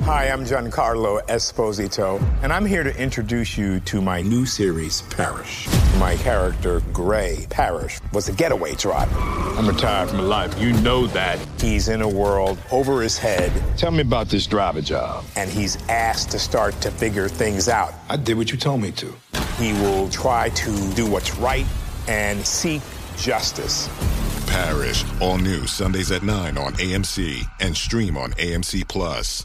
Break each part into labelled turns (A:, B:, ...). A: Hi, I'm Giancarlo Esposito, and I'm here to introduce you to my new series, Parish. My character, Gray Parish, was a getaway driver. I'm retired from life, you know that. He's in a world over his head,
B: Tell me about this driver job.
A: and he's asked to start to figure things out.
B: I did what you told me to.
A: He will try to do what's right and seek justice.
C: Parish, all new Sundays at 9 on AMC and stream on AMC Plus.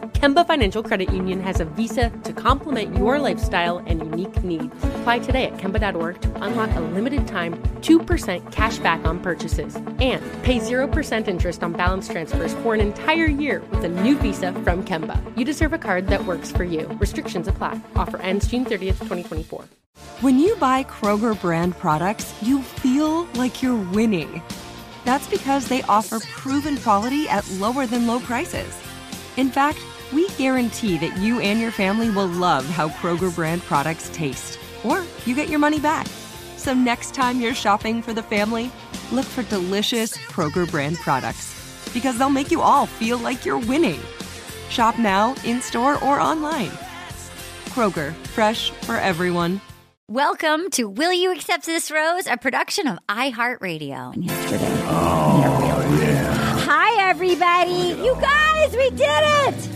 D: Kemba Financial Credit Union has a visa to complement your lifestyle and unique needs. Apply today at Kemba.org to unlock a limited time 2% cash back on purchases and pay 0% interest on balance transfers for an entire year with a new visa from Kemba. You deserve a card that works for you. Restrictions apply. Offer ends June 30th, 2024.
E: When you buy Kroger brand products, you feel like you're winning. That's because they offer proven quality at lower than low prices. In fact, we guarantee that you and your family will love how Kroger brand products taste, or you get your money back. So next time you're shopping for the family, look for delicious Kroger brand products because they'll make you all feel like you're winning. Shop now, in store, or online. Kroger, fresh for everyone.
F: Welcome to Will You Accept This Rose, a production of iHeartRadio. And yesterday. Hi, everybody. You guys, we did it.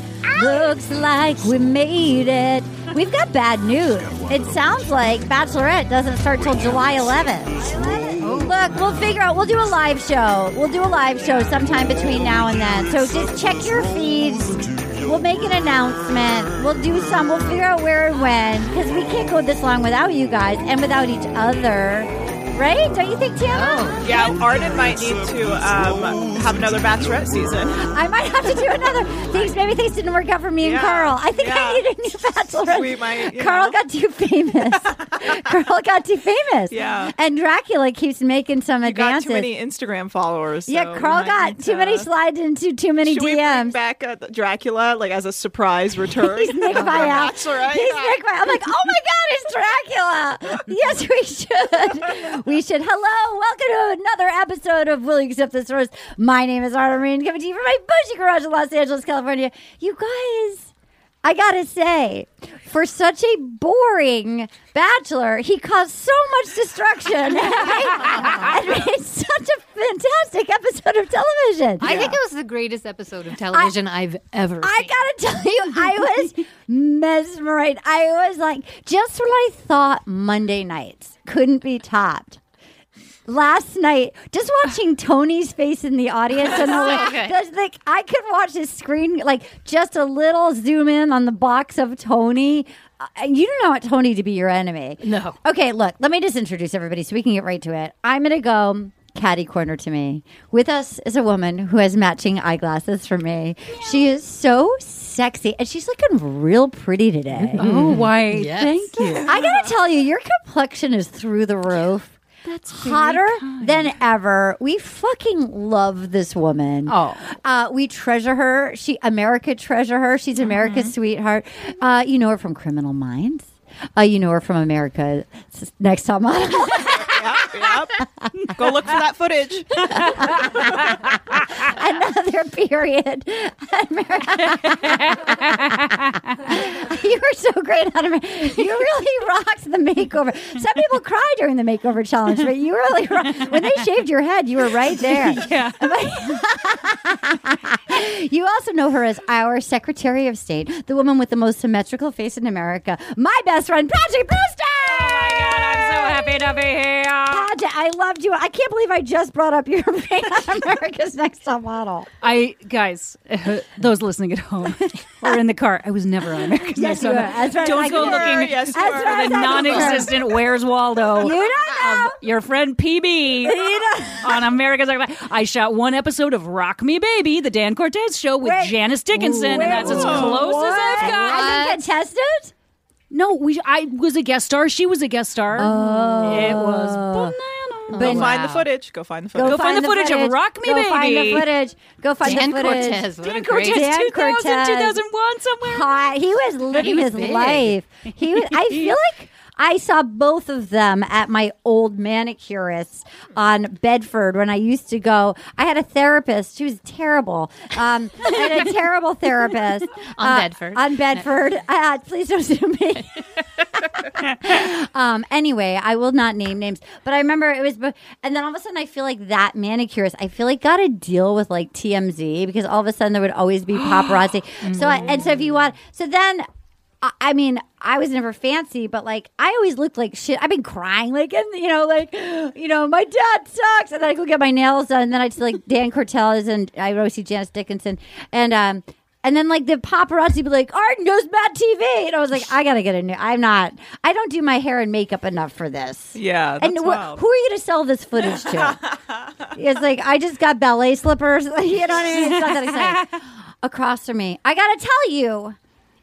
F: Looks like we made it. We've got bad news. It sounds like Bachelorette doesn't start till July 11th. Look, we'll figure out. We'll do a live show. We'll do a live show sometime between now and then. So just check your feeds. We'll make an announcement. We'll do some. We'll figure out where and when because we can't go this long without you guys and without each other, right? Don't you think, Tiana?
G: Yeah, Arden might need to um, have another bachelorette season.
F: I might have to do another. Things maybe things didn't work out for me and
G: Yeah,
F: Carl. I think I
G: yeah.
F: need a new bachelorette.
G: We might, you
F: Carl
G: know.
F: got too famous. Carl got too famous.
G: Yeah.
F: And Dracula keeps making some
G: You got
F: advances.
G: too many Instagram followers. so
F: yeah,
G: we might
F: Carl got
G: need
F: too
G: to-
F: many slides into too many
G: Should we bring
F: DMs.
G: back uh, Dracula like as a surprise return?
F: He's Nick Vial. He's
G: Bachelorette.
F: Nick Vial. I'm like, oh my God, it's Dracula. yes, we should. We should. Hello, welcome to another episode of Will You Accept This Rose? My name is Arna Marine, coming to you from my bougie garage in Los Angeles, California. You guys, I gotta say, for such a boring bachelor, he caused so much destruction and made such a fantastic episode of television.
H: I think it was the greatest episode of television I, have ever.
F: I
H: seen.
F: gotta tell you, I was mesmerized. I was like, just when I thought Monday nights couldn't be topped. Last night, just watching Tony's face in the audience, and the,
H: Okay.
F: just like I could watch his screen, like just a little zoom in on the box of Tony. Uh, you don't want Tony to be your enemy.
H: No.
F: Okay, look, let me just introduce everybody so we can get right to it. I'm going to go caddy corner to me. With us is a woman who has matching eyeglasses for me. She is so sexy and she's looking real pretty today.
I: Oh, why?
H: Yes.
I: Thank you.
F: I got to tell you, your complexion is through the roof. That's hotter than ever. We fucking love this woman.
I: Oh.
F: Uh, we treasure her. She America treasure her. She's America's sweetheart. Uh, you know her from Criminal Minds. Uh, you know her from America Next Top Model.
G: Yep, yep. Go look for that footage.
F: Another period. you were so great at it. You really rocked the makeover. Some people cry during the makeover challenge, but you really rocked. when they shaved your head, you were right there. Yeah. you also know her as our Secretary of State, the woman with the most symmetrical face in America, my best friend, Patrick Brewster.
I: Oh to be here.
F: Paget, I loved you. I can't believe I just brought up your America's Next Top Model.
I: I guys, those listening at home or in the car, I was never on America's
F: Yes,
I: Next
F: you
I: Top
F: were.
I: Model.
F: That's right. I
I: Don't go
F: can-
I: looking
G: Yes, you
F: That's
G: were.
F: right.
I: for the non-existent "Where's Waldo."
F: You don't know.
I: of your friend PB
F: You don't-
I: on America's Next Top. I shot one episode of Rock Me Baby, the Dan Cortez show with
F: Wait.
I: Janice Dickinson, and
F: Wait,
I: that's as
F: what?
I: close as I've got.
F: As a contestant?
I: No, we. I was a guest star. She was a guest star. Oh. It was banana.
G: Go
H: Wow.
G: find the footage. Go find the footage.
I: Go find the footage of Rock Me
F: Go find the
I: Baby.
F: footage. Go find
H: Dan
F: the footage.
H: Cortez. What a
I: Dan
H: great-
I: Cortez,
F: Dan
I: 2000,
F: Cortez.
I: 2001, somewhere.
F: Hot. He was living
H: was
F: his
H: big.
F: life. He was, I feel like I saw both of them at my old manicurist on Bedford when I used to go. I had a therapist. She was terrible. Um, I had a terrible therapist
H: On
F: uh,
H: Bedford.
F: On Bedford. Uh, please don't sue me. Um, anyway, I will not name names, but I remember it was, be- and then all of a sudden I feel like that manicurist, I feel like got to deal with like TMZ because all of a sudden there would always be paparazzi. so, I, and so if you want, so then, I, I mean, I was never fancy, but like I always looked like shit. I've been crying, like, and you know, like, you know, my dad sucks. And then I go get my nails done, and then I see like Dan Cortez, and I would always see Janice Dickinson, and, um, and then like the paparazzi be like, Art knows bad TV. And I was like, I gotta get a new I'm not I don't do my hair and makeup enough for this.
G: Yeah,
F: And
G: that's
F: wh-
G: wild.
F: who are you gonna sell this footage to? it's like I just got ballet slippers. you know what I mean? It's not that exciting. Across from me. I gotta tell you.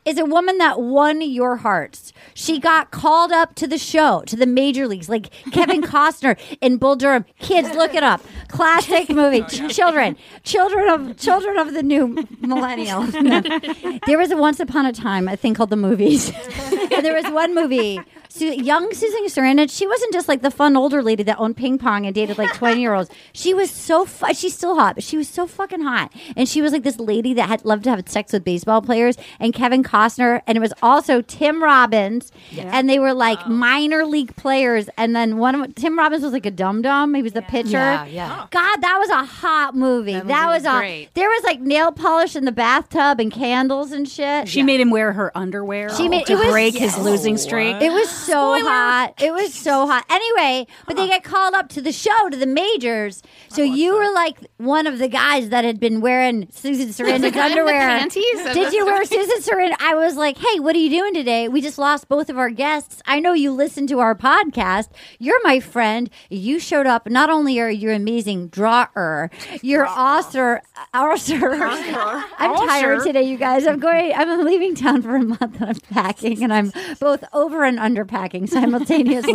F: Is a woman that won your hearts. She got called up to the show, to the major leagues, like Kevin Costner in Bull Durham. Kids, look it up. Classic
G: Oh,
F: movie. Children, children of children of the new millennial. There was a once upon a time a thing called the movies. and there was one movie. Su- young Susan Sarandon, she wasn't just like the fun older lady that owned ping pong and dated like 20 year olds. She was so, fu- she's still hot, but she was so fucking hot. And she was like this lady that had loved to have sex with baseball players and Kevin Costner. And it was also Tim Robbins. And they were like minor league players. And then one of Tim Robbins was like a dum dum. He was the pitcher.
H: Yeah, yeah.
F: God, that was a hot movie. That, was,
H: was
F: a,
H: great.
F: there was like nail polish in the bathtub and candles and shit.
I: She made him wear her underwear
F: She made-
I: to
F: it was-
I: break his
F: Yes.
I: losing streak.
F: It was so hot. It was so hot. Anyway, but they got called up to the show to the majors. So you were like one of the guys that had been wearing Susan Sarandon's
H: guy in the
F: underwear.
H: panties and
F: Did
H: the
F: you wear Susan Sarandon? I was like, "Hey, what are you doing today? We just lost both of our guests. I know you listen to our podcast. You're my friend. You showed up. Not only are you an amazing drawer, you're also also. I'm tired today, you guys. I'm going. I'm leaving town for a month, and I'm packing, and I'm both over and under packing simultaneously.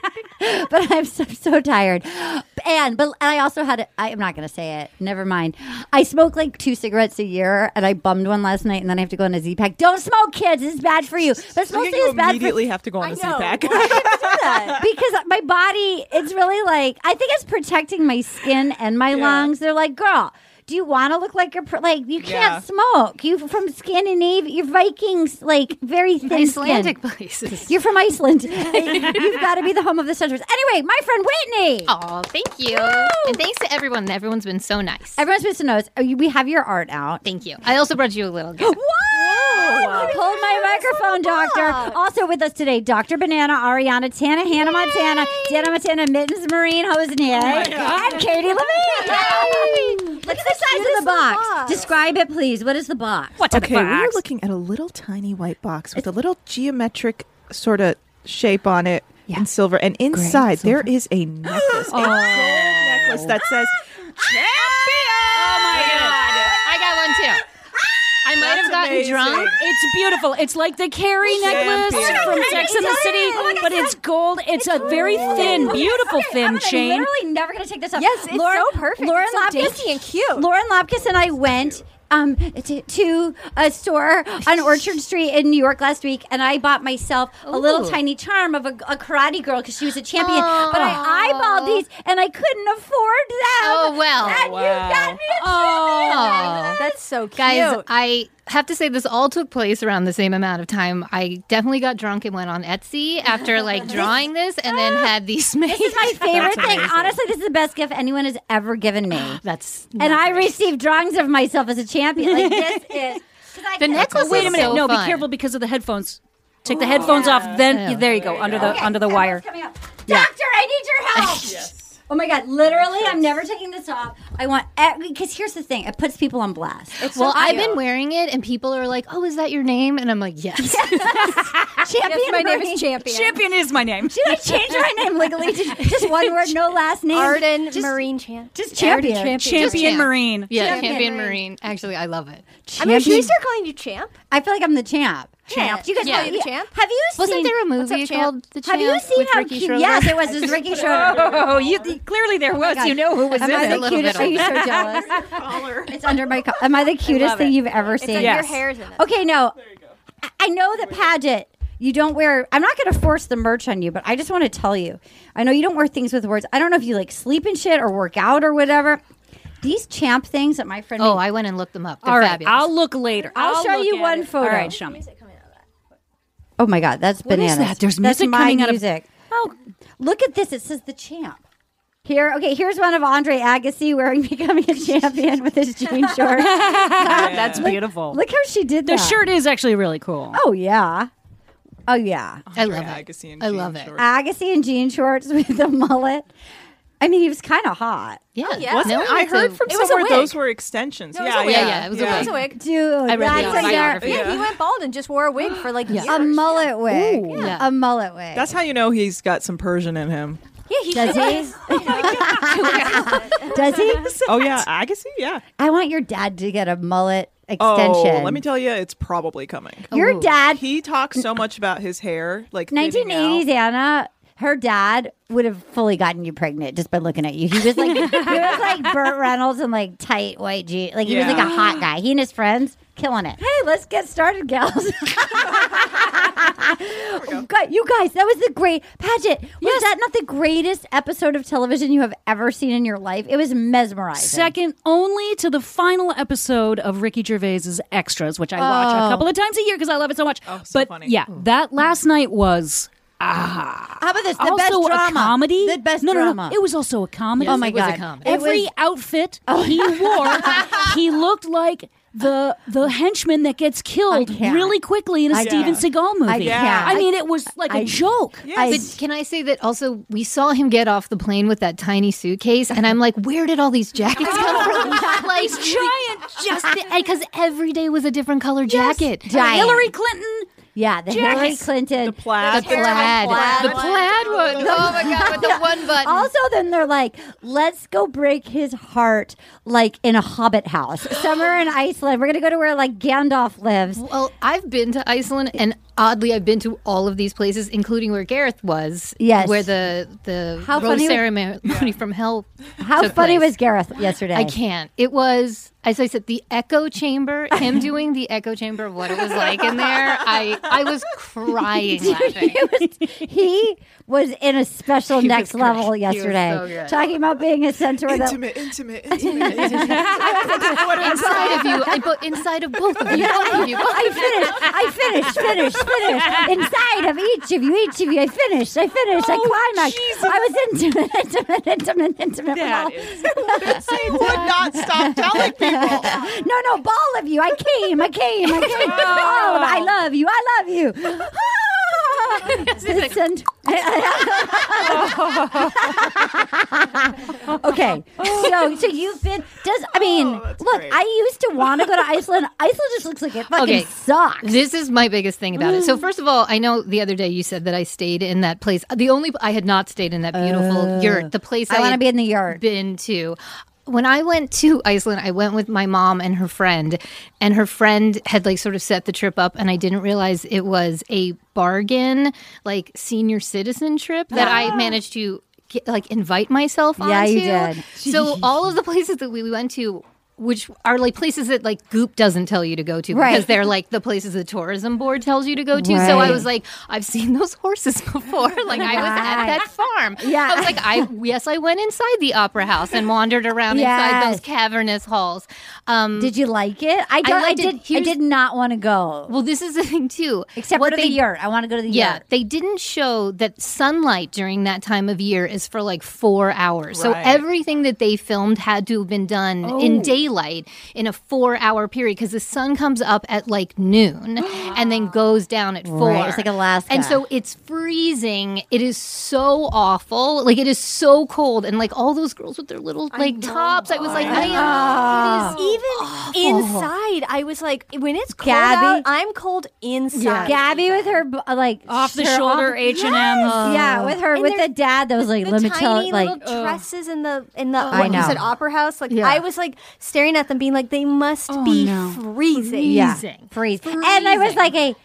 F: but I'm so, so tired. And but and I also had. A, I am not going to say it. Never mind. I smoke like two cigarettes a year, and I bummed one last night, and then I have to go on a Z pack. Don't smoke, kids. It's bad for you. But
G: I
F: smoking
G: think you
F: is bad for
G: immediately have to go on a
F: know.
G: Z-Pack.
F: because my body it's really like i think it's protecting my skin and my lungs they're like girl do you want to look like you're pr- like you can't
G: Yeah.
F: smoke you from scandinavia you're vikings like very thin
H: Icelandic
F: skin.
H: places.
F: you're from iceland you've got to be the home of the centuries anyway my friend whitney
H: Oh, thank you. And thanks to everyone. Everyone's been so nice.
F: everyone's supposed to know it's- Oh, we have your art out
H: thank you. I also brought you a little gift.
F: Whoa! Hold my microphone, Doctor. Also with us today, Dr. Banana, Ariana, Tana, Hannah Montana, Dana Montana, Mittens, Marine,
H: Oh
F: Hosnier, and Katie Levine. Look at the size of the box. Describe it, please. What is the box? What?
G: okay, we are looking at a little tiny white box with a little geometric sort of shape on it in silver, and inside there is a necklace,
F: Oh.
G: a gold necklace that says
H: Oh my god! I got one too.
F: Ah!
H: I might have gotten
G: amazing.
H: drunk.
I: It's beautiful. It's like the Carrie necklace
G: Champion.
I: from Sex and the
F: It's-
I: City,
F: oh my
I: but
F: God.
I: it's gold. It's a very thin, beautiful
F: I'm
I: thin
F: gonna-
I: chain.
F: literally never going to take this off.
J: Yes, it's
F: Lauren,
J: so perfect.
F: Lauren
J: It's so
F: Lopkins
J: dainty and cute.
F: Lauren Lopkins and I went um, to, to a store on Orchard Street in New York last week, and I bought myself a little
H: Ooh.
F: tiny charm of a, a karate girl because she was a champion. But I eyeballed these, and I couldn't afford them.
H: Oh, well.
F: And you got me a champion.
H: Oh,
J: That's so cute.
H: guys, I have to say this all took place around the same amount of time. I definitely got drunk and went on Etsy after like drawing this, and then had these made.
F: Ah. This is my favorite thing. Honestly, this is the best gift anyone has ever given me.
I: That's
F: and I received drawings of myself as a champion. Like this is. 'cause I
H: The
F: can't-
H: necklace
I: Wait a
H: is
I: minute.
H: so
I: no,
H: fun.
I: be careful because of the headphones. Take the headphones off. Then
H: Yeah.
I: there you go. Under the
F: Okay,
I: under the
F: someone's
I: wire.
F: coming up.
I: Yeah.
F: Doctor, I need your help. Oh my God! Literally, I'm never taking this off. I want because here's the thing: it puts people on blast. It's
H: Well, I've been wearing it, and people are like, "Oh, is that your name?" And I'm like, "Yes."
F: champion.
J: Yes, my name
F: Marie.
J: is Champion.
I: Champion is my name.
F: Did I change my name legally? Just- Just one word, no last name.
J: Arden
F: just,
J: Marine Chan.
F: Just
J: Arden
F: champion.
J: Champion.
I: Champion Marine.
H: Yeah,
F: Champion
H: champion,
F: Marine.
H: marine. Actually, I love it.
J: I mean, should we start calling you Champ?
F: I feel like I'm the champ.
J: Champ.
F: You guys
H: Yeah.
F: know
J: Are you the champ?
F: Have you seen?
H: Wasn't there a
J: What's up,
H: movie
J: champ?
H: called The Champ?
F: Have you seen
H: with
F: how
H: Ricky
F: cute?
H: Schroeder?
F: Yes, it was. It was Ricky Schroeder.
I: Oh, you clearly there was. You know who was
F: Oh Am
I: in
F: I
I: it.
F: the
H: little bit
F: cutest? Are you so jealous? it's under my. Co- am I the cutest thing you've ever
J: It's
F: seen?
J: like
I: Yes.
J: your hair's in it.
F: Okay, no. I I know that Paget You don't wear. I'm not going to force the merch on you, but I just want to tell you. I know you don't wear things with words. I don't know if you like sleep and shit or work out or whatever. These champ things that my friend.
H: Oh, I went and looked them up. They're
F: All right,
H: fabulous.
F: I'll
I: look later.
F: I'll,
I: I'll
F: show
I: look
F: you
I: at
F: one
I: it.
F: photo.
I: All right, show me.
F: Oh my god, that's
I: What is
F: bananas.
I: that? There's
F: That's
I: music
F: my
I: coming out of-
F: music. Oh, look at this. It says the champ. Here, okay. Here's one of Andre Agassi wearing "Becoming a Champion" with his jean shorts.
I: That's
F: Look-
I: beautiful.
F: Look how she did
I: The
F: that.
I: shirt is actually really cool.
F: Oh yeah. Oh yeah.
H: I love it. I love it.
F: Agassi in jean shorts with the mullet. I mean, he was kind of hot.
H: Yeah.
K: Wasn't
H: No,
K: it? Oh, I
H: it's a-
K: heard from
J: It was a
K: somewhere
J: wig.
K: those were extensions.
J: No, it was
K: yeah,
J: a wig.
K: yeah,
H: yeah, it was a
J: It
H: wig.
J: was a wig.
F: Dude,
H: I read the
F: that's a-
H: autobiography.
J: Yeah, he went bald and just wore a wig for like years.
F: a mullet wig.
H: Ooh. Yeah.
F: A mullet wig.
K: That's how you know he's got some Persian in him.
J: Yeah, he
F: Does he? Does he?
K: Oh yeah, Agassi. Yeah.
F: I want your dad to get a mullet extension.
K: Oh, let me tell you, it's probably coming.
F: Your dad,
K: He talks so much about his hair, like thinning out.
F: 1980s Anna, her dad would have fully gotten you pregnant just by looking at you. He was like, he was like Burt Reynolds in like tight white jeans. Like he was like a
K: Yeah.
F: hot guy. He and his friends killing it. Hey, let's get started, gals. God, you guys, that was the great pageant. Was that not the greatest episode of television you have ever seen in your life? It was mesmerizing.
I: Second only to the final episode of Ricky Gervais's Extras, which I watch
F: Oh.
I: a couple of times a year because I love it so much. Oh,
K: so
I: but
K: funny.
I: yeah, that last night was
F: Hmm.
I: ah.
F: How about this? The
I: also
F: best drama.
I: a comedy.
F: The best
I: no, no,
F: drama.
I: No, it was also a comedy.
F: Oh my
H: it was a
F: God.
H: comedy.
F: It
I: Every
F: was- Oh.
I: outfit he wore, he looked like the the henchman that gets killed
F: I can't.
I: really quickly in a
F: I
I: Steven
F: can't.
I: Seagal movie.
F: I can't.
I: I mean, it was like a
F: I-
I: joke.
F: I-
H: But can I say that also we saw him get off the plane with that tiny suitcase, and I'm like, where did all these jackets come from? like giant, just because every day was a different color jacket.
F: Giant.
I: Hillary Clinton.
F: yeah, the Hillary Clinton. The
K: plaid.
H: The plaid.
F: plaid.
H: the plaid one. Oh my god, with the one button.
F: Also, then they're like, let's go break his heart like in a hobbit house somewhere in Iceland. We're going to go to where like Gandalf lives.
H: well, I've been to Iceland, and oddly, I've been to all of these places, including where Gareth was.
F: Yes.
H: where the the
F: How
H: rose
F: funny-
H: ceremony from hell.
F: How
H: took
F: funny
H: place.
F: was Gareth yesterday?
H: I can't. It was, as I said, the echo chamber. Him doing the echo chamber of what it was like in there. I I was crying laughing.
F: It was- he was in a special
H: He
F: next
H: was
F: level
H: great. He was
F: yesterday,
H: so good.
F: talking about being a centaur. That,
K: Intimate, intimate, intimate. intimate. What is that?
H: inside of you, I, but inside of both of you, both of you, both
F: I
H: of you.
F: finished. I finished. Finished. Finished. Inside of each of you, each of you, I finished. I finished.
K: Oh,
F: I climaxed. I was intimate, intimate, intimate, intimate. with all-
K: That is- They would not stop telling people.
F: No, no, ball of you. I came, I came, I came. All of,
K: Oh.
F: I love you, I love you. Listen. okay, so so you've been does
K: Oh,
F: I mean look I used to want to go to Iceland. Iceland just looks like it fucking Mm.
H: Okay.
F: sucks.
H: This is my biggest thing about it. So first of all, I know the other day you said that I stayed in that place. The only I had not stayed in that beautiful yurt. The place I,
F: Oh. I want to
H: had
F: be in the yard.
H: been to. When I went to Iceland, I went with my mom and her friend, and her friend had like sort of set the trip up, and I didn't realize it was a bargain, like senior citizen trip that I managed to get, like invite myself
F: Yeah, you
H: onto.
F: did.
H: So all of the places that we went to. Which are like places that like Goop doesn't tell you to go to
F: Right.
H: because they're like the places the tourism board tells you to go to. So I
F: Right.
H: was like, I've seen those horses before. Like I was at
F: Right.
H: that farm.
F: Yeah.
H: I was like, I yes, I went inside the opera house and wandered around inside
F: Yes.
H: those cavernous halls. Um,
F: Did you like it? I don't, I,
H: liked it.
F: did. I
H: Here's-
F: did not want to go.
H: well, this is the thing too.
F: Except
H: What
F: for
H: they-
F: the yurt. I want to go to the
H: Yeah,
F: yurt.
H: they didn't show that sunlight during that time of year is for like four hours. So
K: Right.
H: everything that they filmed had to have been done
F: Oh.
H: in daylight in a four hour period because the sun comes up at like noon and then goes down at four.
F: Right, it's like Alaska.
H: And so it's freezing. It is so awful. Like it is so cold. And like all those girls with their little like tops. I was like, I, am. it is
J: Even inside, I was like, when it's cold
F: Gabby.
J: out, I'm cold inside.
F: Gabby with her bu- like
I: Off the
F: her
I: shoulder
F: off-
I: H and
F: Yes,
I: M.
F: yeah, with her
J: And
F: with
J: they're-
F: the dad that was like,
J: the
F: let me
J: tiny
F: tell it,
J: little
F: like
J: dresses in the in the
F: I
J: what you
F: know.
J: said opera house. Like
H: Yeah.
J: I was like staring at them, being like, they must be freezing.
H: Oh,
F: yeah,
H: freezing.
F: freeze. And there was
H: Freezing.
F: like a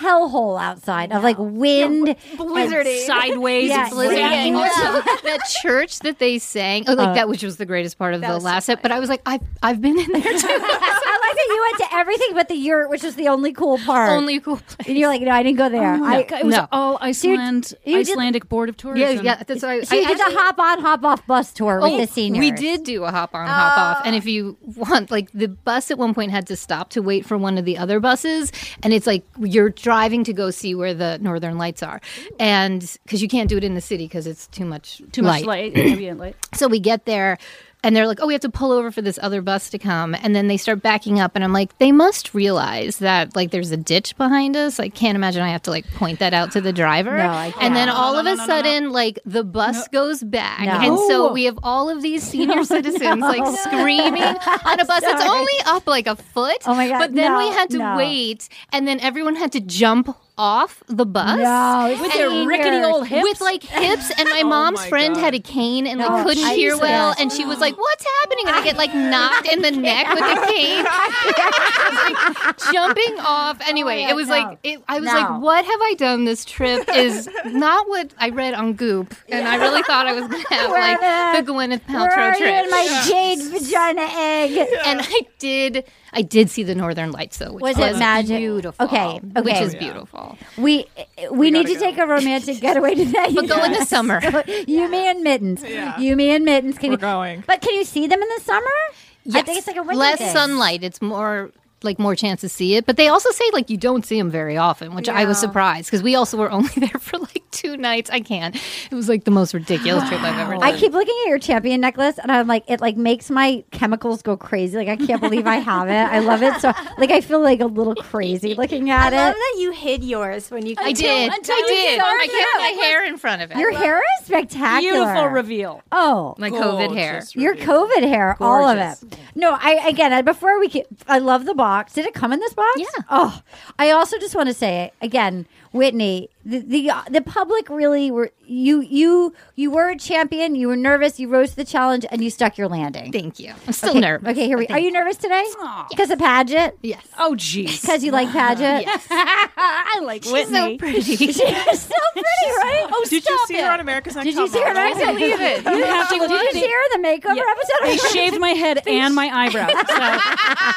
F: hellhole outside of like wind,
J: blizzarding.
I: Sideways.
F: Yeah,
I: it's
F: yeah.
I: raining.
H: And also that church that
F: Uh.
H: they sang, oh, like that, which was the greatest part of the last set. But I was like, I've I've been in there too.
F: I fact that you went to everything but the yurt, which is the only cool part.
H: Only cool
F: place. And you're like, no, I didn't go there.
I: Oh my
F: I,
I: God, it was No. all Iceland- Icelandic Board of Tourism.
H: yeah, that's what I-
F: So you
H: I
F: did
H: actually-
F: the hop on, hop off bus tour
H: Oh,
F: with the seniors.
H: We did do a hop on, hop off. And if you want, like the bus at one point had to stop to wait for one of the other buses. And it's like you're driving to go see where the northern lights are. And because you can't do it in the city because it's too much
I: Too much light, ambient light.
H: So we get there and they're like, oh, we have to pull over for this other bus to come. And then they start backing up. And I'm like, they must realize that like there's a ditch behind us. I can't imagine I have to like point that out to the driver.
F: No, I
H: And then
F: can't.
H: all of a sudden, like the bus goes back.
F: No.
H: And so
F: No.
H: we have all of these senior
F: No,
H: citizens
F: no.
H: like screaming on a bus. It's
F: Sorry.
H: only up like a foot.
F: Oh, my God.
H: But then we
F: No,
H: had to
F: no.
H: wait. And then everyone had to jump off the bus
F: No,
H: And-
F: it's With their rickety old hips?
H: with like hips and my mom's friend had a cane and like
F: No,
H: couldn't
F: I
H: hear
F: used
H: well
F: that.
H: and she was like what's happening and i get like knocked in the neck with a cane Like, jumping off anyway
F: Oh, yeah,
H: it was
F: no.
H: like it, i was
F: No.
H: like what have i done this trip is not what i read on goop and i really thought i was gonna have
F: Where
H: like the gwyneth
F: Where
H: paltrow
F: are you
H: trip
F: in my jade vagina egg?
H: and i did i did see the northern lights though which
F: Was it magic?
H: beautiful
F: Okay,
H: which
F: okay.
H: is beautiful
F: We we, need to take a romantic getaway tonight.
H: But
F: you
H: go in the
F: guys.
H: summer.
F: you, me, and mittens. You, me, and mittens. Can
G: We're
F: you,
G: going.
F: But can you see them in the summer? I
H: Yes.
F: think it's like a winter
H: less
F: thing.
H: sunlight. It's more like more chance to see it. But they also say like you don't see them very often, which I was surprised because we also were only there for like two nights. I can't. It was like the most ridiculous trip I've ever done.
F: I keep looking at your champion necklace, and I'm like, it like makes my chemicals go crazy. Like I can't believe I have it. I love it so. Like I feel like a little crazy looking
J: I
F: at
J: love
F: it.
J: that you hid yours when you.
H: I did. I
J: until you
H: did.
J: saw
H: I
J: it.
H: kept my hair in front of it.
F: Your hair is spectacular.
I: Beautiful reveal.
F: Oh,
H: my COVID hair.
F: your COVID hair, all of it. No, I again I- before we, ca- I love the box. Did it come in this box? Yeah. Oh, I also just want to say again, Whitney, the the, uh, the public really were you you you were a champion. You were nervous. You rose to the challenge, and you stuck your landing.
H: Thank you. I'm still
F: okay,
H: nervous.
F: Okay, here we are. You nervous today? Because of Paget?
H: Yes.
I: Oh, jeez.
F: Because you like Paget?
H: Yes.
J: I like
H: She's so
J: Whitney.
H: pretty.
F: She's so pretty, right?
K: Oh, did you see her on America's Next
F: Did you
K: Top
F: see her?
K: Model?
F: I can't
H: believe it.
F: You
H: You
F: have
H: have
F: to
H: to
F: Did you
H: watch
F: see
H: it.
F: her in the makeover episode?
I: They shaved my head and my eyebrows.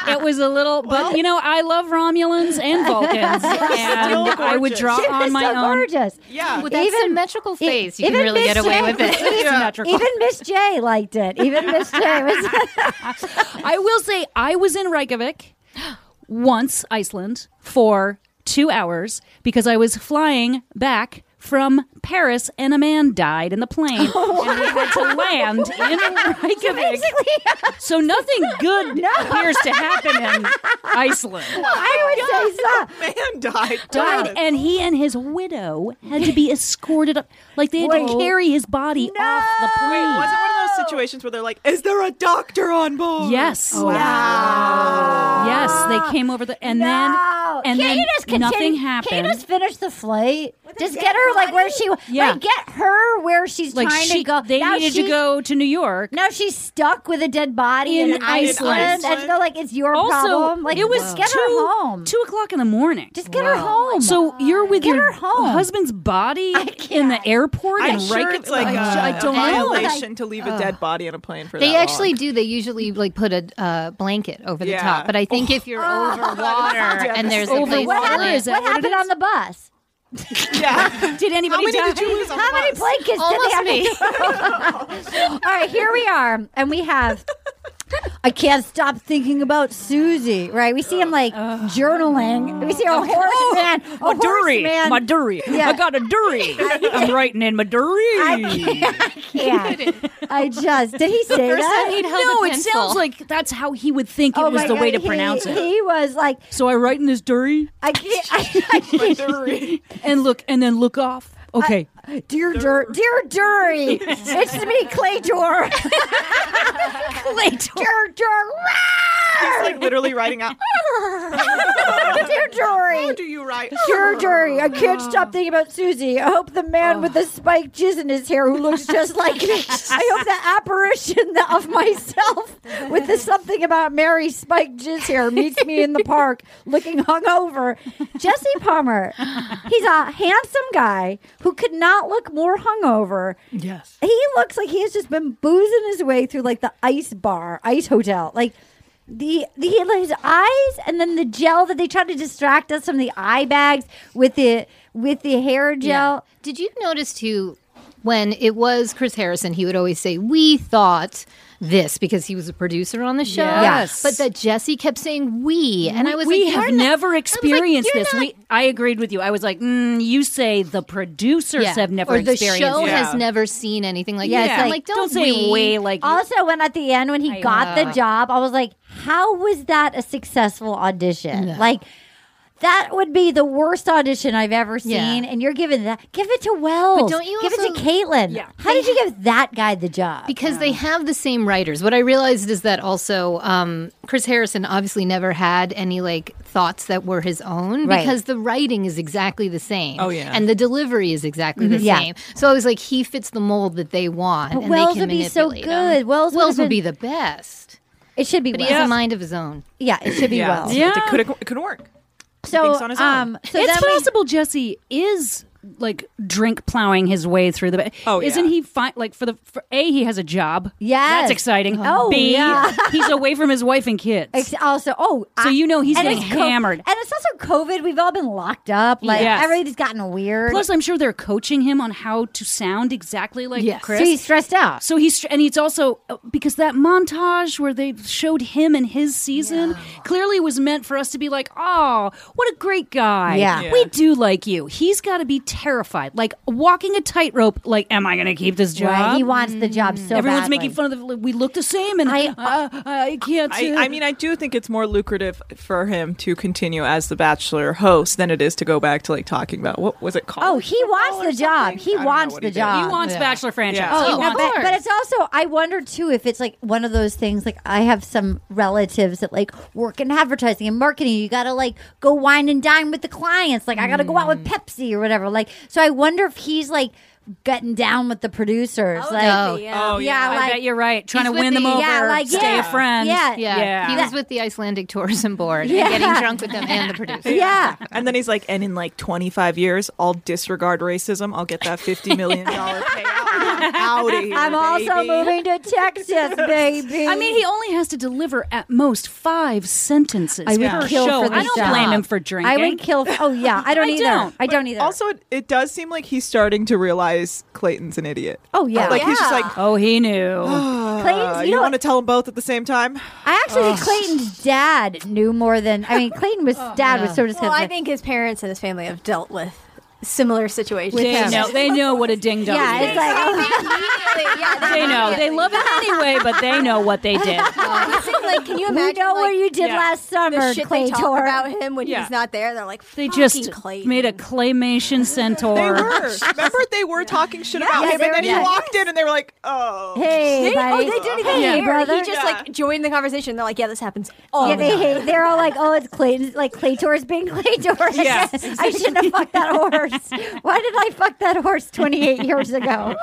I: So it was a little, but you know, I love Romulans and Vulcans, and I would draw
F: She was
I: on my
F: so
I: own.
F: gorgeous.
K: Yeah.
H: With that
F: Even-
H: symmetrical
F: E-
H: face, you can
F: even
H: really
F: Miss
H: get away
F: J-
H: with it.
I: It's symmetrical.
F: Even Miss J liked it. Even Miss J was.
I: I will say I was in Reykjavik once, Iceland, for two hours because I was flying back from Paris and a man died in the plane
F: Oh,
I: and we had to land in Reykjavik. So nothing good appears to happen in Iceland.
F: I would say so.
K: Man died.
I: Died and he and his widow had to be escorted up like they had to
F: Wait.
I: carry his body off the
K: Wait,
I: plane.
K: was it one of those situations where they're like, "Is there a doctor on board?" Oh,
I: Yes. Yes, they came over the and
F: No.
I: then and
F: Can't
I: then
F: you just continue-
I: nothing
F: Can't
I: happened.
F: you just finish the flight? Just get her like where she.
I: Yeah.
F: Like, get her where she's
I: like
F: trying
I: she,
F: to go.
I: they
F: Now
I: needed to
F: she's-
I: go to New York.
F: Now she's stuck with a dead body in,
I: In
F: Iceland,
I: Iceland.
F: and they're like, "It's your
I: Also,
F: problem." Like,
I: it was
F: just get
I: two,
F: her home.
I: two o'clock in the morning.
F: just get her home.
I: so you're with
F: Get
I: your
F: her home.
I: husbandand's body in the airport
K: I'm
I: in
K: sure
I: Reykjavik.
K: it's like uh, a,
I: I don't
K: a
I: know.
K: violation to leave a dead body in a plane for
H: They
K: that
H: actually
K: long.
H: do. They usually like put a uh, blanket over the
K: Yeah.
H: top. But I think if you're
F: Oh.
H: over water and there's a
I: Over
H: place
I: water
H: to
I: is
H: land-
I: that what
F: what
I: it
F: happened on the bus?
K: Yeah.
I: Did anybody
K: How many
I: die?
K: did you lose on
F: How
K: the
F: many
K: bus?
F: blankets did they have
H: almost
F: to
H: me.
F: All right, here we are, and we have. I can't stop thinking about Susie. Right, we see him like
I: Uh,
F: journaling. We see
I: oh,
F: a horse man, a
I: My
F: horse
I: durry,
F: man.
I: my durry.
F: Yeah.
I: I got a durry. I'm writing in my durry.
F: yeah, I just did he say
H: First time
F: that? Oh
H: he'd held
I: No,
H: a
I: it
H: pencil.
I: sounds like that's how he would think it was
F: my
I: the way to
F: God, he-
I: pronounce it.
F: He was like,
I: So I write in this durry
F: I can't. I, I can't
I: and look, and then look off. Okay,
F: Dear Dur- Dear Dury, it's me, Claytor. Claytor. Dear Dur-
K: It's like literally writing out.
F: Dear
K: How
F: Dury.
K: do you write?
F: Dear Dury, I can't stop thinking about Susie. I hope the man with the spiked jizz in his hair who looks just like me. I hope the apparition of myself with the something about Mary spiked jizz hair meets me in the park looking hungover. Jesse Palmer, he's a handsome guy who could not look more hungover.
I: yes.
F: He looks like he has just been boozing his way through like the ice bar, ice hotel. Like The, the his eyes and then the gel that they tried to distract us from the eye bags with the with the hair gel.
H: Did you notice too when it was Chris Harrison, he would always say, We thought this because he was a producer on the show.
I: Yes.
H: But that Jesse kept saying we. And I was
I: we
H: like,
I: have
H: "You're not-
I: never experienced
H: "You're
I: this.
H: not-"
I: We, I agreed with you. I was like, mm, you say the producers
H: Yeah.
I: have never
H: or the
I: experienced
H: show
I: this.
H: has never seen anything like
I: Yeah,
H: this.
I: it's
H: I'm
I: like,
H: like,
I: don't
H: don't,
I: say we, like-
H: like
F: Also, when at the end when he got the
H: know.
F: job, I was like, "How was that a successful audition? Like, that would be the worst audition I've ever seen."
H: Yeah.
F: And you're giving that, give it to Wells,
H: don't you
F: give it to
H: also-
F: Caitlin? How did you give that guy the job?
H: because they have the same writers. What I realized is that also um, Chris Harrison obviously never had any like thoughts that were his own
F: Right.
H: because the writing is exactly the same.
K: Oh, yeah.
H: and the delivery is exactly the
F: Mhm. Yeah.
H: same. So I was like, he fits the mold that they want.
F: But
H: and
F: Wells
H: they
F: would
H: can
F: be so
H: manipulate him.
F: good. Wells would
H: Wells
F: have
H: would be
F: been-
H: the best.
F: it should be
H: But
F: Wells.
H: he has a mind of his own.
F: yeah, it should be Wells.
K: It could, it could work.
F: So,
K: thinks on his own.
F: um, so
I: it's
F: then we-
I: possible Jesse is like drink plowing his way through the.
K: Oh,
I: isn't
K: yeah.
I: he fine? Like for the for a he has a job.
F: Yes.
I: that's exciting.
F: Oh,
I: B,
F: yeah.
I: he's away from his wife and kids.
F: Ex- also, oh,
I: So you know he's
F: and
I: getting
F: it's co-
I: hammered.
F: and it's also COVID. We've all been locked up. Like
I: Yes.
F: everything's gotten weird.
I: Plus, I'm sure they're coaching him on how to sound exactly like
H: Yes.
I: Chris.
F: so he's stressed out.
I: So he's and it's also uh, because that montage where they showed him in his season clearly was meant for us to be like, oh, what a great guy.
F: Yeah. Yeah.
I: we do like you. He's got to be terrified, like walking a tightrope. Like, am I going to keep this job?
F: Right? He wants the job so
I: Everyone's
F: badly.
I: making fun of the. We look the same, and
F: I-
I: I, uh, I can't.
K: I,
I: uh,
K: I mean, I do think it's more lucrative for him to continue as the Bachelor host than it is to go back to like talking about what was it called?
F: Oh, he wants the job. He wants the job.
I: he wants Bachelor franchise.
K: Yeah.
I: He
F: Oh,
H: of
F: no, but,
H: course.
F: but it's also I wonder too if it's like one of those things like I have some relatives that like work in advertising and marketing. You gotta like go wine and dine with the clients. Like I gotta go out with
I: Mm.
F: Pepsi or whatever. Like so I wonder if he's like getting down with the producers. like
H: no.
K: Oh, yeah.
F: yeah,
I: I
F: like
I: bet you're right. Trying to
H: He's with
I: win them
H: the-
I: over,
F: yeah, like,
I: stay
F: yeah.
I: a friend.
F: Yeah.
H: Yeah.
I: Yeah.
H: he was with the Icelandic tourism board and getting drunk with them and the producer.
F: yeah.
K: And then he's like, and in like 25 years, I'll disregard racism. I'll get that 50 million dollar payout. I'm out of here.
F: I'm also
K: baby.
F: moving to Texas, baby.
I: I mean, he only has to deliver at most five sentences
F: I would
I: per
F: kill
I: show.
F: for this
I: I don't
F: job.
I: blame him for drinking.
F: I would kill. Oh yeah, I don't
I: I
F: either.
I: don't.
F: I don't either.
K: Also, it, it does seem like he's starting to realize Clayton's an idiot.
F: Oh, yeah.
K: like he's just
F: Yeah.
K: like,
I: Oh, he knew.
F: Clayton's,
K: uh,
F: you
K: you,
F: know
K: want to
F: what?
K: tell them both at the same time?
F: I actually think Clayton's dad knew more than. I mean, Clayton was dad was so disgusted.
J: Well, I think his parents and his family have dealt with similar situations.
I: they know. They know what a ding dong.
F: yeah, it's like oh,
J: Immediately, yeah,
I: they know. They love it anyway, but they know what they did.
J: It's like, like, can you
F: we
J: imagine?
F: know what
J: like,
F: you did
I: yeah.
F: last summer,
J: the shit
F: Clay
J: they talk
F: Tor.
J: about him when
I: Yeah.
J: he's not there? They're like,
I: They
J: "Fucking
I: just
J: Clayton."
I: made a claymation centaur.
K: They were. Remember, they were talking shit about
F: Yeah,
K: him, and
F: they
K: then
F: were-
K: he
F: yeah.
K: walked in, and they were like, "Oh,
F: Hey,
J: They, oh,
F: buddy.
J: they didn't even
F: Hey,
J: care.
F: brother.
J: He just like joined the conversation. They're like, yeah, this happens all
F: Yeah,
J: the
F: they
J: time.
F: hate. They're all like, "Oh, it's Clayton's like Claytor's being Claytor."
I: Yeah.
F: I shouldn't have fucked that horse. Why did I fuck that horse 28 years ago?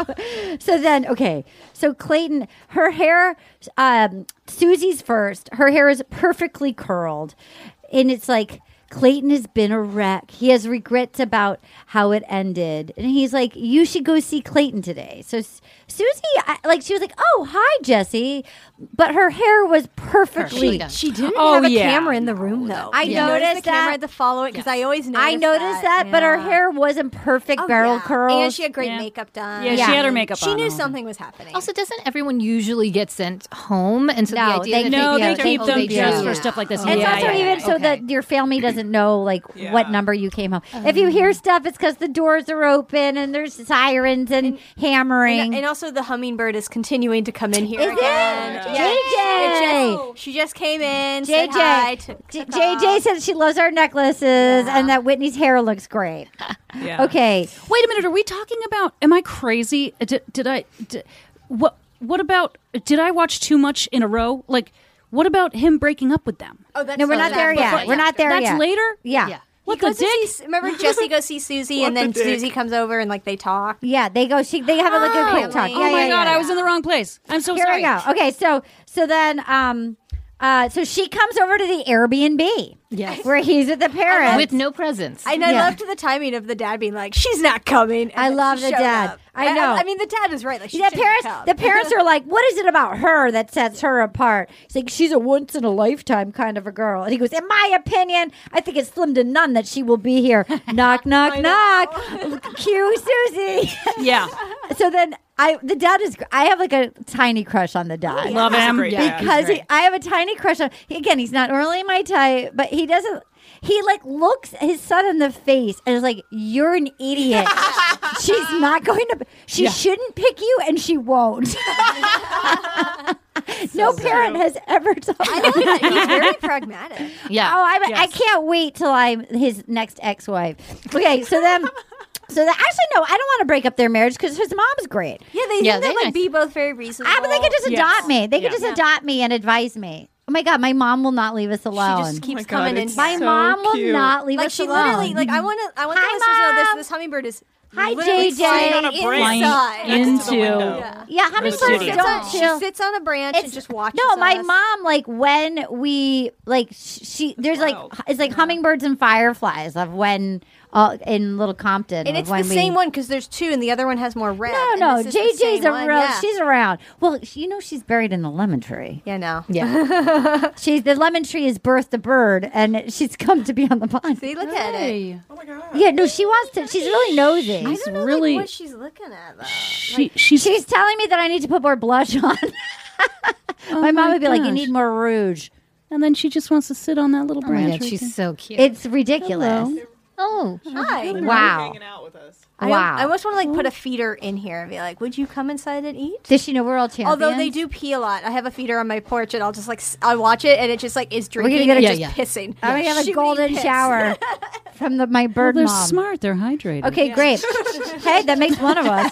F: so then, okay, so Clayton, her hair, um, Susie's first. Her hair is perfectly curled, and it's like. Clayton has been a wreck. He has regrets about how it ended. And he's like, You should go see Clayton today. So S- Susie, I, like, she was like, Oh, hi, Jesse. But her hair was perfectly
H: done.
J: She didn't
I: Oh,
J: have a
I: yeah.
J: camera in the room though.
F: I
J: You noticed
F: noticed
J: the camera
F: that.
J: had to follow it because I always noticed.
F: I noticed that, but her
J: Yeah.
F: hair wasn't perfect
J: Oh,
F: barrel
J: yeah.
F: curls.
J: and she had great
I: Yeah.
J: makeup done.
I: Yeah, she had her makeup
J: She
I: on all
J: knew
I: the
J: something was happening.
H: Also, doesn't everyone usually get sent home? And so
F: No,
H: the idea
F: they
H: that
I: no, they
H: get
I: keep
H: sent
I: them
H: home, they
I: just
H: do.
I: for stuff like this.
H: It's
F: it's
I: yeah,
F: also
I: yeah,
F: even
H: yeah.
F: so
H: Okay.
F: that your family doesn't know like
K: Yeah.
F: what number you came home.
H: Oh,
F: if you hear stuff, it's because the doors are open and there's sirens and, hammering.
J: And, and also, the hummingbird is continuing to come in here
F: Is it?
J: again.
F: JJ!
J: It just- she just came in. said hi,
F: JJ,
J: took-
F: J-
J: took
F: JJ
J: off.
F: says she loves our necklaces and that Whitney's hair looks great.
K: yeah.
F: Okay,
I: Wait a minute. Are we talking about? Am I crazy? Uh, Did, did I? Did, what? What about? Did I watch too much in a row? Like, what about him breaking up with them?
J: Oh, that's
F: no, we're
J: so
F: not
J: bad.
F: there yet.
J: Before-
F: We're not there
I: That's
F: yet.
I: later?
F: Yeah.
H: Yeah.
I: What
J: He
I: the
J: goes to
I: dick?
J: see- remember, Jesse goes see Susie, and
K: What
J: then
K: the dick?
J: Susie comes over, and like they talk.
F: Yeah, they go. She they have a like a quick talk.
J: Family.
F: Yeah,
I: oh my
F: yeah,
I: god,
F: yeah,
I: I was
F: yeah.
I: in the wrong place. I'm so
F: Here
I: sorry.
F: we go. Okay, so so then um Uh, so she comes over to the Airbnb.
H: Yes.
F: Where he's at the parents.
H: with no presents.
J: And I loved the timing of the dad being like, "She's not coming." and
F: I
J: then
F: love
J: she
F: the
J: showed
F: dad.
J: up.
F: I know.
J: I, mean, the dad is right. Like, she
F: the
J: shouldn't
F: parents,
J: come.
F: the parents are like, "What is it about her that sets her apart?" It's like she's a once in a lifetime kind of a girl. And he goes, "In my opinion, I think it's slim to none that she will be here." knock, knock, knock. Cue Susie.
I: Yeah.
F: so then, I the dad is. I have like a tiny crush on the dad.
I: Love
K: He's a
I: him.
K: great dad.
F: because he, I have a tiny crush on. he- Again, he's not really my type, but he doesn't. He like looks his son in the face and is like, "You're an idiot. She's not going to. She shouldn't pick you, and she won't." no parent has ever told.
J: I know that he's very pragmatic.
H: yeah.
F: Oh, I, I
I: Yes.
F: can't wait till I'm his next ex-wife. Okay, so then, so that actually no, I don't want to break up their marriage because his mom's great.
J: Yeah, they
H: Yeah,
J: yeah, they
H: they're
J: like
H: nice.
J: be both very reasonable.
F: Ah, but they could just
I: Yes.
F: adopt me. They could
I: Yeah.
F: just adopt me and advise me. Oh my god, my mom will not leave us alone.
J: She just keeps
K: Oh my God,
J: coming in.
K: it's
F: my
J: here.
K: so
F: mom will
K: cute.
F: not leave
J: like
F: us
J: she
F: alone.
J: literally like I want to I want the
F: Hi,
J: listeners to know
F: Mom.
J: this. This hummingbird is
F: Hi,
J: literally
F: JJ.
J: flying on a
I: Flying
J: branch inside.
I: into
J: Yeah.
F: yeah, how many
I: She
F: birds
I: sits
J: Sits on-
F: don't
J: she
F: chill?
J: sits on a branch and just watches.
F: No, my
J: us.
F: mom like when we like sh- she there's like
K: wild.
F: h- it's like hummingbirds and fireflies of when uh, in Little Compton
J: And
F: of
J: it's the
F: when we-
J: same one because there's two, and the other one has more red.
F: No,
J: and
F: no,
J: this is the same
F: JJ's around.
J: one, Yeah.
F: She's around. Well, she- you know she's buried in the lemon tree.
J: yeah, no.
H: yeah.
F: She's the lemon tree has birthed a bird, and she's come to be on the pond.
J: See, look at it.
F: Yeah, no, she wants to. She's really nosy.
J: I don't know like,
I: really-
J: what she's looking at though.
I: She, she's
F: She's telling me that I need to put more blush on.
I: Oh
F: my mom
I: my
F: would be like, "You
I: gosh.
F: need more rouge."
I: and then she just wants to sit on that little
H: Oh my
I: branch.
H: God,
I: right there.
H: she's so cute.
F: It's ridiculous.
I: Hello.
H: oh,
J: Hi.
F: Wow,
K: Hanging out with us.
J: I,
F: wow.
J: I almost want to like put a feeder in here and be like, "Would you come inside and eat?"
F: Does she know we're all champions?
J: Although they do pee a lot. I have a feeder on my porch, and I'll just like s- I watch it, and it just like is
F: gonna
J: drinking
F: get
J: and
F: a-
J: just
H: Yeah, yeah.
J: pissing.
F: I'm gonna Oh, have a
J: Shooting
F: golden
J: piss.
F: shower from the, my bird
I: They're
F: mom.
I: smart. They're hydrated.
F: Okay, great. hey, that makes one of us.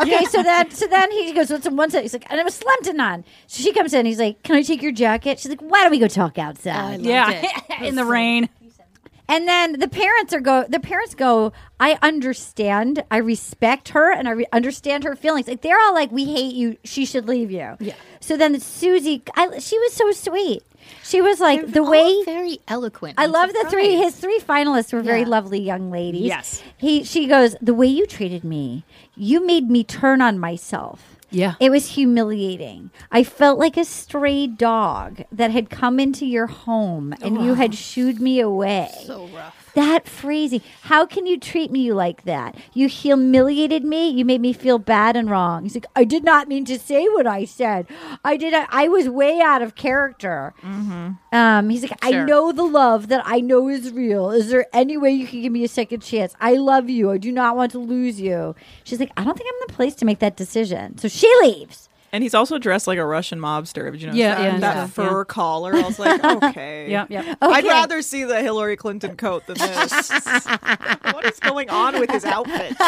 F: Okay, so then so then he goes, What's in one side? He's like, and I'm a Slemtonon. So she comes in, he's like, Can I take your jacket? She's like, Why don't we go talk outside?
I: Yeah. in the rain.
F: And then the parents are go. The parents go. I understand. I respect her, and I re- understand her feelings. Like they're all like, "We hate you. She should leave you." Yeah. So then Susie, I, she was so sweet. She was like the
H: all
F: way.
H: very eloquent.
F: I
H: I'm
F: love the three.
H: surprised.
F: His three finalists were very
H: Yeah.
F: lovely young ladies.
I: Yes.
F: He. She goes. The way you treated me, you made me turn on myself.
I: Yeah.
F: It was humiliating. I felt like a stray dog that had come into your home and you had shooed me away. So rough. That phrasing. How can you treat me like that? You humiliated me. You made me feel bad and wrong. He's like, I did not mean to say what I said. I did. not- I was way out of character.
J: Mm-hmm.
F: Um, he's like, I know the love that I know is real. Is there any way you can give me a second chance? I love you. I do not want to lose you. She's like, I don't think I'm in the place to make that decision. So she leaves.
K: And he's also dressed like a Russian mobster. Did you know
I: Yeah,
K: that,
I: yeah,
K: that
I: yeah,
K: fur
I: yeah.
K: collar? I was like, okay.
I: Yeah. Yeah.
K: I'd
F: Okay.
K: rather see the Hillary Clinton coat than this. what is going on with his outfit?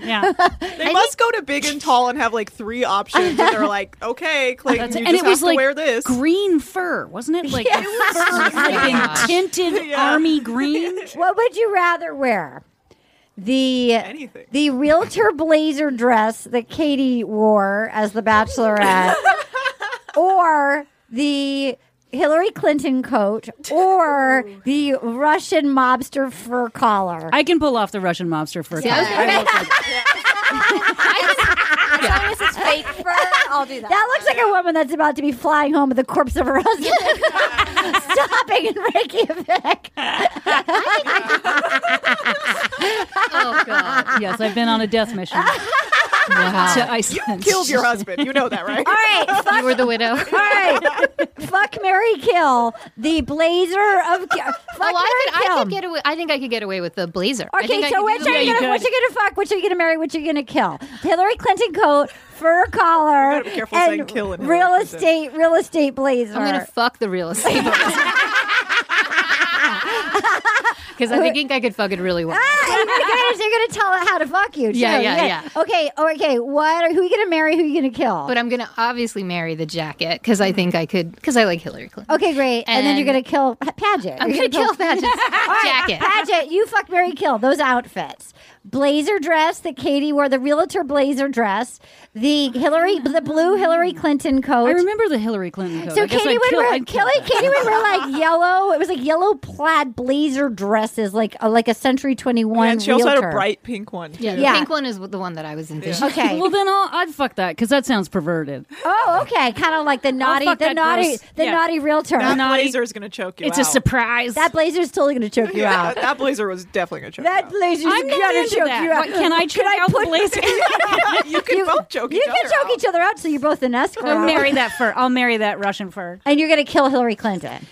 I: Yeah.
K: They must go to big and tall and have like three options. And they're like, okay, Clayton,
I: That's
K: you
I: it. and
K: just
I: it was
K: have
I: like
K: to wear this.
I: green fur, wasn't it? Like the fur like in tinted
K: Yeah.
I: army green.
F: What would you rather wear? The
K: Anything.
F: the realtor blazer dress that Katie wore as the bachelorette, or the Hillary Clinton coat, or the Russian mobster fur collar.
I: I can pull off the Russian mobster fur.
H: I was
I: coat.
H: gonna
J: As long as it's fake fur, I'll do that.
F: that looks like a woman that's about to be flying home with the corpse of her husband, stopping in Reykjavik.
H: Oh god.
I: yes, I've been on a death mission to Iceland.
K: Killed your husband. You know that, right?
F: All right,
H: You were the widow.
F: All right, fuck Mary Kill, the blazer of Ki- fuck
H: Oh, I
F: Mary
H: could, I
F: Kill.
H: could get away. I think I could get away with the blazer. I
F: Okay,
H: think I
F: so
H: could
F: which
H: do
F: are
H: that.
F: you gonna which are you gonna fuck? Which are you gonna marry? Which are you gonna kill? Hillary Clinton coat, fur collar,
K: be careful saying
F: and
K: kill and Hillary
F: real
K: Clinton.
F: estate real estate blazer.
H: I'm gonna fuck the real estate. Because I think I could fuck it really well.
F: Ah, you're, gonna, get it, you're gonna tell it how to fuck you. too.
H: Yeah, yeah, yeah.
F: Okay, okay. What? Are, who are you gonna marry? Who are you gonna kill?
H: But I'm gonna obviously marry the jacket because I think I could. Because I like Hillary Clinton.
F: okay, great. And, then you're gonna
H: And-
F: kill Paget.
H: I'm gonna kill that
F: All right,
H: jacket.
F: Paget, you fuck Mary Kill those outfits. blazer dress that Katie wore, the realtor blazer dress, the Hillary, the blue Hillary Clinton coat.
I: I remember the Hillary Clinton coat.
F: Oh, So
I: I guess
F: Katie
I: I'd
F: would
I: kill-
F: wear
I: I'd kill
F: Kelly,
I: that.
F: Katie would wear like yellow. It was like yellow plaid blazer dresses, like a, like a Century Twenty One.
K: and she also had a bright pink one.
H: Yeah, the
F: Yeah.
H: pink one is the one that I was envisioning.
F: Okay.
I: Well, then I'll, I'd fuck that because that sounds perverted.
F: oh, okay. Kind of like the naughty,
I: fuck
F: the
I: that
F: naughty,
I: gross.
F: the
I: Yeah.
F: naughty realtor. e-
K: That
I: Naughty.
K: blazer is gonna choke you.
I: It's
K: out.
I: a surprise.
F: That blazer's totally going to choke you
K: Yeah,
F: out.
K: that blazer was definitely gonna choke
F: That
K: you
F: blazer's
I: I'm not
F: going to
I: into
F: choke
I: that.
F: you out.
I: What, can I choke out the blazer?
K: out. you can both choke
F: You
K: each
F: can
K: other
F: choke
K: out.
F: each other out, so you're both in escrow.
I: I'll marry that fur. I'll marry that Russian fur.
F: and you're going to kill Hillary Clinton.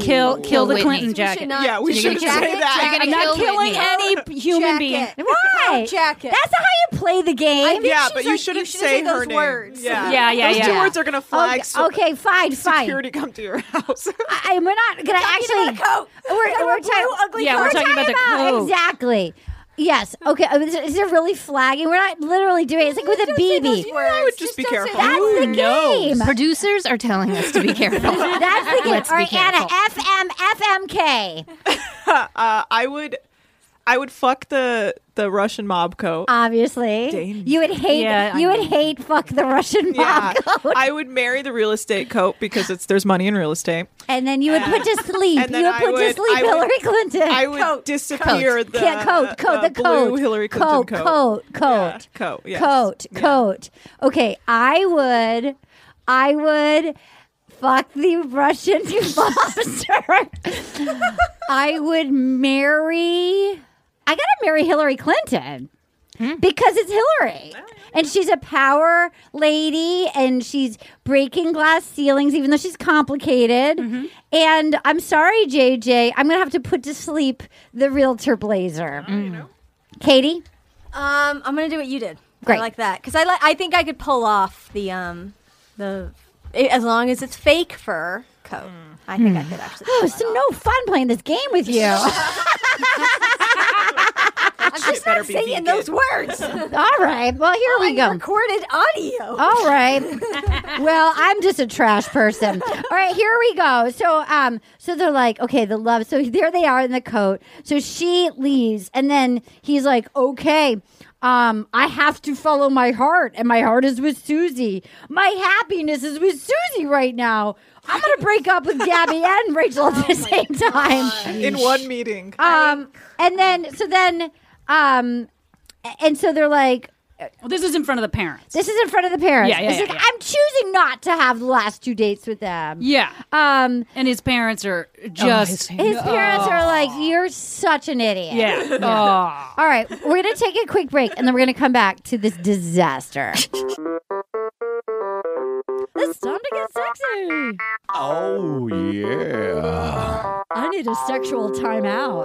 I: Kill, kill the
H: Whitney.
I: Clinton
H: We should
I: jacket.
K: Yeah, we should say that.
H: You're
I: I'm
H: gonna
I: not
H: kill
I: killing
H: Whitney.
I: any human being.
F: Why?
J: jacket.
F: That's not how you play the game.
K: Yeah,
J: she's
K: but you
J: like-
K: shouldn't
J: you shouldn't
K: say
J: say
K: her
J: those
K: name.
J: words.
K: Yeah,
I: Yeah, yeah,
K: Those two
I: yeah.
K: words are gonna flag.
F: Okay,
K: so
F: okay, fine, fine.
K: Security come to your house.
F: I, we're not going to actually. We're, we're talking ugly
I: Yeah, we're coat. talking about the coat.
F: exactly. Yes. Okay. uh, Is, is it really flagging? We're not literally doing it. It's like with a BB.
K: I would just, be careful.
F: That's the game.
H: Producers are telling us to be careful.
F: That's the game.
H: Let's
F: All
H: be
F: right, Anna.
H: careful.
F: FM FMK.
K: Uh, I would, I would fuck the the Russian mob coat.
F: Ah, Obviously,
K: Dang.
F: you would hate.
I: Yeah, I
F: you would hate. Fuck the Russian mob
K: yeah,
F: code.
K: Uh, I would marry the real estate coat because it's there's money in real estate.
F: and then you would put to sleep.
K: and
F: You
K: then
F: would
K: I
F: put to
K: would-
F: sleep
K: I would-
F: Hillary Clinton.
K: I would
F: Coat.
K: disappear
F: Coat.
K: the-
F: yeah, coat, coat,
K: the
F: the coat,
K: blue Hillary Clinton coat.
F: coat, coat, coat,
K: Yeah, coat, yes.
F: coat,
K: Yeah.
F: coat. Okay, I would, I would fuck the Russian mobster. I would marry. I gotta marry Hillary Clinton
K: Hmm.
F: because it's
K: Oh,
F: Hillary. And she's a power lady and she's breaking glass ceilings, even though she's complicated.
K: Mm-hmm.
F: And I'm sorry, JJ, I'm going to have to put to sleep the realtor blazer.
K: Oh,
F: Katie?
J: Um, I'm gonna do what you did.
F: Great.
J: I like that because I like. I think I could pull off the um the i as long as it's fake fur coat. I think I could actually.
F: Oh, it's no fun playing this game with you. All
J: I'm just
K: better
J: not
K: be
J: saying
K: vegan.
J: those words.
F: right. Well, here we go.
J: I recorded audio.
F: All right. well, I'm just a trash person. All right, here we go. So, um, so they're like, okay, the love. So there they are in the coat. So she leaves, and then he's like, okay, um, I have to follow my heart, and my heart is with Susie. My happiness is with Susie right now. I'm gonna break up with Gabby and Rachel
J: Oh
F: at the same time.
K: in one meeting.
F: Um, and then so then, um, and so they're like,
I: Well, this is in front of the parents.
F: this is in front of the parents.
I: Yeah, yeah,
F: It's
I: yeah,
F: like,
I: yeah.
F: I'm choosing not to have the last two dates with them.
I: yeah.
F: Um,
I: And his parents are just. Oh.
F: his parents are like, "You're such an idiot."
I: yeah. Oh.
F: All right, we're gonna take a quick break, and then we're gonna come back to this disaster. it's time to get sexy.
B: Oh, yeah.
F: I need a sexual timeout.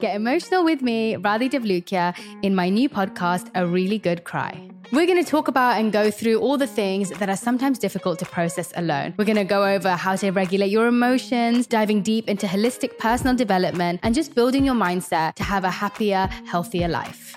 L: Get emotional with me, Radhi Devlukia, in my new podcast, A Really Good Cry. We're going to talk about and go through all the things that are sometimes difficult to process alone. We're going to go over how to regulate your emotions, diving deep into holistic personal development, and just building your mindset to have a happier, healthier life.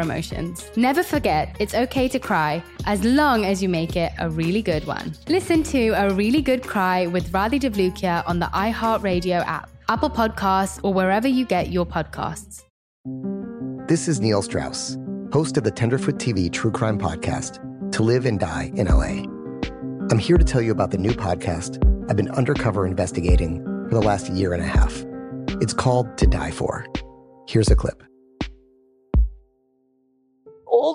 L: emotions. Never forget, it's okay to cry as long as you make it a really good one. Listen to A Really Good Cry with Radhi Devlukia on the iHeartRadio app, Apple Podcasts, or wherever you get your podcasts.
M: This is Neil Strauss, host of the Tenderfoot TV True Crime Podcast, To Live and Die in LA. I'm here to tell you about the new podcast I've been undercover investigating for the last year and a half. It's called To Die For. Here's a clip.
N: all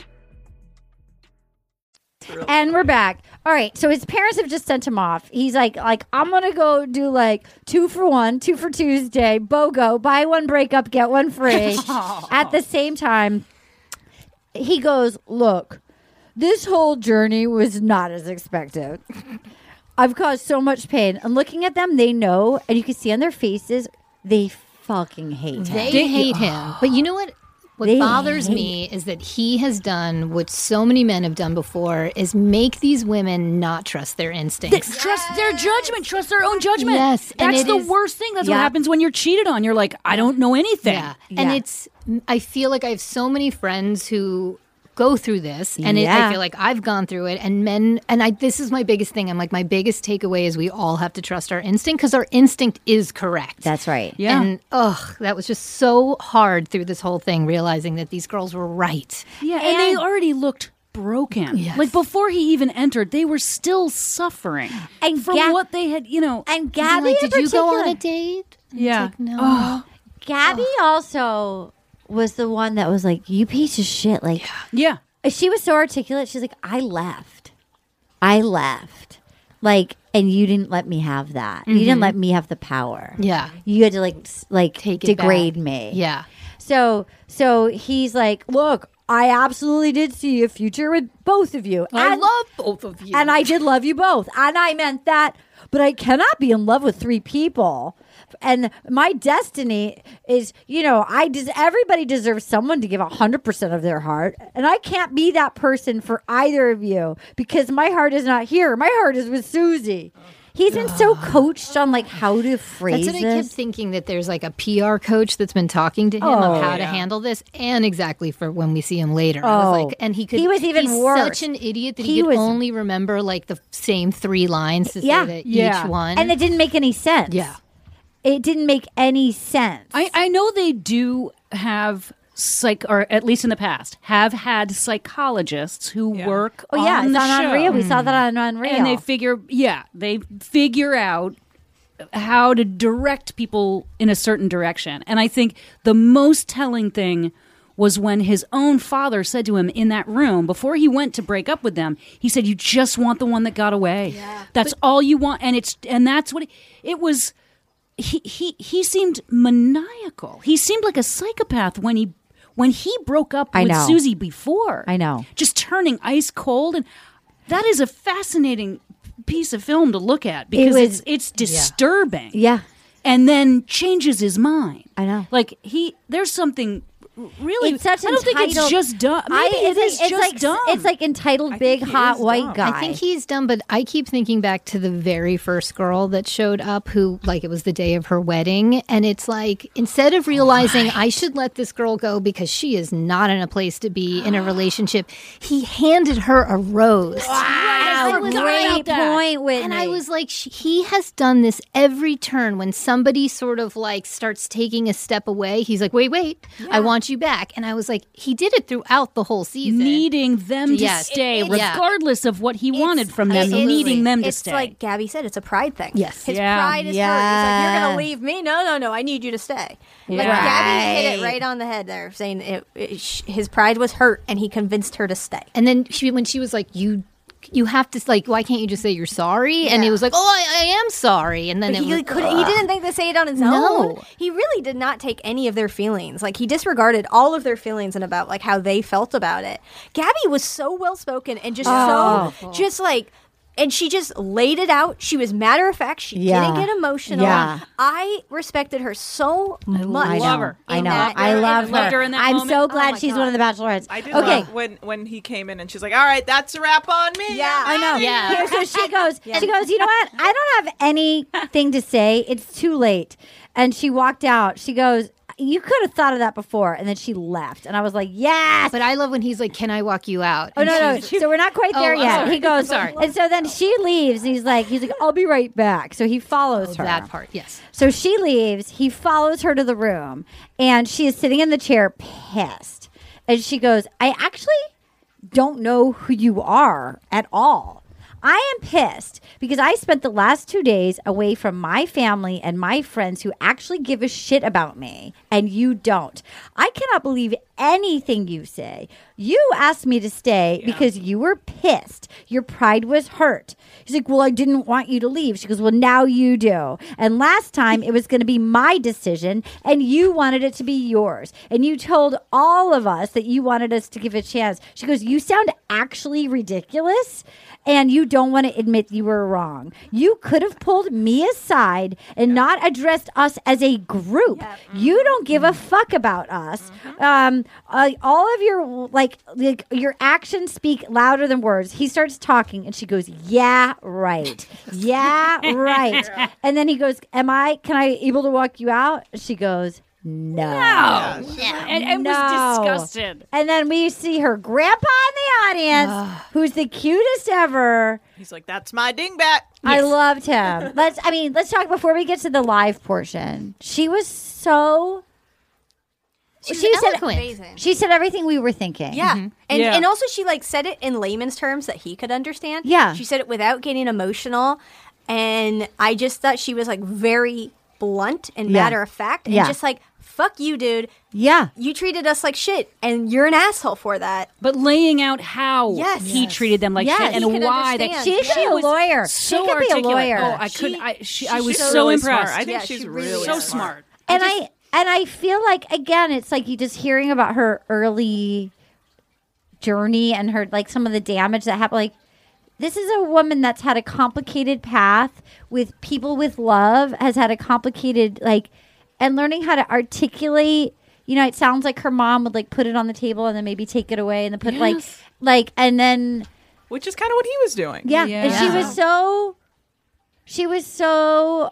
F: And we're back. All right. So his parents have just sent him off. He's like, like I'm gonna go do like two for one, two for Tuesday, BOGO, buy one, break up, get one free. At the same time, he goes, look, this whole journey was not as expected. I've caused so much pain. And looking at them, they know, and you can see on their faces, they fucking hate him.
H: They hate him. But you know what? What
F: They
H: bothers
F: hate
H: me is that he has done what so many men have done before is make these women not trust their instincts.
I: Trust their judgment. Trust their own judgment.
H: Yes, and
I: that's
H: it
I: the
H: is-
I: worst thing. That's
H: Yeah.
I: what happens when you're cheated on. You're like, I don't know anything.
H: Yeah. And it's, I feel like I have so many friends who go through this and it,
I: Yeah.
H: I feel like I've gone through it and men, and I, this is my biggest thing. I'm like, my biggest takeaway is we all have to trust our instinct because our instinct is correct.
F: That's right.
H: And ugh, that was just so hard through this whole thing, realizing that these girls were right.
I: yeah. And, they already looked broken. Like before he even entered, they were still suffering
F: And
I: from
F: Gab-
I: what they had. You know.
F: And Gabby, in
H: did you go on a
F: particular-
H: date?
I: Yeah.
H: no.
F: Gabby also was the one that was like, "You piece of shit!" Like,
I: yeah,
F: she was so articulate. She's like, "I left, I left," like, and you didn't let me have that. You didn't
H: Mhm.
F: let me have the power.
H: Yeah.
F: you had to like, s- like
H: Take it
F: degrade
H: back.
F: me.
H: Yeah.
F: So, so he's like, "Look, I absolutely did see a future with both of you.
H: I
F: And-
H: love both of you.
F: and I did love you both. And I meant that. But I cannot be in love with three people. And my destiny is, you know, I des- everybody deserves someone to give 100% of their heart. And I can't be that person for either of you because my heart is not here. My heart is with Susie. He's been so coached on like how to phrase
H: That's what I
F: this.
H: kept thinking that there's like a PR coach that's been talking to him on
F: Oh.
H: how to
F: Yeah.
H: handle this, and exactly for when we see him later. I was
F: Oh.
H: like, and he could.
F: He was even
H: he's
F: worse.
H: Such an idiot that he,
F: He
H: could
F: was-
H: only remember like the same three lines to say that each one.
F: And it didn't make any sense.
H: Yeah.
F: It didn't make any sense.
I: I, I know they do have psych, or at least in the past, have had psychologists who work.
F: Oh, yeah,
I: on
F: it's
I: the
F: on
I: show.
F: Unreal. We saw that on uh, Unreal.
I: And they figure, yeah, they figure out how to direct people in a certain direction. And I think the most telling thing was when his own father said to him in that room before he went to break up with them he said you just want the one that got away that's all you want and it's and that's what it, it was he he he seemed maniacal he seemed like a psychopath when he when he broke up
F: I
I: with
F: know.
I: Susie before
F: I know.
I: just turning ice cold and that is a fascinating piece of film to look at because
F: was-
I: it's it's
F: Yeah.
I: disturbing
F: Yeah.
I: and then changes his mind
F: I know.
I: like he there's something really.
F: It's such
I: I don't think it's
F: entitled-
I: just dumb.
F: I-
I: Maybe it
F: it's
I: is
F: like,
I: just
F: it's
I: dumb.
F: like, It's like entitled big hot white guy.
H: I think he's dumb, but I keep thinking back to the very first girl that showed up who, like, it was the day of her wedding. And it's like, instead of realizing I should let this girl go because she is not in a place to be in a relationship, he handed her a rose.
F: Wow, great point, Whitney.
H: And I was like, sh- he has done this every turn. When somebody sort of like starts taking a step away, he's like, wait, wait, I want you back. And I was like, he did it throughout the whole season.
I: Needing them to stay, regardless of what he wanted from them, needing them to
J: it's
I: stay.
J: like Gabby said, it's a pride thing.
H: Yes.
J: His
I: Yeah.
J: pride is hurt. He's like, you're
F: Yeah.
J: going to leave me? No, no, no. I need you to stay. Like,
F: Yeah.
J: Gabby hit it
F: Right.
J: right on the head there, saying it, it, sh- his pride was hurt and he convinced her to stay.
H: And then she, when she was like, you. You have to like. Why can't you just say you're sorry? And it was like, oh, I, I am sorry. And then
J: But
H: it
J: he,
H: was,
J: could, he didn't think to say it on his
H: No.
J: own. He really did not take any of their feelings. Like he disregarded all of their feelings and about like how they felt about it. Gabby was so well spoken and just
F: Oh.
J: so just like and she just laid it out. She was matter of fact. She
F: Yeah.
J: didn't get emotional.
F: Yeah.
J: I respected her so much.
F: I know. I
J: in
F: know.
J: that-
F: I love her.
J: loved
F: I'm so
J: moment.
F: glad
J: Oh my
F: she's
J: God.
F: one of the bachelorettes.
K: I did
F: okay.
K: love when when he came in and she's like, "All right, that's a wrap on me."
J: Yeah,
K: I'm
F: I know.
K: outta here."
F: Here, so she goes. She goes. You know what? I don't have anything to say. It's too late. And she walked out. She goes. You could have thought of that before. And then she left. And I was like, yes.
H: But I love when he's like, "Can I walk you out?"
F: Oh
H: And
F: no no!
H: she's-
F: So we're not quite there
H: Oh, I'm
F: yet.
H: sorry.
F: He goes,
H: Sorry.
F: and so then she leaves, and he's like, he's like, I'll be right back. So he follows her.
H: Oh, that part, yes.
F: So she leaves. He follows her to the room, and she is sitting in the chair, pissed. And she goes, I actually don't know who you are at all. I am pissed because I spent the last two days away from my family and my friends who actually give a shit about me, and you don't. I cannot believe anything you say. You asked me to stay because you were pissed. Your pride was hurt. She's like, Well, I didn't want you to leave. She goes, Well, now you do. And last time it was going to be my decision, and you wanted it to be yours. And you told all of us that you wanted us to give a chance. She goes, You sound actually ridiculous, and you don't want to admit you were wrong. You could have pulled me aside and not addressed us as a group. You don't give a fuck about us. Um, uh, all of your like, like your actions speak louder than words. He starts talking, and she goes, "Yeah, right. Yeah, right." and then he goes, "Am I? Can I able to walk you out?" She goes, "No."
I: No. And, and was
F: Oh, No.
I: disgusted.
F: And then we see her grandpa in the audience, who's the cutest ever.
K: He's like, "That's my dingbat."
F: I loved him. let's I mean, let's talk before we get to the live portion. She was so
J: She was
F: she said
J: eloquent. Amazing.
F: she said everything we were thinking.
J: Yeah.
I: Mm-hmm.
J: And
F: Yeah.
J: and also she like said it in layman's terms that he could understand.
F: Yeah.
J: She said it without getting emotional. And I just thought she was like very blunt and
F: Yeah.
J: matter of fact and
F: Yeah.
J: just like, fuck you, dude.
F: Yeah.
J: You treated us like shit and you're an asshole for that.
I: But laying out how
J: Yes.
I: he treated them like
J: Yes.
I: shit
J: He
I: and
J: could
I: why that
J: understand.
I: she,
J: She could be a
I: was
F: lawyer. She
I: So
F: could be a
I: articulate.
F: lawyer.
I: Oh, I could. I, she, I was so
K: really smart.
I: impressed.
K: I think she's really
I: so
K: smart.
I: smart.
F: and I and I feel like again, it's like you just hearing about her early journey and her like some of the damage that happened. Like this is a woman that's had a complicated path with people with love, has had a complicated like, and learning how to articulate. You know, it sounds like her mom would like put it on the table and then maybe take it away and then put like
K: Yes.
F: like and then
K: Which is kind of what he was doing.
F: yeah. And she was so she was so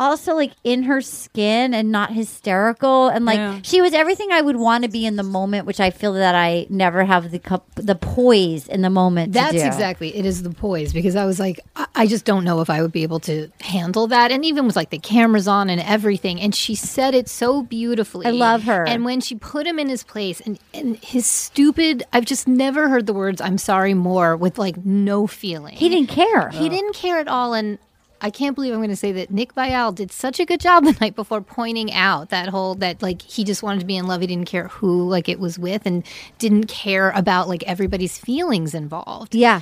F: also like in her skin and not hysterical and like
I: Yeah.
F: she was everything I would want to be in the moment, which I feel that I never have the cup the poise in the moment. to
H: That's
F: do.
H: exactly it is the poise because I was like I, I just don't know if I would be able to handle that and even with like the cameras on and everything and she said it so beautifully
F: I love her.
H: and when she put him in his place and and his stupid I've just never heard the words I'm sorry more with like no feeling
F: He didn't care.
H: he didn't care at all and I can't believe I'm going to say that Nick Vial did such a good job the night before pointing out that whole that like he just wanted to be in love he didn't care who like it was with and didn't care about like everybody's feelings involved
F: Yeah.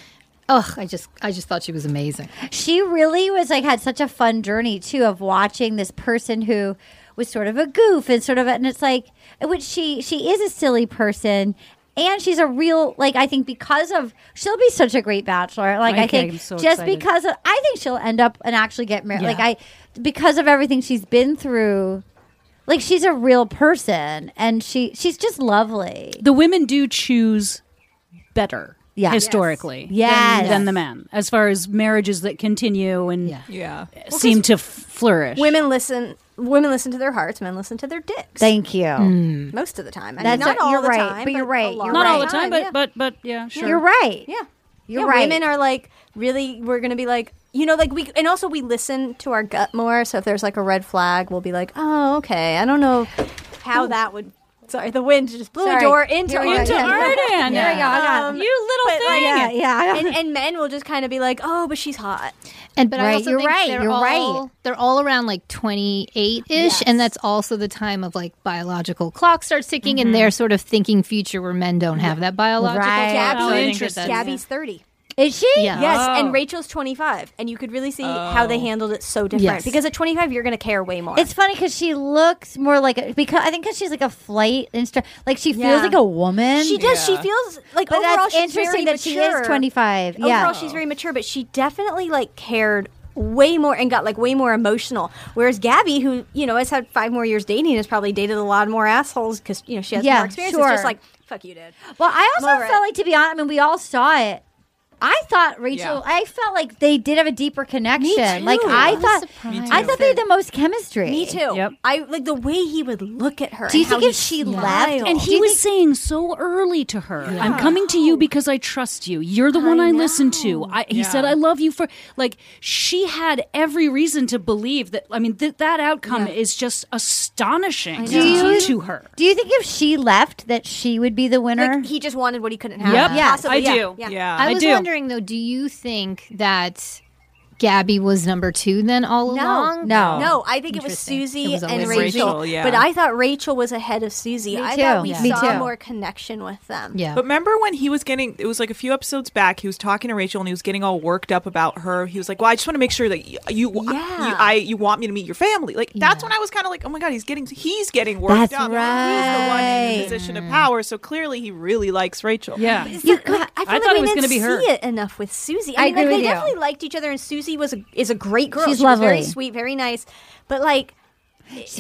H: Ugh, I just I just thought she was amazing.
F: she really was like had such a fun journey too of watching this person who was sort of a goof and sort of a, and it's like which she she is a silly person and she's a real like I think because of she'll be such a great bachelor like
I: Okay,
F: I think
I: I'm so
F: just
I: excited.
F: because of, I think she'll end up and actually get married
I: Yeah.
F: like I because of everything she's been through Like she's a real person, and she she's just lovely.
I: The women do choose better.
F: Yeah.
I: historically,
F: Yes.
I: than,
F: Yes.
I: than the men, as far as marriages that continue and
J: Yeah.
I: seem to f- flourish.
J: Women listen. Women listen to their hearts. Men listen to their dicks.
F: Thank you.
I: Mm.
J: Most of the time. I
F: That's
J: mean, not
F: what-
J: all
F: you're
J: the
F: right,
J: time,
F: but you're right,
J: a lot
F: you're
I: Not
F: right.
I: all the time, but
J: yeah.
I: but but yeah, sure.
F: You're right.
J: Yeah.
F: You're
J: Yeah,
F: right.
J: Women are like really. We're gonna be like you know like we and also we listen to our gut more. So if there's like a red flag, we'll be like, oh okay, I don't know how that would. Oh. Sorry, the wind just blew
F: Sorry.
J: a door into Um,
F: Here we go.
J: Arden.
F: Into Arden. Yeah. There we go. I got-
J: you little
F: thing. Yeah, yeah.
J: And, and men will just kind of be like, "Oh, but she's hot."
H: And but I
J: Right,
H: also
J: you're
H: think
J: right,
H: They're
J: you're
H: all,
J: right.
H: They're all around like 28 ish, and that's also the time of like biological clock starts ticking, and they're sort of thinking future where men don't have that biological
F: Right.
H: clock. So I
J: Gabby,
H: think that that's-
J: Gabby's thirty.
F: Is she?
H: Yeah.
J: Yes,
F: Oh.
J: and Rachel's 25, and you could really see how
H: Oh.
J: they handled it so different.
F: Yes.
J: Because at 25, you're going to care way more.
F: It's funny because she looks more like a, because I think because she's like a flight instructor. Like she feels
J: Yeah.
F: like a woman.
J: She does. She feels like
F: But
J: overall
F: that's
J: she's
F: interesting
J: very
F: that she is
J: mature.
F: 25. Yeah.
J: Overall, she's very mature, but she definitely like cared way more and got like way more emotional. Whereas Gabby, who you know has had five more years dating, has probably dated a lot more assholes because you know she has
F: Yeah,
J: more experience.
F: sure.
J: It's just like fuck you, dude.
F: Well, I also
J: I'm over
F: felt like to be honest. I mean, we all saw it. I thought Rachel.
J: Yeah.
F: I felt like they did have a deeper connection. Like
J: too.
F: I
J: I was
F: thought.
J: surprised.
F: I thought they had the most chemistry.
J: Me too. I like the way he would look at her.
F: Do you
J: and how
F: think
J: he
F: if she
J: smiled.
F: left-
I: And he was saying so early to her, "I'm coming to you because I trust you. You're the one I, listen to." I, he said, "I love you for like." She had every reason to believe that. I mean, th- that outcome is just astonishing
F: Do you-
I: to, to her.
F: Do you think if she left that she would be the winner?
J: he just wanted what he couldn't
I: have. Yep, I do. Yeah,
H: I
I: I
H: was
I: do.
H: wondering though, do you think that Gabby was number two then all
J: No,
H: along?
J: no. I think it was
H: Interesting.
J: Susie
H: It was
J: and
H: always
J: Rachel.
H: Rachel, yeah.
J: But I thought Rachel was ahead of Susie.
F: Me
J: I
F: too.
J: thought we
F: Yeah. Me
J: saw
F: too.
J: more connection with them.
K: But remember when he was getting, it was like a few episodes back, he was talking to Rachel and he was getting all worked up about her. He was like, Well, I just want to make sure that you, you, you, I, you want me to meet your family. Like, that's when I was kind of like, Oh my God, he's getting, he's getting worked
F: That's
K: up. He's the one in
F: right.
K: the position of power. So clearly he really likes Rachel.
I: Yeah.
J: You got, I, feel
K: I
J: like
K: thought
J: we
K: it was
J: didn't
K: gonna be her.
J: see it enough with Susie. I,
K: I
J: mean,
K: agree
J: like, they
K: with you.
J: definitely liked each other, and Susie was a, is a great girl.
F: She's
J: She was
F: lovely.
J: very sweet, very nice. But like,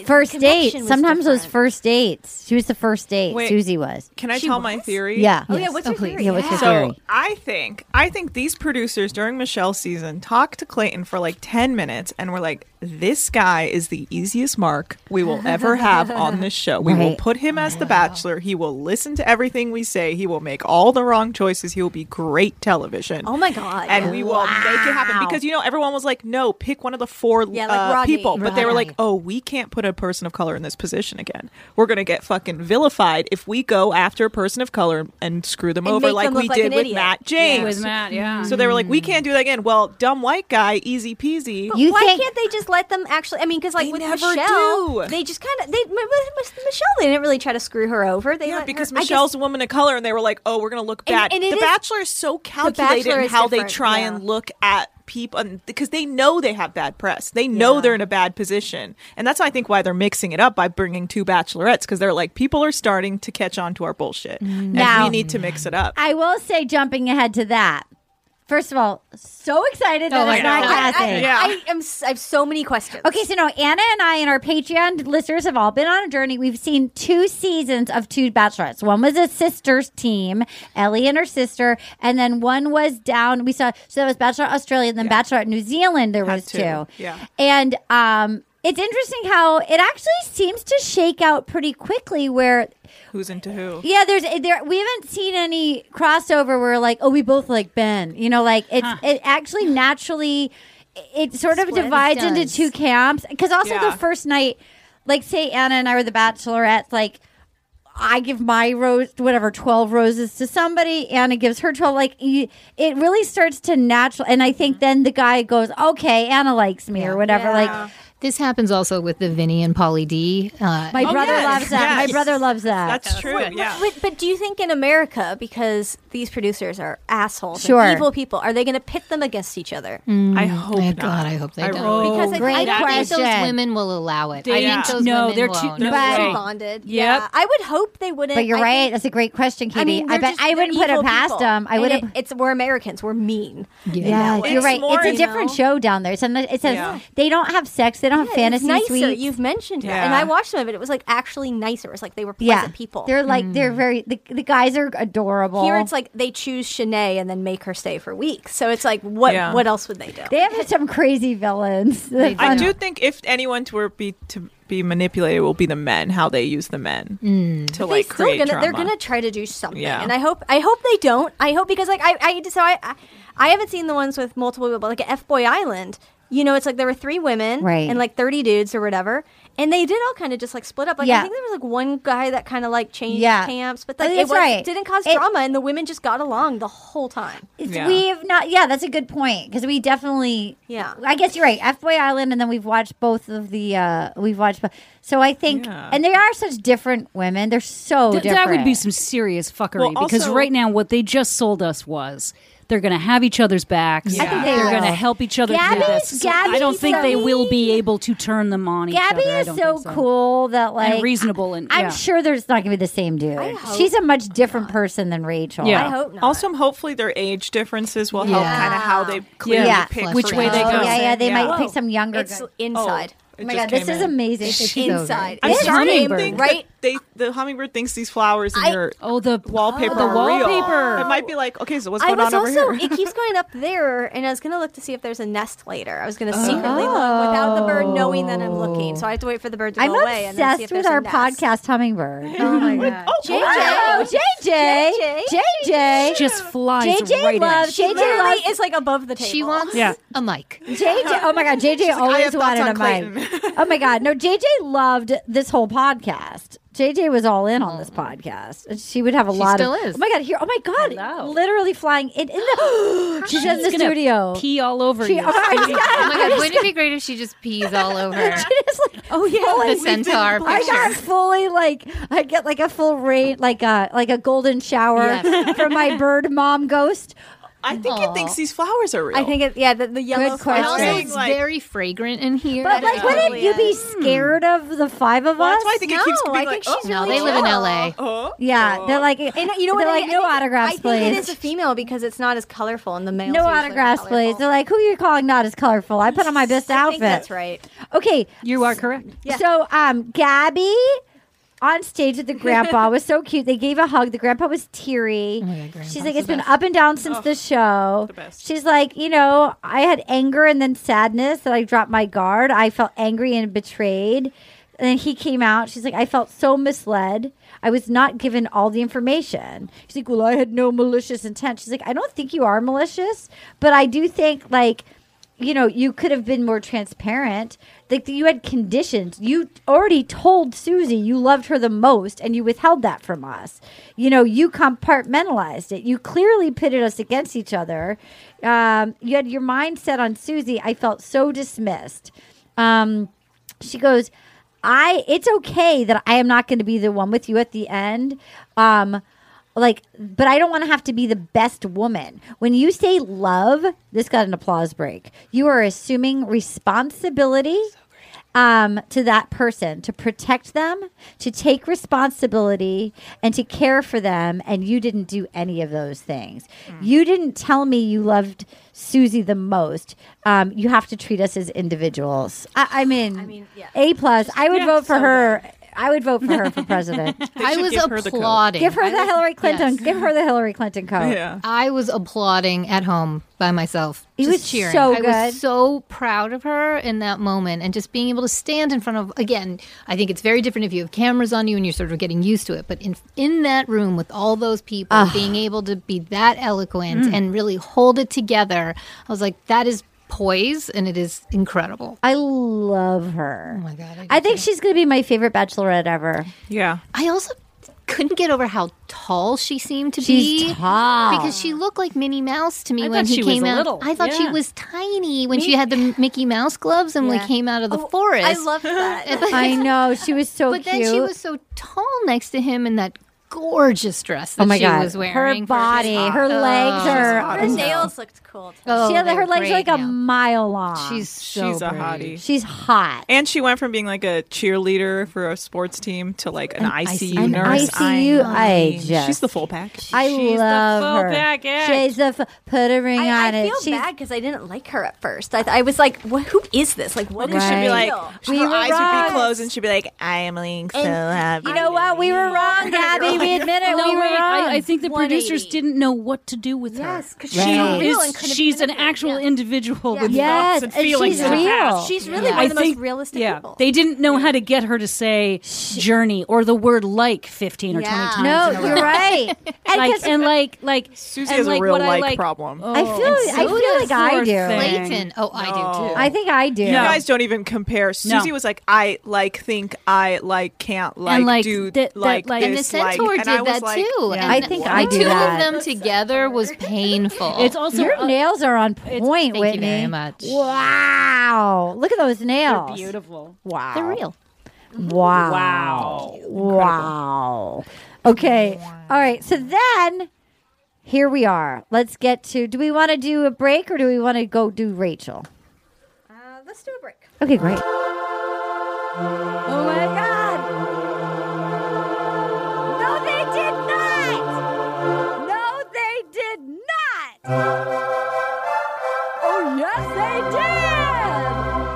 F: First date.
J: connection was
F: Sometimes those first dates. She was the first date.
K: Wait,
F: Susie was.
K: Can I tell my theory?
F: Yeah.
K: Oh,
F: Yes.
K: yeah. What's
F: Oh,
K: your
F: please.
K: theory?
F: Yeah, what's your
K: so
F: theory?
K: I think I think these producers during Michelle's season talked to Clayton for like ten minutes and were like, "This guy is the easiest mark we will ever have on this show. We will
A: Right.
K: put him as the bachelor. He will listen to everything we say. He will make all the wrong choices. He will be great television.
J: oh my god,
K: And we will make it happen
J: Wow.
K: because you know everyone was like, "No, pick one of the four
J: Yeah, like
K: uh,
J: Rodney.
K: people," but they were
J: Rodney.
K: like, "Oh, we can't put a person of color in this position again. We're gonna get fucking vilified if we go after a person of color and screw them
I: And
K: over
I: make
K: like
I: them
K: we
I: look like
K: did
I: an
K: with
I: idiot.
K: Matt
I: Yeah.
K: James."
I: With Matt, yeah.
K: So they were like, "We can't do that again." Well, dumb white guy, easy peasy.
J: Mm-hmm. But why can't they just let them actually? I mean, because like with
K: never
J: Michelle,
K: do.
J: they just kind of they with, with Michelle, they didn't really try to screw her over. They
K: Yeah,
J: let
K: because
J: her, I guess-
K: Michelle's a woman of color, and they were like, "Oh, we're gonna look bad."
J: and it
K: the
J: is-
K: Bachelor is so calculated
J: Bachelor
K: in
J: is
K: how they
J: different,
K: try
J: yeah.
K: and look at people, and because they know they have bad press, they know they're in a bad position, and that's I think why they're mixing it up by bringing two Bachelorettes because they're like, people are starting to catch on to our bullshit, and
F: Now-
K: we need to mix it up.
F: I will say, jumping ahead to that. First of all, so excited that
K: Oh my
F: it's not
K: God. I- I-
F: casting.
K: Yeah.
J: I am. s- I have so many questions.
F: Okay, so now Anna and I and our Patreon listeners have all been on a journey. We've seen two seasons of two bachelorettes. One was a sister's team, Ellie and her sister, and then one was down. We saw so that was Bachelor Australia, and then Bachelor Bachelorette New Zealand. There was two.
K: Yeah.
F: And um, it's interesting how it actually seems to shake out pretty quickly. Where
K: Who's into who?
F: yeah, there's eh, there we haven't seen any crossover where like oh we both like Ben, you know, like it's it actually naturally it sort of
H: Splits.
F: divides
H: It
F: into
H: does.
F: two camps because also
H: Yeah.
F: the first night, like say Anna and I were the Bachelorettes, like. I give my rose, whatever, 12 roses to somebody. Anna gives her 12. Like, you, it really starts to natural. And I
H: Mm-hmm.
F: think then the guy goes, okay, Anna likes me or whatever. Like,
H: This happens also with the Vinny and Polly D. Uh,
F: my brother loves that. My brother loves that.
K: That's true.
J: But- But, but do you think in America, because these producers are assholes, and
F: Sure.
J: evil people, are they going to pit them against each other?
H: Mm.
K: I hope
H: God, I hope they
K: I
H: don't.
K: really-
J: Because I- Great
H: I don't think
J: question.
H: those women will allow it. I
J: They-
H: think those
J: no,
H: women
J: they're
H: won't.
J: too- no They're way. too bonded. Yeah. I would hope they wouldn't.
F: But you're
J: I
F: right.
J: think-
F: That's a great question, Katie. I,
J: mean, they're
F: bet
J: just-
F: I
J: they're
F: wouldn't put it
J: evil
F: past
J: people.
F: them. I
J: And
F: would
J: it- It's we're Americans. We're mean. in
F: Yeah,
J: that way.
F: you're right. It's a different
J: You know?
F: show down there. It's an, it says
J: Yeah.
F: they don't have sex; They don't have
J: Yeah,
F: fantasy
J: it's nicer.
F: suites.
J: You've mentioned it,
F: Yeah.
J: and I watched some of it. It was like actually nicer. It's like they were
F: yeah,
J: pleasant people.
F: They're like they're
I: Mm.
F: very the, the guys are adorable.
J: Here it's like they choose Shanae and then make her stay for weeks. So it's like what
K: Yeah.
J: what else would they do?
F: they have some crazy villains.
K: I do think if anyone were be to be manipulated, it will be the men. How they use the men
F: Mm, Hmm.
K: to
J: But they
K: like
J: still
K: create
J: gonna-
K: trauma.
J: They're gonna try to do something,
K: Yeah.
J: and I hope I hope they don't. I hope because like I I so I I, I haven't seen the ones with multiple people like F Boy Island. You know, it's like there were three women
F: Right.
J: and like thirty dudes or whatever, and they did all kind of just like split up. Like I
F: Yeah.
J: think there was like one guy that kind of like changed
F: Yeah.
J: camps, but
F: I
J: like,
F: think
J: it
F: that's
J: was,
F: right.
J: didn't cause
F: It-
J: drama, and the women just got along the whole time.
F: It's, We've not. Yeah, that's a good point because we definitely.
J: Yeah.
F: I guess you're right. F Boy Island, and then we've watched both of the. uh We've watched, bo- so I think, and they are such different women. They're so
I: Th-
F: Oh, different.
I: that would be some serious fuckery
F: Well,
I: because
F: also-
I: right now what they just sold us was they're going to have each other's backs.
F: I think they
I: are
F: will.
I: going to help each other
F: Gabby-
I: through this. So I
F: Gabby
I: don't think they
F: Gabby-
I: will be able to turn them on each
F: Gabby
I: other. I
F: is
I: don't
F: so,
I: think
F: cool that like
I: reasonable and-
F: I'm
I: yeah.
F: sure there's not going to be the same dude. She's a much different person than Rachel.
K: yeah. Also, hopefully their age differences will help
F: Yeah.
K: kind of how they clearly
F: Yeah.
K: pick
F: Which
K: for
F: way
K: each
F: they go.
K: person.
F: Yeah, yeah, they might pick some younger
J: It's
F: guy.
J: inside.
K: Oh,
F: my God, this is amazing. It's
J: inside.
K: I'm
J: It's
K: starting to
J: hummingbird.
K: think
J: right?
K: right? They, the hummingbird thinks these flowers in
J: I-
K: your
I: oh the
K: wallpaper
J: the
K: are real.
J: wallpaper.
K: It might be like okay, so what's
J: I
K: going
J: was
K: on over
J: also.
K: here?
J: it keeps going up there, and I was gonna look to see if there's a nest later. I was gonna secretly look without the bird knowing that I'm looking, so I have to wait for the bird to
F: I'm
J: go away and then see
F: obsessed
J: if there's
F: with
J: a
F: our
J: nest.
F: podcast hummingbird. Oh my god.
J: JJ.
F: Oh, JJ. JJ. JJ.
I: Just flies
F: JJ
I: right in.
F: loves,
J: She
F: JJ
J: literally
F: loves
J: is like above the table.
H: She wants
I: Yeah.
H: a mic.
F: JJ, oh my God, JJ always
H: thoughts
F: wanted a
H: on
F: mic. oh my God, no, JJ loved this whole podcast. JJ was all in on this
J: Oh.
F: podcast. And She would have a
H: She
F: lot
H: still
F: of.
H: is.
F: Oh my God, here, oh my God, literally flying in, in the. she's in the
I: gonna
F: studio.
I: pee all over
F: She-
I: you.
F: oh my God,
H: Oh my
F: I
H: god,
F: just-
H: wouldn't it be great if she just pees all over?
F: oh yeah,
H: The centaur
F: I got
H: picture.
F: fully like I get like a full rain, like a like a golden shower
K: Yes.
F: from my bird mom ghost.
K: I think it thinks these flowers are real.
J: I think it. Yeah, the, the yellow.
F: Good question.
J: flowers.
F: Also,
H: It's very fragrant in here.
F: But like, wouldn't you be scared of the five of us?
K: that's why I think it keeps
J: Hmm.
K: being
J: No, I
K: like,
J: think
K: oh,
J: she's
H: No,
J: really
H: they live in
J: chill.
H: LA.
K: oh.
F: Yeah, they're like,
J: And you know what?
F: they're
J: I-
F: like, no
J: I think-
F: autographs,
J: I think it
F: please.
J: is a female because it's not as colorful, and the male.
F: no autographs, please. They're like, who are you calling not as colorful? I put on my best
J: I
F: outfit.
J: think that's right.
F: Okay,
I: You are correct.
F: so um, Gabby on stage with the grandpa was so cute. They gave a hug. The grandpa was teary.
I: Oh
F: She's like, it's been up and down since the show. She's like, you know, I had anger and then sadness that I dropped my guard. I felt angry and betrayed. And then he came out. She's like, I felt so misled. I was not given all the information. She's like, well, I had no malicious intent. She's like, I don't think you are malicious, but I do think like you know, you could have been more transparent. Like you had conditions. You already told Susie you loved her the most and you withheld that from us. You know, you compartmentalized it. You clearly pitted us against each other. Um, you had your mind set on Susie. I felt so dismissed. Um, she goes, I it's okay that I am not going to be the one with you at the end. Um like but I don't want to have to be the best woman. When you say love, this got an applause break. You are assuming responsibility um, to that person to protect them, to take responsibility, and to care for them. And you didn't do any of those things. You didn't tell me you loved Susie the most. Um, you have to treat us as individuals. I, I mean, A plus. I would vote for her. I would vote for her for president.
H: I was applauding.
F: Give her the Hillary Clinton.
H: Yes.
F: Give her the Hillary Clinton coat.
H: I was applauding at home by myself.
F: It
H: just
F: was
H: cheering.
F: so
H: I
F: good.
H: was so proud of her in that moment and just being able to stand in front of again, I think it's very different if you have cameras on you and you're sort of getting used to it, but in in that room with all those people
F: Ugh. Mm.
H: being able to be that eloquent and really hold it together. I was like that is poise and it is incredible.
F: I love her. Oh
H: my god.
F: I think she's going to be my favorite bachelorette ever.
K: Yeah.
H: I also couldn't get over how tall she seemed to
F: She's
H: be.
F: tall.
H: Because she looked like Minnie Mouse to me
F: I
H: when
F: thought
H: he
F: she was
H: came out.
F: little.
H: I thought she
F: Yeah.
H: was tiny when
F: Me-
H: she had the Mickey Mouse gloves and we
F: Yeah.
H: came out of the forest.
J: I love that.
F: I know she was so
H: but
F: cute.
H: then she was so tall next to him and that gorgeous dress that
F: Oh my
H: she
F: God.
H: was
F: Her
H: wearing. Oh,
F: body, her legs are- Her
J: Her nails looked cool. too.
F: she had her legs are like a mile long.
H: She's
F: so
K: She's a hottie.
F: She's hot.
K: And she went from being like a cheerleader for a sports team to like an, ICU
F: an
K: nurse.
F: ICU
K: I mean,
F: agent.
K: She's the full pack.
F: I
K: She's
F: love
K: the full
F: her.
K: package.
F: She's the f- put a ring
J: I,
F: on
J: I
F: it.
J: feel
F: She's
J: bad because I didn't like her at first. I, I was like, what, who is this? Like, what
K: We
J: is
K: should
J: she
K: be like,
J: real?
K: her eyes would be closed, and she'd be like, "I am Link, so happy."
F: You know what? Oh, We were wrong, Gabby. We admit it.
I: No,
F: we were
I: wait, I-
F: wrong.
I: I, think the producers didn't know what to do with her. Yes, because
F: she's Right. real and
I: she's, an actual individual with
F: Yes,
I: thoughts and
F: and
I: feelings.
F: she's
I: and a
F: real.
I: past.
F: She's really one of
I: I
F: the most
I: think-
J: realistic
I: yeah,
J: people.
I: They didn't know how to get her to say journey or the word like fifteen or
J: Yeah.
I: twenty
F: No,
I: times. in a
F: you're
I: row.
F: right. And
I: like,
F: 'cause-
I: and like like Susie
K: has a real like
I: problem.
F: I feel- I feel like I do.
H: Clayton. Oh, I do too.
F: I think I do.
K: You guys don't even compare. Susie was like, "I like think I like can't like,
H: like,
K: do
H: that- that,
K: like
H: like- and the
K: this,
H: centaur
K: like,"
H: did
K: and I was
H: that
K: like,
H: too.
K: yeah.
H: And
F: I think
H: the
F: I do
H: two
F: that.
H: of them together was painful.
I: It's also
F: your nails are on point,
H: Thank you
F: Whitney.
H: very much.
F: Wow! Look at those nails.
I: beautiful.
F: Wow.
H: They're real.
F: Wow.
I: Wow.
F: Wow. Okay. All right. So then here we are. Let's get to do we want to do a break or do we want to go do Rachel?
J: Uh, let's do a break.
F: Okay, great.
J: Oh my god! No, they did not! No, they did not! Oh, yes, they did!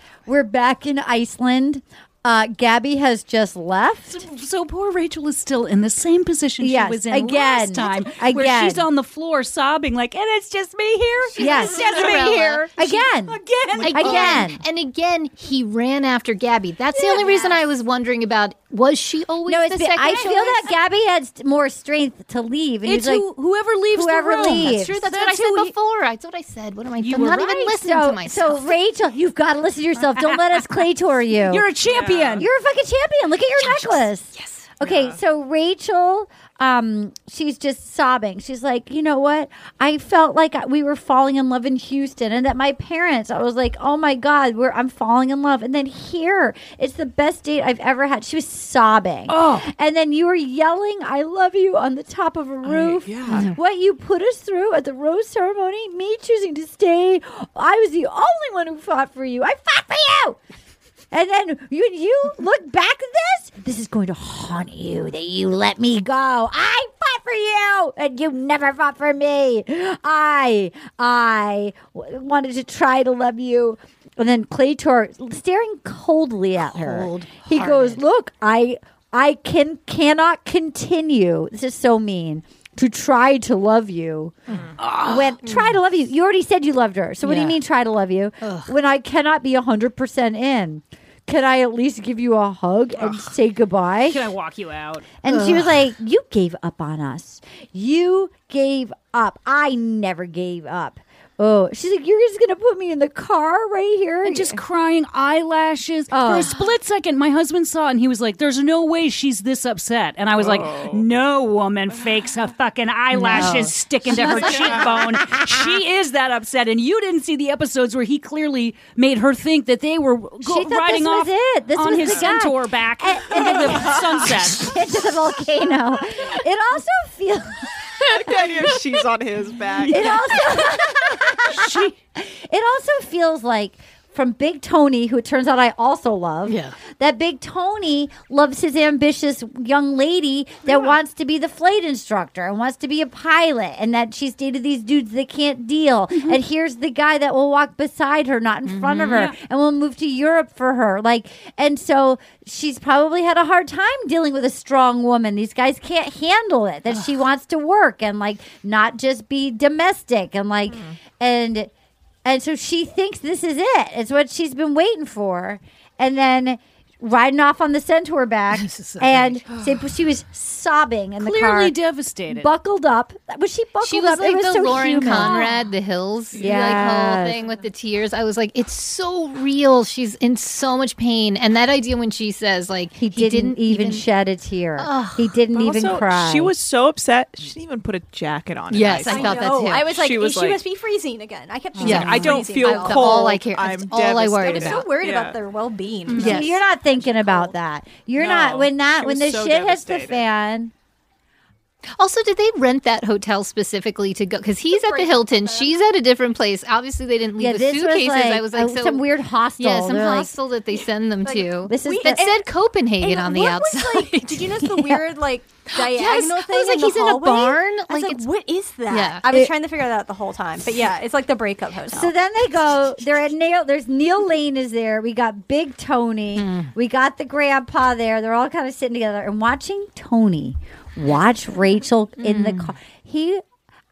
F: We're back in Iceland. Uh, Gabby has just left.
I: So, poor Rachel is still in the same position
F: Yes,
I: she was in
F: again,
I: last time. Where
F: again.
I: she's on the floor sobbing like, and it's just me here.
F: Yes.
I: It's just me
H: Cinderella.
I: here.
F: Again.
I: Again. oh,
F: Again.
H: um, And again, he ran after Gabby. That's the only reason I was wondering about was she always
F: No,
H: the
F: it's been,
H: second
F: I feel that Gabby had st- more strength to leave. And
H: It's
F: he's like,
H: who- whoever leaves the
F: whoever
H: room. That's
F: leaves.
H: true. That's what I said
F: who he-
H: before. That's what I said. What am I?
F: You
H: I'm
F: were
H: not
F: right.
H: even listening
F: so,
H: to myself.
F: So Rachel, you've got to listen to yourself. Don't let us Claytor you.
I: You're a champion.
F: You're a fucking champion. Look at your necklace. Yes. Okay, so Rachel, um, she's just sobbing. She's like, you know what? I felt like I- we were falling in love in Houston, and that my parents. I was like, oh my god, we're I'm falling in love, and then here it's the best date I've ever had. She was sobbing.
B: Oh.
F: and then you were yelling, "I love you" on the top of a roof.
B: yeah.
F: What you put us through at the rose ceremony, me choosing to stay. I was the only one who fought for you. I fought for you. And then you you look back at this. This is going to haunt you that you let me go. I fought for you, and you never fought for me. I I w- wanted to try to love you, and then Claytor staring coldly at her. He goes, "Look, I I can cannot continue. This is so mean." To try to love you,
I: Mm-hmm.
F: when
I: Mm.
F: try to love you, you already said you loved her. So what do you
B: Yeah.
F: mean try to love you? When I cannot be hundred percent in, can I at least give you a hug and say goodbye?
I: Can I walk you out?
F: And she was
I: Ugh.
F: like, You gave up on us. You gave up. I never gave up. Oh, she's like, You're just going to put me in the car right here?
I: And just crying eyelashes. For a split second, my husband saw it and he was like, There's no way she's this upset. And I was
F: Oh.
I: like, No woman fakes her fucking eyelashes
B: No.
I: sticking to her cheekbone. She is that upset. And you didn't see the episodes where he clearly made her think that they were go-
F: She thought
I: riding
F: this
I: off
F: was it. This
I: on
F: was
I: his
F: the guy. Eh,
I: centaur back into the sunset.
F: into the volcano. It also feels.
K: The idea is she's on his back.
F: It also It also feels like from Big Tony, who it turns out I also love, yeah. that Big Tony loves his ambitious young lady that wants to be the flight instructor and wants to be a pilot, and that she's dated these dudes that can't deal. And here's the guy that will walk beside her, not in front of her,
B: Yeah.
F: and will move to Europe for her. Like, and so she's probably had a hard time dealing with a strong woman. These guys can't handle it. That she wants to work and like not just be domestic and like and and so she thinks this is it. It's what she's been waiting for. And then riding off on the centaur back and say she was sobbing in the car.
I: Clearly devastated.
F: Buckled up. Was she buckled
H: she was
F: up? It
H: like the
F: so
H: Lauren
F: human.
H: Conrad, The Hills, like whole
F: Yes.
H: thing with the tears. I was like, it's so real. She's in so much pain, and that idea when she says like he,
F: didn't even shed a tear. He didn't
K: But
F: even
K: also,
F: cry.
K: She was so upset. She didn't even put a jacket on. in
H: Yes,
K: Iceland.
H: I thought that too.
J: I was like,
K: she
J: she,
K: was like,
J: must be freezing again. I kept
K: She's like,
J: thinking,
K: I don't
J: freezing.
K: feel
J: I-
K: cold.
H: all I care-
K: I'm
H: that's all I worried Mm-hmm.
K: devastated.
J: I'm so worried
K: Yeah.
J: about their well being.
F: So You're not thinking about that. You're not when that
H: She
F: when the
H: was so
F: shit hits the
H: devastated.
F: fan.
H: Also, did they rent that hotel specifically to go? Because he's at the Hilton, she's at a different place. Obviously, they didn't leave
F: Yeah,
H: with
F: this was
H: suitcases. I
F: like
H: was like,
F: a-
H: so,
F: some weird hostel.
H: Yeah, some
F: They're like-
H: hostel that they send them to.
F: this is
H: that
F: the-
H: said Copenhagen
F: and
H: on the
F: what
H: outside.
J: Did you notice the weird like diagonal
H: Yes, I
J: thing?
H: was like,
J: in the
H: he's in a
J: hallway?
H: barn?
J: I was
H: Like,
J: like, what is that?
F: Yeah.
J: I was
F: It-
J: trying to figure that out the whole time. But yeah, it's like the breakup hotel.
F: So then they go. They're at Neil. There's Neil Lane is there. We got Big Tony.
H: Mm.
F: We got the grandpa there. They're all kind of sitting together and watching Tony watch Rachel
H: Mm.
F: in the car. He,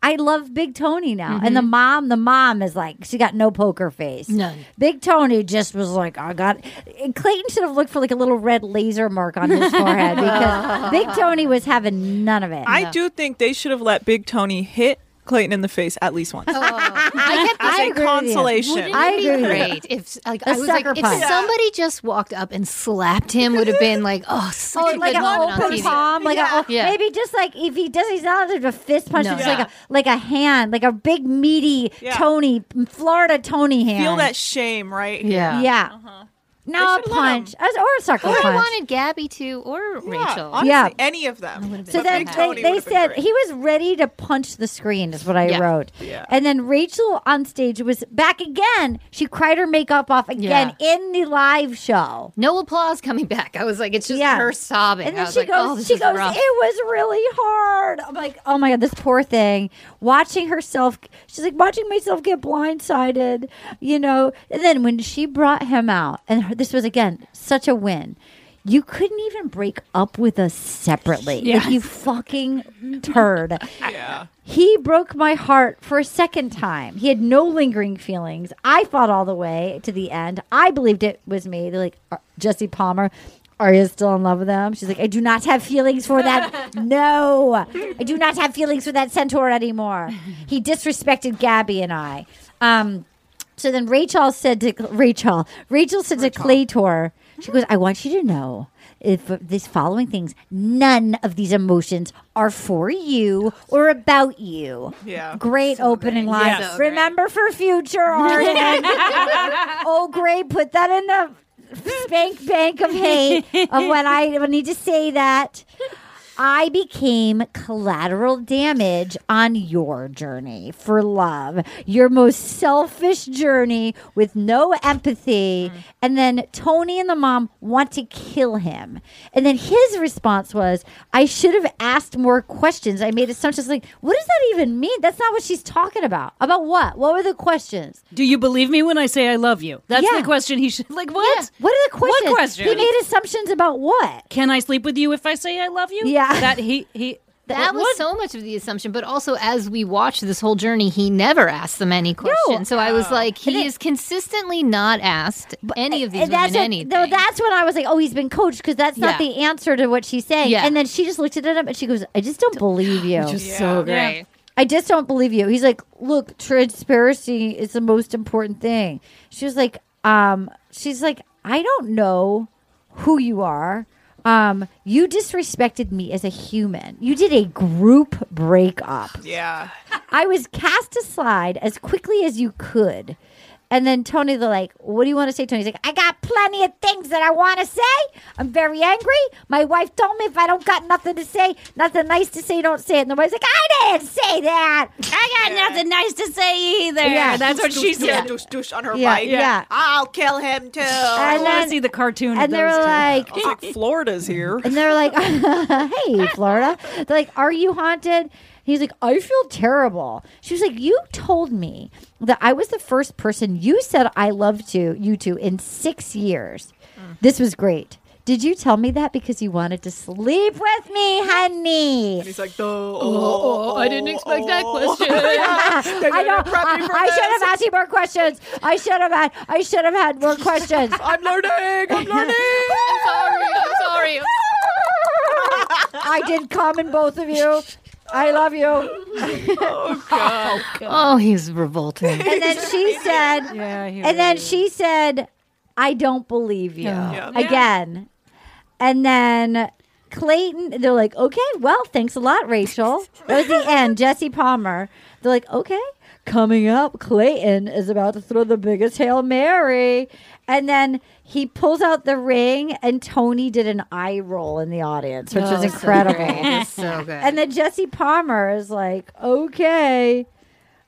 F: I love Big Tony now.
I: Mm-hmm.
F: And the mom, the mom is like she got no poker face.
H: None.
F: Big Tony just was like, I got. And Clayton should have looked for like a little red laser mark on his forehead because Big Tony was having none of it.
K: I do think they should have let Big Tony hit Clayton in the face at least once.
H: I kept
K: As a consolation.
H: Wouldn't
K: I
H: it be
K: agree with you.
H: great if like
K: A
H: I was like
K: sucker
H: if
K: punch.
H: somebody just walked up and slapped him would have been like oh such a
F: like
H: good
F: an
H: moment on
F: open
H: TV.
F: palm, like
H: yeah.
F: a, maybe just like if he does, he's not a fist punch,
H: No.
F: it's
H: Yeah.
F: like a like a hand, like a big meaty
K: Yeah.
F: Tony, Florida Tony hand.
K: Feel that shame, right?
F: yeah, yeah. Now a punch as- or a sucker
H: Or I
F: punch.
H: wanted Gabby to or Rachel.
F: honestly, Yeah.
K: any of them.
F: So then they, they said he was ready to punch the screen, is what I
H: Yeah.
F: wrote.
H: Yeah.
F: And then Rachel on stage was back again. She cried her makeup off again in the live show.
H: No applause coming back. I was like, it's just her sobbing. I
F: And then
H: was
F: she
H: like,
F: goes,
H: oh, this
F: she
H: is
F: goes,
H: rough.
F: it was really hard. I'm like, oh my god, this poor thing. Watching herself, she's like watching myself get blindsided, you know. And then when she brought him out, and her, this was again such a win. You couldn't even break up with us separately.
J: Yeah.
F: Like you fucking turd.
K: Yeah.
F: He broke my heart for a second time. He had no lingering feelings. I fought all the way to the end. I believed it was me. They're like, "Are- Jesse Palmer, are you still in love with him? She's like, I do not have feelings for that. no, I do not have feelings for that centaur anymore. He disrespected Gabby and I. Um, so then Rachel said to Rachel, Rachel said to Claytor, she goes, I want you to know if these following things, none of these emotions are for you or about you.
K: Yeah.
F: Great opening
J: great.
F: line.
J: Yeah. So great.
F: Remember for future Arden. oh, great. Put that in the spank bank of hate of when I when I need to say that. I became collateral damage on your journey for love, your most selfish journey with no empathy. And then Tony and the mom want to kill him. And then his response was, I should have asked more questions. I made assumptions like, what does that even mean? That's not what she's talking about. About what? What were the questions?
I: Do you believe me when I say I love you? That's
F: Yeah.
I: the question he should like. What?
F: What are the questions?
I: What question?
F: He made assumptions about what?
I: Can I sleep with you if I say I love you?
F: Yeah.
I: That he he.
H: That was so much of the assumption, but also as we watched this whole journey, he never asked them any questions. so I was like, he is consistently not asked any of these
F: And that's
H: women
F: what,
H: anything.
F: No, that's when I was like, oh, he's been coached because that's not
H: Yeah.
F: the answer to what she's saying.
H: Yeah.
F: And then she just looked at it up and she goes, I just don't believe you.
H: Which is so Yeah. great.
F: I just don't believe you. He's like, look, transparency is the most important thing. She was like, um, she's like, I don't know who you are. Um, you disrespected me as a human. You did a group breakup.
K: Yeah.
F: I was cast aside as quickly as you could. And then Tony, they're like, What do you want to say, Tony? He's like, I got plenty of things that I want to say. I'm very angry. My wife told me if I don't got nothing to say, nothing nice to say, don't say it. And the wife's like, I didn't say that. I got nothing nice to say either.
K: Yeah,
F: Yeah,
K: that's what she said.
F: Yeah.
K: Douche, douche on her
F: Yeah,
K: bike.
F: yeah.
K: I'll kill him too. I
F: wanna then- see
I: the cartoon.
F: and they were like,
K: like, Florida's here.
F: And they're like, hey, Florida. They're like, are you haunted? He's like, I feel terrible. She was like, you told me that I was the first person you said I loved to you to in six years. This was great. Did you tell me that because you wanted to sleep with me, honey? oh,
K: He's like, oh,
A: oh, I didn't expect that question.
F: I don't. I, I should have asked you more questions. I should have had. I should have had more questions.
K: I'm learning. I'm learning.
A: I'm sorry. I'm sorry.
F: I did common both of you. I love you. oh God.
H: oh, he's revolting.
F: And then she said, and then she said, I don't believe you
H: Yeah. Yeah.
F: again. And then Clayton, they're like, okay, well, thanks a lot, Rachel. That was the end. Jesse Palmer. They're like, okay, coming up, Clayton is about to throw the biggest Hail Mary. And then he pulls out the ring, and Tony did an eye roll in the audience, which
H: Oh,
F: was
H: so
F: incredible.
H: great. It's so good.
F: And then Jesse Palmer is like, "Oh, okay,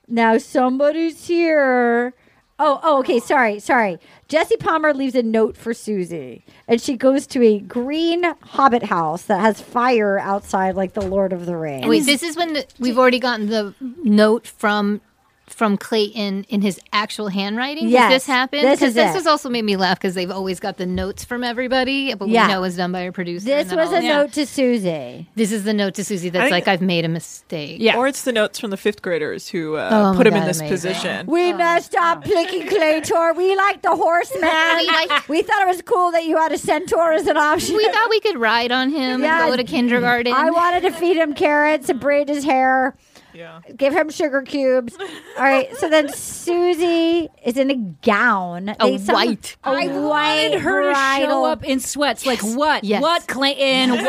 F: now somebody's here. Oh, oh, okay. Sorry, sorry. Jesse Palmer leaves a note for Susie, and she goes to a green hobbit house that has fire outside, like the Lord of the Rings.
H: Wait, this is when the, we've already gotten the note from from Clayton in his actual handwriting. Does
F: Yes,
H: this happen?
F: this
H: 'Cause
F: is
H: this
F: it.
H: has also made me laugh because they've always got the notes from everybody, but
F: Yeah.
H: we know it's done by our producer. and
F: This
H: then
F: was
H: all
F: a
H: of-
F: note to Susie.
H: This is the note to Susie
K: I
H: that's
K: think-
H: like I've made a mistake.
K: Or it's the notes from the fifth graders who
H: Oh,
K: uh,
H: my
K: put him in
H: God,
K: this
H: amazing.
K: position.
H: Oh,
F: We messed up, Plicky Claytor. We like the horseman.
H: We
F: we,
H: like-
F: thought it was cool that you had a centaur as an option.
H: we thought we could ride on him
F: Yeah.
H: and go to kindergarten.
F: I wanted to feed him carrots and braid his hair.
K: Yeah.
F: Give him sugar cubes. All right. So then Susie is in a gown.
H: A white.
F: A
I: I
F: white
I: wanted her to
F: bridal
I: show up in sweats. Like what?
F: Yes.
I: What, Clayton? What?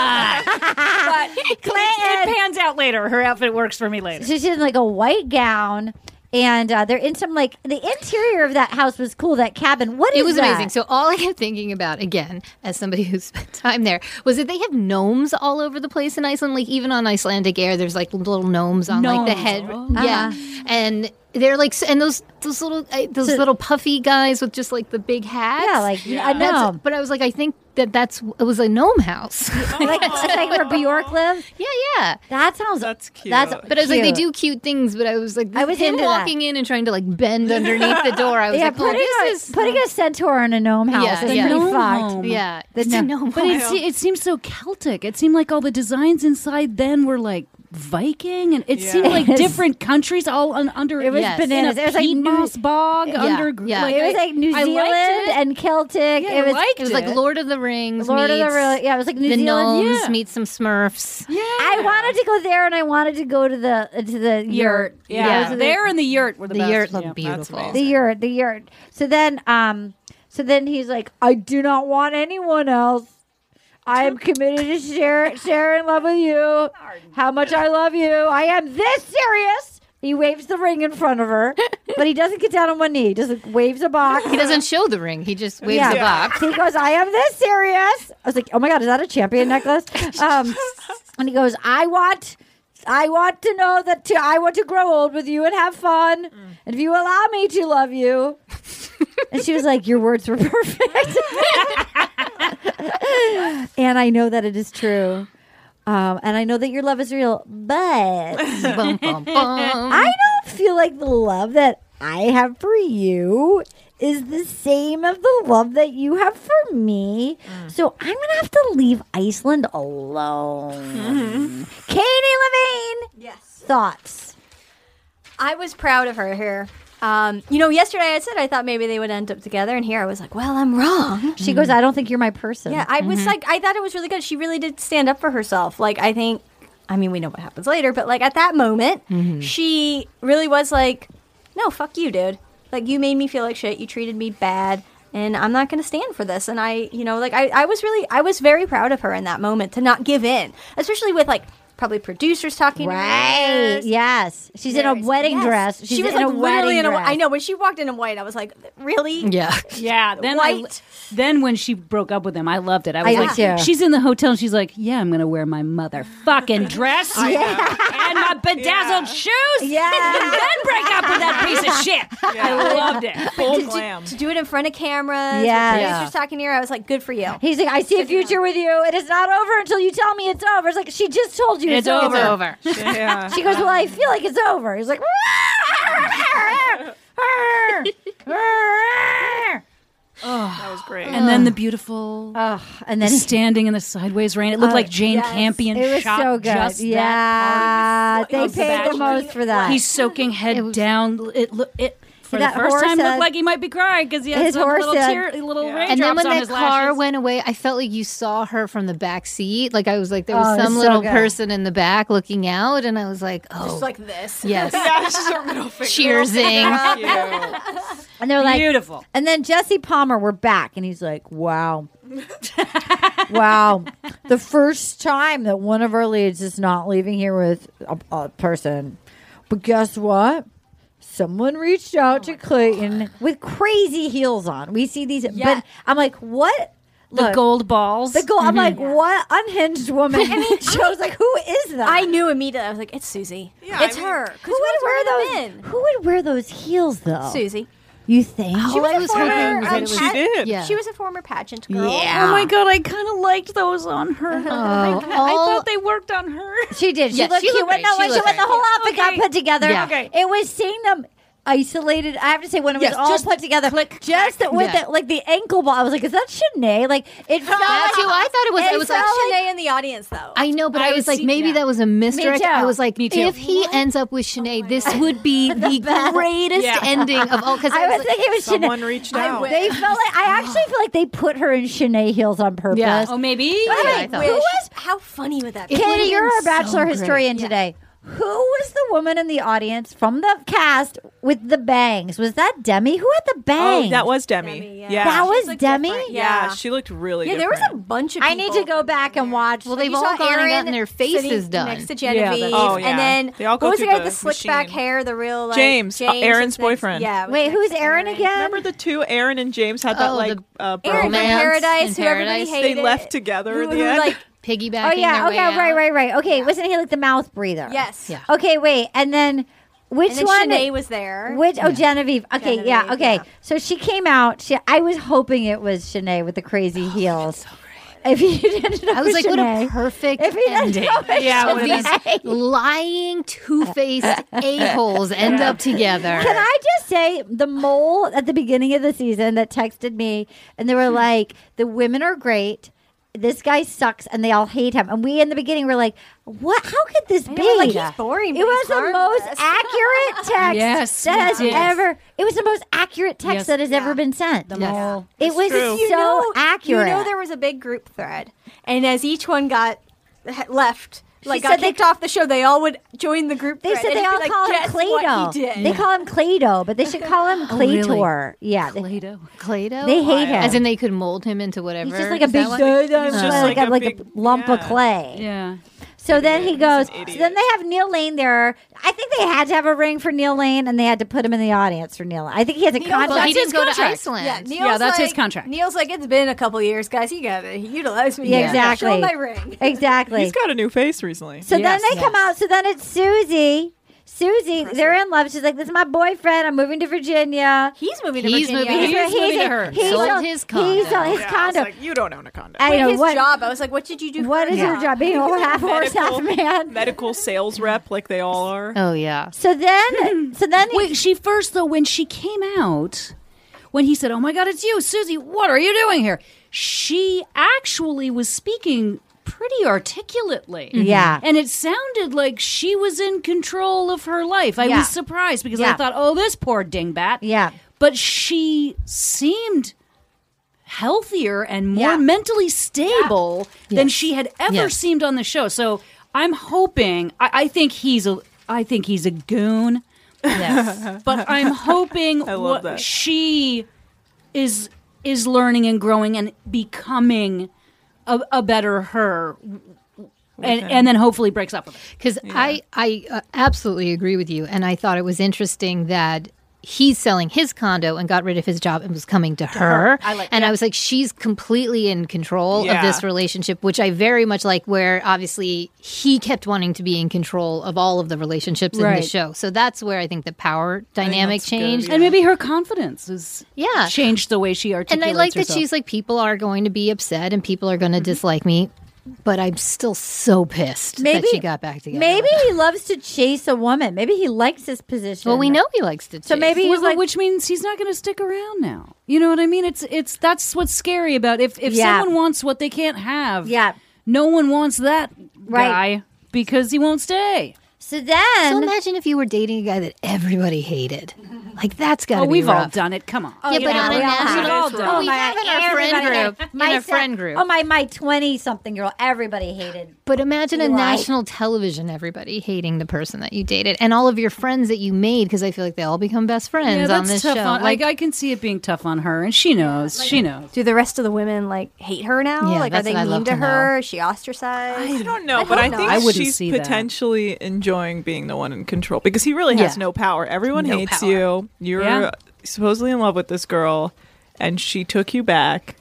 I: but Clayton. It pans out later. Her outfit works for me later.
F: So she's in like a white gown. And uh, they're in some like the interior of that house was cool. That cabin, what is
H: it was
F: that?
H: amazing. So all I kept thinking about again, as somebody who spent time there, was that they have gnomes all over the place in Iceland. Like even on Icelandic Air, there's like little gnomes on like the head.
F: Gnomes. Oh.
H: Yeah, and they're like s- and those those little uh, those little puffy guys with just like the big hats.
F: Yeah, like, Yeah. a
H: That's-
F: gnome.
H: But I was like, I think that that's it was a gnome house.
F: Oh, like, that's like where Bjork lived.
H: Yeah, yeah.
F: That sounds.
K: That's cute.
F: That's
H: But I was like, they do cute things. But I was like,
F: I was
H: him
F: into that.
H: walking in and trying to like bend underneath the door. I was
F: yeah,
H: like, oh,
F: putting,
H: this
F: a,
H: is
F: putting a centaur in a gnome house
H: Yeah,
F: is
H: yeah.
F: pretty
H: Gnome
F: fucked.
H: home. Yeah.
F: The
H: It's a
F: gnome-
H: gnome
I: But it, se- it seemed so Celtic. It seemed like all the designs inside then were like Viking, and it seemed like
F: Yes.
I: different countries all un- under.
F: It was
I: in a
F: bananas. It was like
I: peat
F: New-
I: moss bog
F: Yeah,
I: under.
F: yeah. It was like New
I: I liked
F: Zealand
I: it.
F: and Celtic.
I: Yeah,
F: it was
I: I liked
H: It was like
I: it.
H: Lord of the Rings.
F: Lord of the
H: meets
F: Ri- yeah, it was like New
H: the
F: Zealand.
H: gnomes
F: Yeah.
H: meet some Smurfs.
I: Yeah.
F: I wanted to go there, and I wanted to go to the uh, to the yurt.
I: Yeah,
F: Those are
I: there and the yurt were the,
H: The
I: best.
H: yurt
I: Yeah.
H: looked beautiful.
F: the yurt, the yurt. So then, um, so then he's like, I do not want anyone else. I am committed to share, share in love with you. How much I love you. I am this serious. He waves the ring in front of her, but he doesn't get down on one knee. He Just like, waves a box.
H: He doesn't show the ring. He just waves
F: Yeah.
H: the box.
F: He goes, I am this serious. I was like, oh my God, is that a champion necklace? Um, and he goes, I want. I want to know that to, I want to grow old with you and have fun. And if you allow me to love you. and she was like, Your words were perfect. and I know that it is true. Um, and I know that your love is real, but
H: Bum, bum, bum.
F: I don't feel like the love that I have for you is the same of the love that you have for me. So I'm gonna have to leave Iceland
I: Mm-hmm.
F: alone. Katie Levine,
J: Yes.
F: thoughts?
J: I was proud of her here. Um, you know, yesterday I said I thought maybe they would end up together, and here I was like, well, I'm wrong.
F: She
H: Mm-hmm.
F: goes, I don't think you're my person. Mm-hmm.
J: Yeah, I was like, I thought it was really good. She really did stand up for herself. Like, I think, I mean, we know what happens later, but like at that moment,
F: Mm-hmm.
J: she really was like, no, fuck you, dude. Like, you made me feel like shit. You treated me bad, and I'm not going to stand for this. And I, you know, like, I, I was really, I was very proud of her in that moment to not give in, especially with like, Probably producers talking. to her.
F: Right. Yes. She's in a
J: Yes.
F: wedding dress. She's
J: she was
F: in
J: like
F: a
J: literally
F: wedding
J: in a.
F: dress.
J: I know when she walked in in white, I was like, really?
H: Yeah.
I: Yeah, then I,
J: White.
I: then when she broke up with him, I loved it. I was
F: I
I: like,
F: did too.
I: she's in the hotel and she's like, yeah, I'm gonna wear my motherfucking dress and my bedazzled shoes.
F: Yeah.
I: and then break up with that piece of shit. I loved it.
K: Full
J: to,
K: glam.
J: do, to do it in front of
F: Yes.
J: cameras. Yeah.
F: Yeah.
J: Producers talking to her. I was like, good for you.
F: He's like, I see a future with you. It is not over until you tell me it's over. It's like she just told you it's,
I: It's over.
H: It's over.
K: Yeah.
F: She goes, Well, I feel like it's over. He's like,
K: That was great.
I: And then the beautiful
F: Ugh, and
I: the
F: then
I: standing in the sideways rain. It
H: Uh,
I: looked
F: Oh,
I: like Jane
F: yes.
I: Campion
F: It was
I: shot
F: so good.
I: just that
F: yeah,
I: part of
F: they paid
I: back.
F: the most for that.
I: He's soaking head down. It look it. For
F: That
I: the first
F: horse
I: time,
F: head-
I: looked like he might be crying because he has
F: His
I: some
F: horse
I: little tear,
F: head.
I: little raindrops
H: And then when
I: on
H: the
I: his
H: car
I: lashes.
H: went away, I felt like you saw her from the back seat. Like I was like, there was
F: Oh, it's
H: some
F: so
H: little
F: good.
H: person in the back looking out, and I was like, oh,
J: Just like this.
H: yes,
K: yeah, it's just her middle finger.
H: cheersing.
K: Cute.
F: and they're like,
I: Beautiful.
F: And then Jesse Palmer, we're back, and he's like, "Wow, wow, the first time that one of our leads is not leaving here with a, a person." But guess what? Someone reached out to Clayton with crazy heels on. We see these, but I'm like, "What?"
I: the
F: Look,
I: gold balls.
F: The gold. I'm like, "What unhinged woman?" I mean, shows like, "Who is that?"
J: I knew immediately. I was like, it's Susie.
K: Yeah,
J: it's
K: I mean-
J: her. 'Cause
F: Who would
J: what's
F: wear
J: wrong
F: those?
J: with men?
F: Who would wear those heels though?
J: Susie.
F: You think?
J: Oh,
H: All I was
J: former,
H: hoping was
J: um,
H: that it was.
K: She did.
H: Yeah.
J: She was a former pageant girl.
I: Oh my god, I kind of liked those on her. I, I
H: all-
I: thought they worked on her.
F: Uh-huh. She did. She
H: Yeah,
F: looked
H: she
F: cute.
H: looked
F: When,
H: great.
F: no,
H: She
F: when, she,
H: looked
F: when the
H: great.
F: whole outfit got put together,
H: Yeah.
I: Okay.
F: it was seeing them isolated. I have to say, when it was
I: Yes,
F: all
I: just
F: put together, just with
H: Yeah.
F: the, like the ankle ball, I was like, is that Shanae? Like, it felt
H: That's
F: like,
H: who I thought it was.
F: It
H: I was like,
F: felt
H: "Shit."
J: Shanae in the audience though.
H: I know, but I,
I: I
H: was like,
I: see-
H: maybe
I: yeah.
H: that was a misdirect.
F: too. Oh
H: I was like,
I: Me too.
H: if he ends up with Sinead, this would be the,
F: best.
H: greatest
I: Yeah.
H: ending of all. Because
F: I, was
H: like,
F: thinking it was
K: Someone
F: Shanae.
K: reached
F: I-
K: out.
F: They felt like, I actually feel like they put her in Shanae heels on purpose.
H: Yeah.
I: Oh, maybe.
F: By the
H: Yeah,
F: way,
H: I thought-
F: who
J: Wish.
F: was
J: How funny would that be?
H: It would've
F: Katie, you're
H: been
F: our bachelor
H: so great.
F: historian today. Who was the woman in the audience from the cast with the bangs? Was that Demi? Who had the bangs?
K: Oh, that was Demi. yeah.
F: That was Demi.
K: Yeah, she looked really.
F: a bunch of. I need to go back and watch. Well,
H: they've all gone and gotten their faces done.
J: next to Genevieve, and then
K: They all go
J: what was the
K: through
J: guy with
K: the
J: the slick back hair, the real like,
K: James, uh, Aaron's
J: and things?
K: boyfriend.
J: Yeah,
F: Wait, who's Aaron again?
K: Remember the two Aaron and James had that
J: Oh,
K: like uh,
J: Aaron from
K: bromance
J: Paradise, In who everybody Paradise. hated.
K: They left together
J: Who-
K: at the
J: who,
K: end.
J: like,
F: Oh
H: piggybacking. their
F: yeah. Okay.
H: way out.
F: Right. Right. Right. Okay. Wasn't he like the mouth breather?
J: Yes. Yeah.
F: Okay. Wait. And then which
J: and then
F: one?
J: Shanae was there.
F: Which? Oh, Genevieve. Okay. yeah.
J: Genevieve,
F: Okay. So she came out. She. I was hoping it was Shanae with the crazy heels. If you didn't know
H: I was like, what a
F: Shanae-
H: perfect
F: If you didn't
H: ending.
F: know it,
H: yeah,
F: Shanae.
H: these lying, two-faced a-holes end up together.
F: Can I just say the mole at the beginning of the season that texted me and they were like, the women are great. This guy sucks and they all hate him. And we in the beginning were like, what? How could this be?
J: know, like, he's boring,
F: It
J: but
F: was
J: he's
F: the most
J: harmless.
F: accurate text
J: Yes,
F: that has
J: yes.
F: ever, it was the most accurate text
J: Yes.
F: that has ever been sent. The
J: mole.
F: It was so
J: You know-
F: accurate.
J: You know there was a big group thread, and as each one got ha- left,
F: She
J: like
F: said
J: got
F: they-
J: kicked off the show, they all would join the group.
F: they
J: thread
F: said
J: and
F: they
J: be
F: all
J: like,
F: call him
J: "Guess what
F: Clado.
J: he did?"
F: They call him Clado, but they should call him
H: Oh, really?
F: Clator. Yeah. Clado.
H: Clado?
F: They hate him.
H: As in they could mold him into whatever.
F: He's just like a
H: Is that
F: big,
H: what-
F: like, a, like a lump of clay.
I: Yeah.
F: So then he goes. So then they have Neil Lane there. I think they had to have a ring for Neil Lane, and they had to put him in the audience for Neil. Lane. I think he has a contract.
H: well, he
J: That's
H: didn't
J: his
H: go to
J: contract.
H: Iceland.
J: Yeah,
F: Yeah,
J: Neil's
F: that's his
J: like-
F: contract.
J: Neil's like, it's been a couple years, guys. You gotta utilize me.
F: Yeah,
J: You gotta Show
F: exactly.
J: my ring.
F: Exactly.
K: He's got a new face recently.
F: So then they come out. So then it's Susie. Susie, they're in love. She's like, "This is my boyfriend. I'm moving to Virginia."
J: He's moving
K: to He's Virginia. moving- he's moving to her. Sold
F: his condo. He sold his
K: Yeah, I was
F: condo.
K: like, you don't own a condo.
F: I
J: Wait,
F: know
J: his
F: what-
J: job. I was like, what did you do?
F: What is your job? Being a whole half horse, half man.
K: Medical sales rep, like they all are.
H: Oh yeah.
F: So then, so then,
I: wait. She first though, when she came out, when he said, "Oh my God, it's you, Susie. What are you doing here?" She actually was speaking pretty articulately.
F: Mhm. Yeah.
I: and it sounded like she was in control of her life. I
F: Yeah.
I: was surprised because I
F: Yeah.
I: thought, "Oh, this poor dingbat."
F: Yeah,
I: but she seemed healthier and more mentally stable than she had ever
H: Yes.
I: seemed on the show. So I'm hoping. I, I think he's a. I think he's a goon.
H: Yes.
I: but I'm hoping
H: I love
I: what
H: that.
I: she is is learning and growing and becoming a, a better her. And,
H: Okay.
I: and then hopefully breaks up with it.
H: Because I, I uh, absolutely agree with you. And I thought it was interesting that he's selling his condo and got rid of his job and was coming to, her.
I: her. I like-
H: and I was like, she's completely in control
I: Yeah.
H: of this relationship, which I very much like, where obviously he kept wanting to be in control of all of the relationships in
I: Right.
H: the show. So that's where I think the power dynamic changed.
I: And maybe her confidence has
H: Yeah.
I: changed the way she
H: and
I: articulates
H: I like that
I: herself. Mm-hmm.
H: she's like, people are going to be upset and people are going to dislike me, but I'm still so pissed
F: Maybe-
H: that she got back together.
F: maybe he loves to chase a woman. Maybe he likes his position.
H: Well, we know he likes to.
F: So
H: chase.
F: maybe he's
I: Well,
F: like,
I: which means he's not going to stick around now. You know what I mean? It's it's that's what's scary about if if
F: Yeah.
I: someone wants what they can't have.
F: Yeah.
I: No one wants that
H: Right.
I: guy because he won't stay.
F: So then,
H: so imagine if you were dating a guy that everybody hated. Like that's got to
I: Oh,
H: be
I: we've all
H: rough.
I: done it. Come on.
H: yeah, but on a national.
F: Oh,
H: Oh, we
F: my
H: have in our
F: everybody-
H: friend group.
F: my
H: in our
F: se-
H: friend group.
F: Oh my, my twenty-something girl. Everybody hated.
H: But imagine a
F: Eli.
H: national television, everybody hating the person that you dated, and all of your friends that you made, because I feel like they all become best friends
I: yeah, that's
H: on this
I: tough
H: show.
I: On,
H: like,
I: like I can see it being tough on her, and she knows. she knows.
J: Do the rest of the women like hate her now?
I: Yeah,
J: like, are
I: that's
J: they
I: what I'd
J: mean
I: love
J: to,
I: to
J: her? Is she ostracized?
K: I don't know, but I think
I: I wouldn't
K: she's
I: see that.
K: potentially enjoying being the one in control because he really has
I: Yeah.
K: no power. Everyone
I: No
K: hates
I: power.
K: you. You're
I: Yeah.
K: supposedly in love with this girl, and she took you back.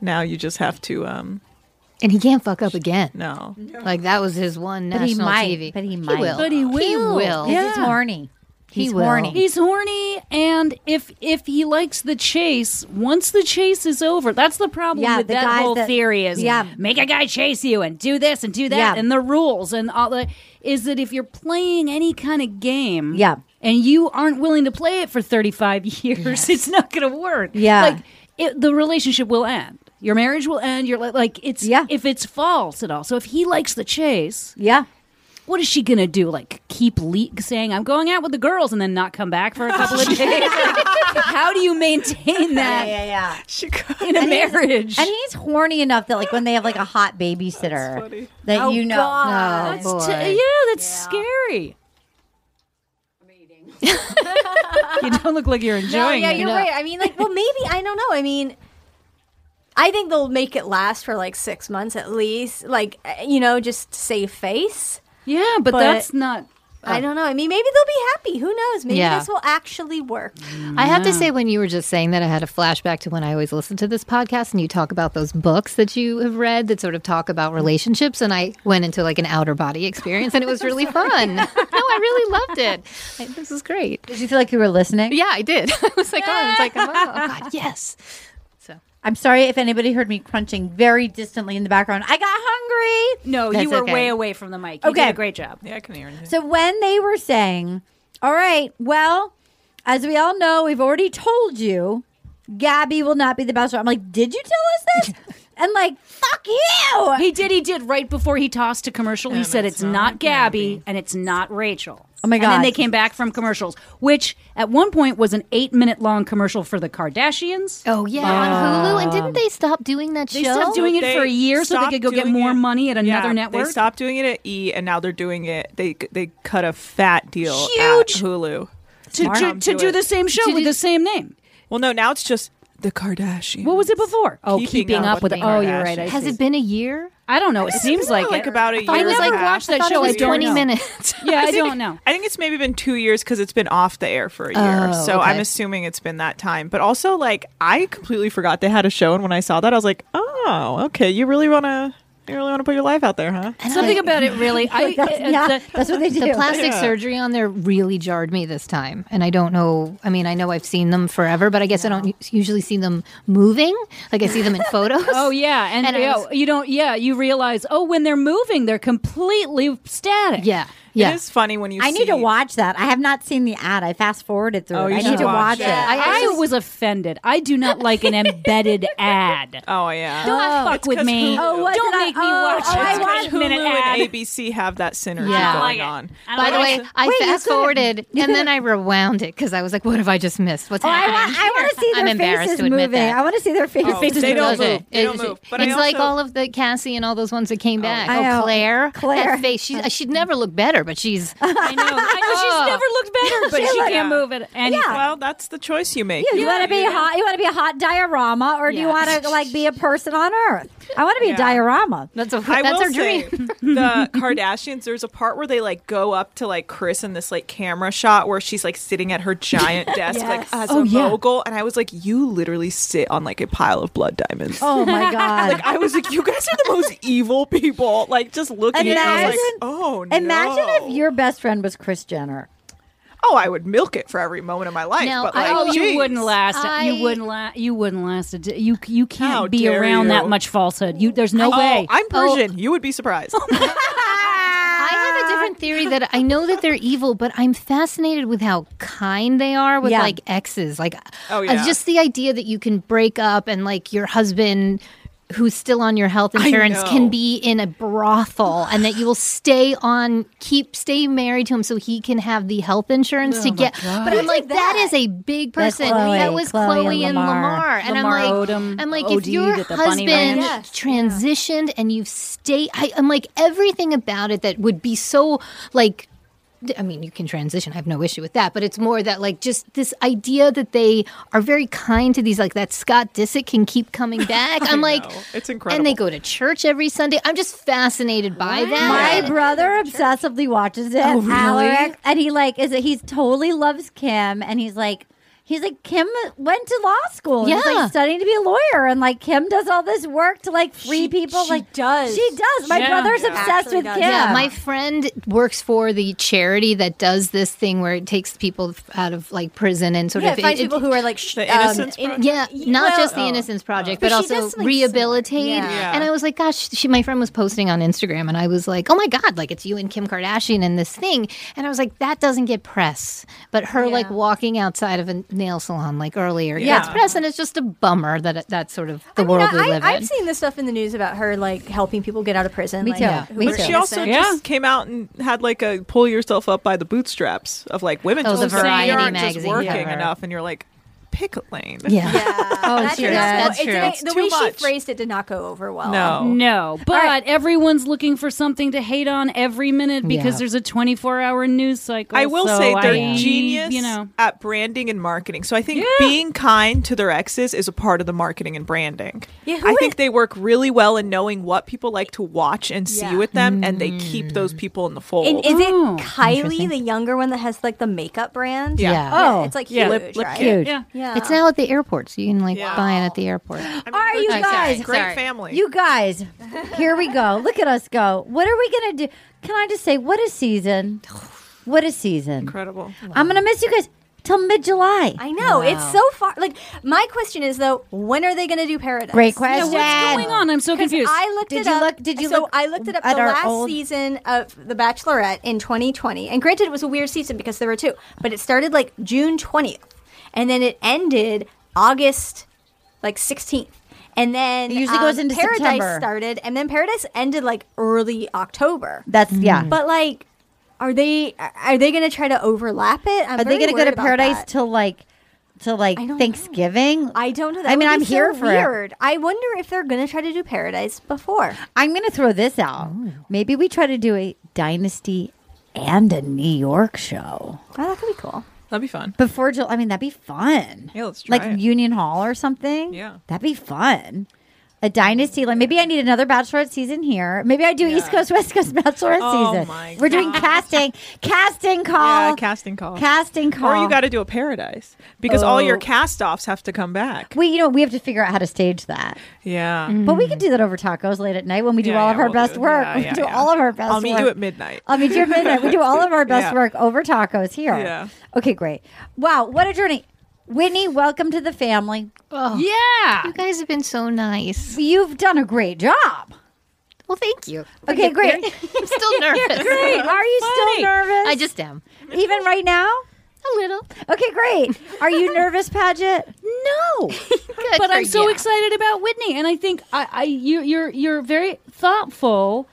K: Now you just have to. um
H: and he can't fuck up again.
K: No,
H: like that was his one
F: But
H: national
F: he might.
H: TV.
F: But he
H: He
F: might.
H: will.
I: But he will.
H: He will.
F: Because He's horny.
H: He
F: He's
H: will.
F: horny.
I: He's horny, and if if he likes the chase, once the chase is over, that's the problem
F: Yeah,
I: with
F: the
I: that
F: guys
I: whole
F: that-
I: theory is
F: yeah.
I: make a guy chase you and do this and do that
F: Yeah.
I: and the rules and all that is that if you're playing any kind of game,
F: Yeah.
I: and you aren't willing to play it for 35 years, it's not going to work.
F: Yeah.
I: like it, the relationship will end. Your marriage will end. You're like, like it's yeah. if it's false at all. So if he likes the chase,
F: yeah.
I: what is she gonna do? Like keep le- saying I'm going out with the girls and then not come back for a couple of days? How do you maintain that?
F: Yeah, yeah,
I: yeah. In a marriage.
F: and he's horny enough that like when they have like a hot babysitter that
I: Oh,
F: you know.
I: God.
F: Oh,
I: That's t-
F: boy.
I: yeah, that's scary. you don't look like you're
J: No,
I: enjoying
J: yeah,
I: it.
J: you're right. I mean, like, well, maybe I don't know. I mean, I think they'll make it last for like six months at least. Like, uh, you know, just save face.
I: Yeah, but that's not-
J: I don't know. I mean, maybe they'll be happy. Who knows? Maybe
H: Yeah.
J: this will actually work.
H: I have to say, when you were just saying that, I had a flashback to when I always listened to this podcast and you talk about those books that you have read that sort of talk about relationships. And I went into like an outer body experience and it was really fun. no, I really loved it. I- this is great.
F: Did you feel like you were listening?
H: Yeah, I did. I was like, oh, I was like, oh, God, yes.
F: I'm sorry if anybody heard me crunching very distantly in the background. I got hungry.
I: No,
F: That's
I: you were
F: okay.
I: way away from the mic. You
F: Okay.
I: did a great job. Yeah, I can hear anything.
F: So when they were saying, all right, well, as we all know, we've already told you Gabby will not be the bachelor. I'm like, did you tell us this? and like, fuck you.
I: He did. He did right before he tossed to commercial. he said it's, not, Gabby, and it's not Rachel.
F: Oh my
I: And then
F: God.
I: they came back from commercials, which at one point was an eight-minute long commercial for the Kardashians. Uh,
H: Oh yeah, on Hulu. And didn't they stop doing that
I: Um, They
H: show?
I: stopped doing it for a year so they
K: stopped
I: could go get
K: doing
I: more
K: it.
I: money at another
K: Yeah,
I: network.
K: They stopped doing it at E, and now they're doing it. They they cut a fat deal
I: Huge.
K: at Hulu
I: to, to, to do
K: it.
I: the same show with the same name.
K: Well, no, now it's just the Kardashians.
I: What was it before? Oh, keeping, up, with the. oh, you're right. I
K: Kardashians.
H: Has
I: see.
H: it been a year?
I: I don't know. Oh, It
K: It's
I: seems
K: been
I: like
K: like
I: it.
K: about a
I: I
K: year
I: never
K: and a half.
I: watched that
K: I thought it
I: show.
K: was
I: I don't
K: 20
I: know.
H: minutes.
I: Yeah, I
K: think-
I: don't know.
K: I think it's maybe been two years because it's been off the air for a year.
I: Oh,
K: so I'm
I: okay.
K: assuming it's been that time. But also, like, I completely forgot they had a show, and when I saw that, I was like, oh, okay, you really want to. You really want to put your life out there, huh?
I: Something about it really. I,
F: That's-
I: uh,
F: yeah,
I: the-
F: that's what they
H: The
F: do.
H: plastic
F: Yeah.
H: surgery on there really jarred me this time. And I don't know. I mean, I know I've seen them forever, but I guess I don't u- usually see them moving. Like I see them in photos.
I: Oh yeah, and,
H: And I
I: yeah,
H: was-
I: you don't. Yeah, you realize. Oh, when they're moving, they're completely static.
H: Yeah,
K: It is funny when you
F: I
K: see
F: need to watch that. I have not seen the ad. I fast forwarded through
K: Oh,
F: it.
K: you
F: I
K: should
F: need to
K: watch
F: watch
K: it.
F: it.
K: Yeah.
I: I, was offended. I do not like an embedded ad.
K: Oh yeah,
I: Don't fuck
K: It's
I: with
K: 'cause
I: me.
K: Hulu-
I: Oh, what Don't did I- make me oh, watch oh, I
K: It's 'cause
I: watched-
K: Hulu
I: minute ad.
K: and ABC have that synergy
H: Yeah. I don't
K: going
H: like it.
K: on.
H: By the way, I
F: Wait, you
H: fast
F: couldn't-
H: forwarded and then I rewound it because I was like, "What have I just missed? What's
F: Oh, I,
H: happening?"
F: want, I want to see their
H: I'm embarrassed
F: faces
H: to admit
F: moving.
H: that.
F: I want to see their faces.
K: Oh, they don't move. They don't
H: It's-
K: move. But I
H: it's like
K: also-
H: all of the Cassie and all those ones that came back.
F: I
H: Oh,
F: know.
H: Claire,
F: Claire.
H: that face. She's, she'd never look better, but she's. Oh.
I: I know. I know she's never looked better, but she can't move it. And
F: Yeah.
K: Well, that's the choice you make.
F: Yeah, you want to be hot. You want to be a hot diorama, or do you
K: Yeah.
F: want to like be a person on Earth? I want to be a diorama.
H: That's a,
K: I
H: that's
K: will
H: her
K: say,
H: dream.
K: the Kardashians, there's a part where they like go up to like Chris in this like camera shot where she's like sitting at her giant desk, like
F: Yes.
K: as
F: Oh,
K: a
F: yeah.
K: mogul. And I was like, you literally sit on like a pile of blood diamonds.
F: Oh my god!
K: Like I was like, you guys are the most evil people. Like just looking at you, I was like,
F: Imagine-
K: oh no.
F: Imagine if your best friend was Chris Jenner.
K: oh, I would milk it for every moment of my life.
H: No,
K: but
H: I-
K: like,
I: oh,
K: geez.
I: you wouldn't last.
H: I-
I: you wouldn't last. You wouldn't last. A day. You you can't
K: How
I: be
K: dare
I: around that
K: you.
I: much falsehood. You there's no
K: Oh,
I: way.
K: I'm Persian. You would be surprised.
H: I have a different theory that I know that they're evil, but I'm fascinated with how kind they are with
F: Yeah.
H: like exes. Like,
K: Oh,
H: uh,
K: yeah.
H: just the idea that you can break up and like your husband. Who's still on your health
K: I
H: insurance
K: know.
H: can be in a brothel, and that you will stay on, keep stay married to him, so he can have the health insurance to get. But I'm like, that is a big
F: That's
H: person.
F: Chloe.
H: that was
F: Chloe
H: Chloe,
F: and
H: and Lamar.
F: Lamar.
H: and
I: Lamar
H: I'm like,
I: Odom,
H: I'm like, if
I: OD,
H: your
I: at the Bunny
H: husband
I: Ranch.
H: transitioned and you've stayed I, i'm like everything about it that would be so like i mean you can transition i have no issue with that but it's more that like just this idea that they are very kind to these like that scott disick can keep coming back i'm like
K: it's
H: and
K: incredible.
H: they go to church every sunday i'm just fascinated by that
F: My brother obsessively watches it.
H: Oh, really?
F: Alaric, and he like is it, he's totally loves Kim, and he's like. He's like Kim went to law school. and He's
H: Yeah.
F: like studying to be a lawyer, and like Kim does all this work to like free people.
J: she
F: like
J: does.
F: she does? My
J: Yeah.
F: brother's
J: Yeah.
F: obsessed
J: Actually
F: with
J: does.
F: Kim.
H: Yeah, my friend works for the charity that does this thing where it takes people out of like prison and sort
J: yeah,
H: of
J: it finds
H: it- it-
J: people who are like sh- um,
K: The Innocence
J: in-
K: Project?
H: Yeah, not
J: well-
H: just the
J: Oh.
H: Innocence Project,
J: But
H: but, also
J: she does, like,
H: rehabilitate.
J: Yeah. Yeah.
H: And I was like, gosh, she, my friend was posting on Instagram, and I was like, oh my god, like it's you and Kim Kardashian and this thing. And I was like, that doesn't get press, but her like walking outside of a, an nail salon like earlier. Yeah,
J: Yeah.
H: it's present. It's just a bummer that it, that's sort of the
J: I mean,
H: world we
J: I,
H: live
J: I,
H: in.
J: have seen this stuff in the news about her like helping people get out of prison.
H: Me
J: like,
H: too.
J: who
H: Me
J: were
K: But she
J: innocent.
K: also just came out and had like a pull yourself up by the bootstraps of like women
J: Oh, the
K: just saying you
J: Variety
K: aren't just
J: magazine
K: working
J: cover.
K: enough, and you're like, pick a lane.
H: Yeah. Oh,
J: That
K: that's
J: did
K: true.
J: not go-
K: That's
J: it
K: true.
J: didn't-
K: It's
J: The
K: too
J: way she
K: much.
J: phrased it did not go over well.
K: No.
I: No, but everyone's looking for something to hate on every minute because
K: Yeah.
I: there's a 24 hour news cycle.
K: I will
I: so
K: say they're
I: I,
K: genius
I: You know,
K: at branding and marketing. So I think being kind to their exes is a part of the marketing and branding.
J: Yeah,
K: I think they work really well in knowing what people like to watch and see with them, and they keep those people in the fold.
J: And is it
K: Oh,
J: Kylie, the younger one that has like the makeup brand?
K: Yeah.
J: Oh, it's like
K: Yeah.
J: huge,
K: Lip- lip
J: right?
K: kit.
H: Yeah.
J: yeah.
H: It's now at the airport, so you can like buy it at the airport.
F: Are you
H: I'm sorry.
F: guys
H: Great Sorry. family.
F: You guys, here we go. Look at us go. What are we gonna do? Can I just say, what a season! What a season!
K: Incredible.
F: I'm gonna miss you guys till mid July.
J: I know it's
F: Wow.
J: so far. Like my question is though, when are they going to do Paradise?
F: Great question.
J: what's going on?
I: I'm so
J: 'Cause
I: confused.
J: I looked
F: Did
J: it
F: you
J: up.
F: look- did you
J: so
F: look
J: I looked it up
F: at
J: the
F: our
J: last
F: old-
J: season of The Bachelorette in 2020, and granted, it was a weird season because there were two, but it started like June 20th, and then it ended August like 16th. And then
F: It usually
J: um,
F: goes into
J: Paradise
F: September.
J: started, and then Paradise ended like early October.
F: That's yeah.
J: But like, are they are they going to try to overlap it? I'm
F: Are they
J: going
F: gonna go to Paradise till like till like Thanksgiving?
J: I don't know. That
F: I mean,
J: would
F: I'm
J: be so
F: here for it.
J: weird. I wonder if they're going to try to do Paradise before.
F: I'm gonna throw this out.
K: Oh.
F: Maybe we try to do a Dynasty and a New York show.
J: Oh, that could be cool.
K: That'd be fun.
F: Before July, I mean, that'd be fun.
K: Yeah, let's try
F: like
K: it.
F: Union Hall or something.
K: Yeah.
F: that'd be fun. A dynasty, like maybe I need another bachelorette season here. Maybe I do East Coast West Coast bachelorette
K: Oh
F: season.
K: my
F: We're doing casting, casting call,
K: Yeah, casting call.
F: casting call.
K: Or you got to do a paradise because all your
F: Oh.
K: cast offs have to come back.
F: We, you know, we have to figure out how to stage that.
K: Yeah.
F: But we can do that over tacos late at night when we do
K: Uh-huh. Yeah,
F: all of
K: yeah,
F: our
K: we'll
F: best
K: do it.
F: work.
K: Yeah,
F: we
K: yeah,
F: do
K: yeah.
F: all of our best
K: I'll
F: work.
K: meet you at midnight.
F: I'll meet you at midnight. We do all of our best
K: Yeah.
F: work over tacos here.
K: Yeah.
F: Okay, great. Wow, what a journey. Whitney, welcome to the family.
I: Yeah.
H: You guys have been so nice.
F: You've done a great job.
H: Well, thank you.
F: Okay, great.
H: I'm still nervous.
F: great. Are you still nervous?
H: I just am.
F: Even right now?
H: A little.
F: Okay, great. Are you nervous, Paget? No.
I: but
F: for
I: I'm so
F: ya.
I: excited about Whitney, and I think I, I you, you're you're very thoughtful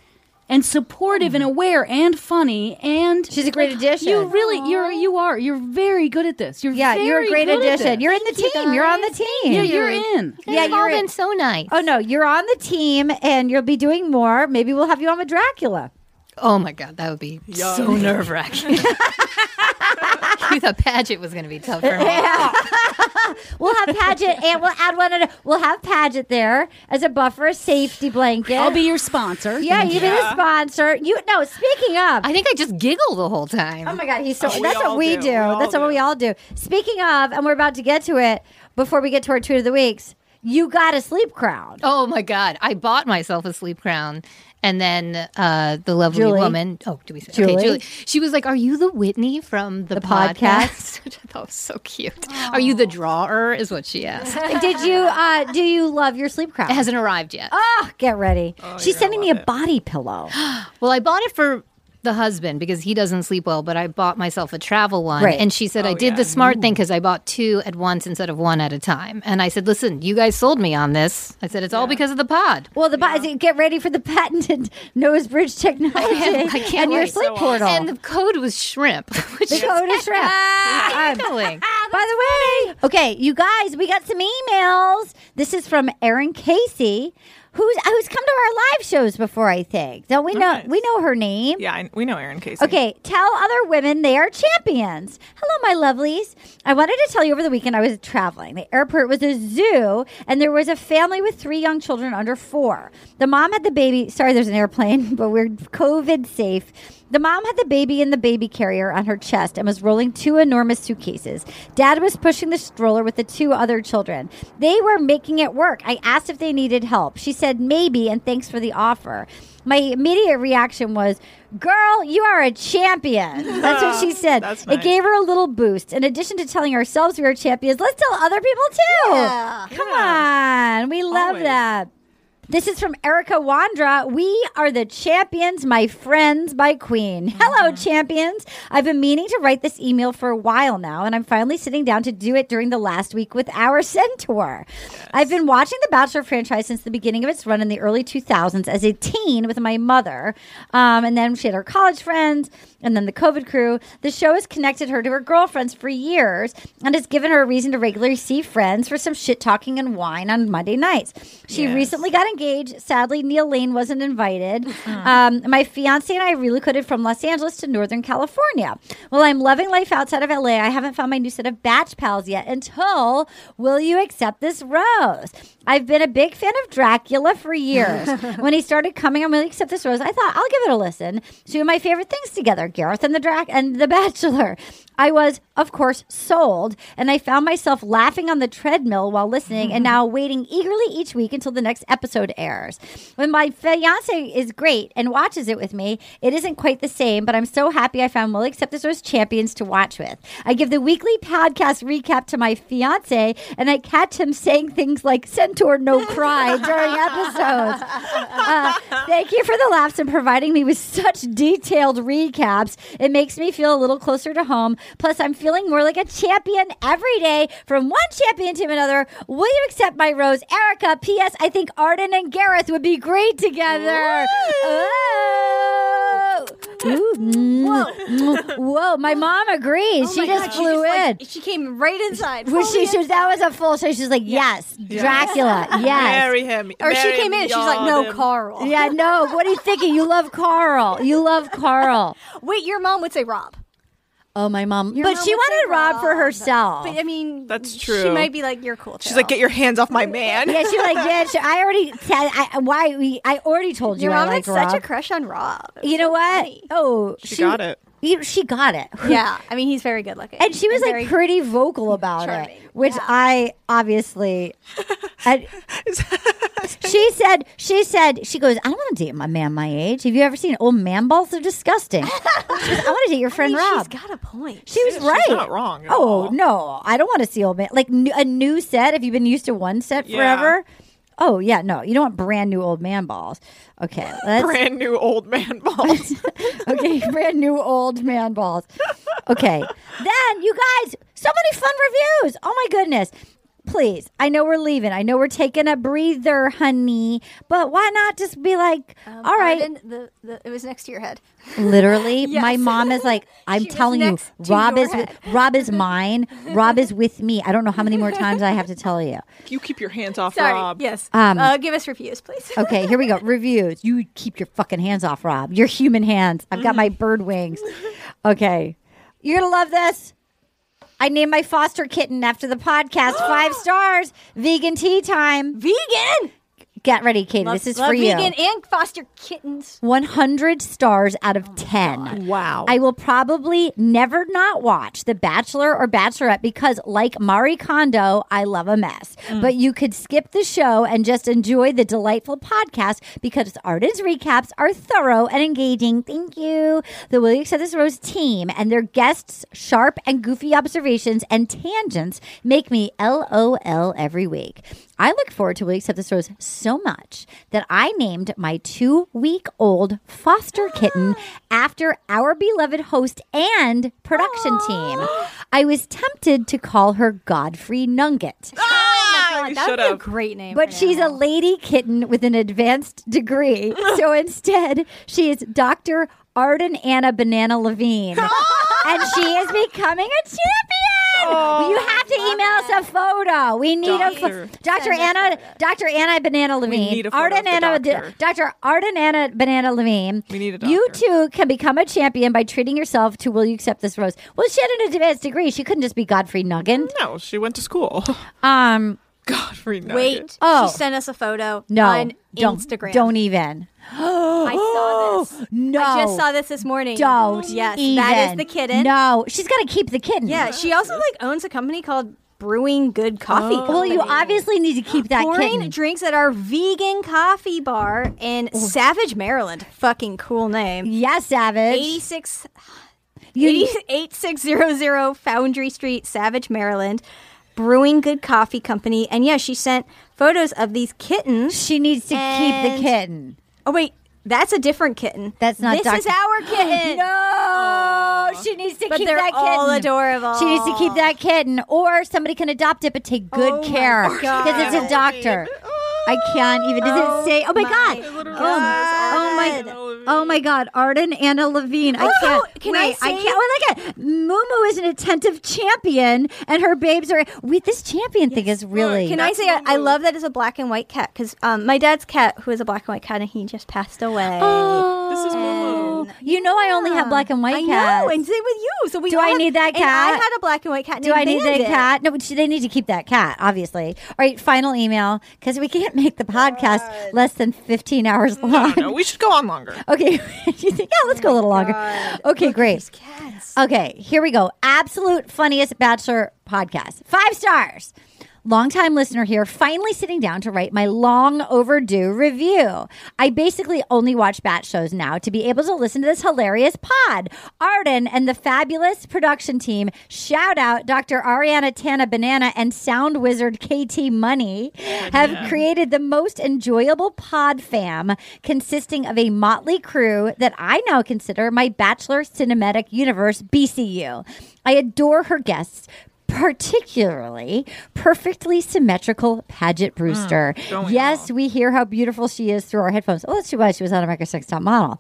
I: and supportive and aware and funny and
F: she's a great addition.
I: You really you're you are you're very good at this. You're
F: Yeah, you're a
I: very
F: great
I: good at
F: addition.
I: this.
F: You're in the team. You're on the team.
I: Yeah, you're in.
F: Yeah,
H: You've all
F: you're in.
H: been so nice.
F: Oh no, you're on the team, and you'll be doing more. Maybe we'll have you on with Dracula.
H: Oh my god, that would be so
F: Yum.
H: nerve wracking. you thought Paget was going to be tough for me.
F: We'll have Paget, and we'll add one. And we'll have Paget there as a buffer, a safety blanket.
I: I'll be your sponsor.
F: Yeah, you be the sponsor. You no. Speaking of,
H: I think I just giggled the whole time.
F: Oh my god, he's so.
H: Oh, we
F: that's what
H: all
F: we do.
H: do. We all
F: that's what we all do. Speaking of, and we're about to get to it. Before we get to our tweet of the weeks, you got a sleep crowd.
H: Oh my god, I bought myself a sleep crown. And then uh, the lovely
F: Julie.
H: woman. Oh, do we say
F: Julie.
H: Okay, Julie? She was like, "Are you the Whitney from the,
F: podcast.
H: podcast?" Which I thought was so cute. Are you the drawer? Is what she asked.
F: Did you? Uh, do you love your sleep crowd?
H: It hasn't arrived yet.
F: Oh, get ready. She's sending me a body pillow.
H: Well, I bought it for the husband because he doesn't sleep well, but I bought myself a travel one.
F: Right.
H: And she said, I did the smart thing because I bought two at once instead of one at a time. And I said, listen, you guys sold me on this. I said, it's all because of the pod.
F: Well, the bo- get ready for the patented nose bridge technology
H: I can't
F: and your
H: wait.
F: sleep portal.
H: And the code was shrimp. Which
F: the
H: is
F: code is shrimp. Um,
H: Giggling.
F: By the way, okay, you guys, we got some emails. This is from Erin Casey, who's who's come to our live shows before. I think don't we know we know her name?
K: Yeah, I, we know Aaron Casey.
F: Okay, tell other women they are champions. Hello, my lovelies. I wanted to tell you over the weekend I was traveling. The airport was a zoo, and there was a family with three young children under four. The mom had the baby. Sorry, there's an airplane, but we're COVID safe. The mom had the baby in the baby carrier on her chest and was rolling two enormous suitcases. Dad was pushing the stroller with the two other children. They were making it work. I asked if they needed help. She said maybe, and thanks for the offer. My immediate reaction was, Girl, you are a champion. That's what she said. It gave her a little boost. In addition to telling ourselves we are champions, let's tell other people too. Come on. We love that. This is from Erica Wandra. We are the champions, my friends, by Queen. Hello, champions. I've been meaning to write this email for a while now, and I'm finally sitting down to do it during the last week with our centaur. I've been watching the Bachelor franchise since the beginning of its run in the early 2000s as a teen with my mother. Um, and then she had her college friends and then the COVID crew. The show has connected her to her girlfriends for years and has given her a reason to regularly see friends for some shit talking and wine on Monday nights. She
B: Yes.
F: recently got engaged. Sadly, Neil Lane wasn't invited. um, my fiance and I relocated from Los Angeles to Northern California. While I'm loving life outside of LA, I haven't found my new set of batch pals yet until Will You Accept This Rose? I've been a big fan of Dracula for years. when he started coming on Will You Accept This Rose, I thought, I'll give it a listen. Two of my favorite things together, Gareth and the Drac and the Bachelor. I was, of course, sold, and I found myself laughing on the treadmill while listening and now waiting eagerly each week until the next episode airs. When my fiance is great and watches it with me, it isn't quite the same, but I'm so happy I found Will Accept This Rose Champions to watch with. I give the weekly podcast recap to my fiance, and I catch him saying things like Centaur No Cry during episodes. Uh, thank you for the laughs and providing me with such detailed recaps. It makes me feel a little closer to home. Plus, I'm feeling more like a champion every day from one champion to another. Will you accept my rose, Erica? P.S. I think Arden and Gareth would be great together. Oh. Ooh, mm, mm, Whoa, my mom agrees. she just flew in.
J: she came right inside.
F: Well, she, she, that was a full show. She's like, yes,
J: Yes.
F: Dracula, yes.
J: Marry him. Or she Marry came in, him, she's like, no, y'all. Carl.
F: Yeah, no. What are you thinking? You love Carl. You love Carl.
J: Wait, your mom would say Rob.
F: Oh, my mom.
J: Your
F: but
J: mom
F: she
J: would say
F: wanted Rob, for
J: Rob.
F: herself.
J: But I mean,
K: That's
J: She
K: true.
J: might be like, you're cool.
K: She's like, get your hands off my man.
F: yeah, she's like, bitch. I already said. I, why we? I already told you.
J: Your
F: I
J: mom
F: like
J: had such
F: Rob.
J: a crush on Rob.
F: You know what? Oh, she,
K: got it.
F: you- She got it.
J: yeah, I mean, he's very good looking.
F: and she was
J: very
F: like pretty vocal about it, which I obviously. I- she said, she said, she goes, I don't want to date my man my age. Have you ever seen old man balls? They're disgusting. She goes, I want to date your friend Rob.
J: She's got a point.
F: She was right. oh no, I don't want to see old man like n- a new set. If you've been used to one set
K: Yeah.
F: forever, oh yeah, no, you don't want brand new old man balls. Okay, let's,
K: Brand new old man balls.
F: okay, brand new old man balls. Okay. Then you guys, so many fun reviews. Oh my goodness. Please, I know we're leaving. I know we're taking a breather, honey. But why not just be like, all right,
J: Um, Arden, the, the, it was next to your head.
F: literally
J: Yes.
F: my mom is like i'm
J: was
F: telling you
J: next to
F: rob
J: your
F: is with, rob is mine rob is with me i don't know how many more times i have to tell you
K: you keep your hands off
J: Sorry.
K: Rob.
J: Yes.
F: Um,
J: uh, give us reviews, please.
F: okay here we go reviews you keep your fucking hands off rob your human hands i've got my bird wings okay you're gonna love this i named my foster kitten after the podcast five stars vegan tea time
J: vegan
F: get ready katie
J: Love-
F: this is
J: love
F: for you
J: Vegan and foster kittens.
F: 100 stars out of 10. Wow. I will probably never not watch The Bachelor or Bachelorette because, like Mari Kondo, I love a mess. But you could skip the show and just enjoy the delightful podcast because Arden's recaps are thorough and engaging. Thank you. The Will You Accept This Rose team and their guests' sharp and goofy observations and tangents make me LOL every week. I look forward to Will You Accept This Rose so much that I named my two week old foster kitten after our beloved host and production team. I was tempted to call her Godfrey Nugget.
K: Ah,
J: Oh God, that would be a great name.
F: But she's a lady kitten with an advanced degree. so instead, she is Dr. Arden Anna Banana Levine. and she is becoming a champion.
K: Oh.
F: you
B: Oh,
F: have to email us a photo. We need a pho-
J: Doctor.
F: Dr.
J: Send us
F: Anna Dr. Anna Banana Levine.
J: need a photo of the
F: Anna
J: doctor.
F: Dr. Arden Anna Banana Levine. We need a doctor. You too can become a champion by treating yourself to will you accept this rose? Well, she had an advanced degree. She couldn't just be Godfrey Nuggin.
K: No, she went to school.
F: Um
K: Godfrey Nugget.
J: Wait,
F: Oh.
J: she sent us a photo
F: no,
J: on
F: don't,
J: Instagram.
F: Don't even.
J: I saw this.
F: No.
J: I just saw this this morning.
F: Don't
J: Yes,
F: even.
J: that is the kitten.
F: No, she's got to keep the kitten.
J: Yeah, she also like owns a company called Brewing Good Coffee.
F: Oh, Well, you obviously need to keep that
J: Pouring
F: kitten.
J: drinks at our vegan coffee bar in Savage, Maryland. Fucking cool name.
F: Yes, Savage.
J: 86
F: You-
J: 8600 Foundry Street, Savage, Maryland. Brewing Good Coffee Company. And yeah, she sent photos of these kittens.
F: She needs to keep the kitten.
J: Oh wait, that's a different kitten.
F: That's not
J: This
F: doc-
J: is our kitten.
F: no, she needs to
J: But
F: keep
J: they're
F: that kitten.
J: all adorable.
F: She needs to keep that kitten, or somebody can adopt it, but take
J: Oh
F: good care because it's a doctor. I can't even. Does it say? Oh my, god! Oh, oh my! Oh my god! Arden Anna Levine. I
J: Also,
F: can't.
J: Oh, can I
F: wait, I,
J: say-
F: can't. Wait, look at Mumu is an attentive champion, and her babes are. Wait, this champion thing is really.
J: Can I say I, I love that it's a black and white cat because um, my dad's cat, who is a black and white cat, and he just passed away.
F: This is Mumu. Oh. You know, I only have black and white
J: I
F: cats.
J: know, and same with you. So we
F: Do
J: all
F: I
J: have-
F: need that
J: and I
F: cat?
J: had a black and white cat.
F: Do
J: named
F: I need that
J: Bandit.
F: cat? No, but she- they need to keep that cat, obviously. All right, final email because we can't make the podcast less than 15 hours long.
K: No, we should go on longer. Oh
F: Okay, you think, yeah, let's go a little longer. Okay, great. Okay, here we go. Absolute funniest Bachelor podcast. Five stars. Longtime listener here, finally sitting down to write my long overdue review. I basically only watch Bat shows now to be able to listen to this hilarious pod. Arden and the fabulous production team, shout out Dr. Ariana Tana Banana and sound wizard KT Money, have
B: yeah.
F: created created the most enjoyable pod fam consisting of a motley crew that I now consider my Bachelor Cinematic Universe BCU. I adore her guests. Particularly perfectly symmetrical Paget Brewster.
B: Mm, don't we
F: yes, we hear how beautiful she is through our headphones. Oh, that's too bad she was on America Sex Top Model.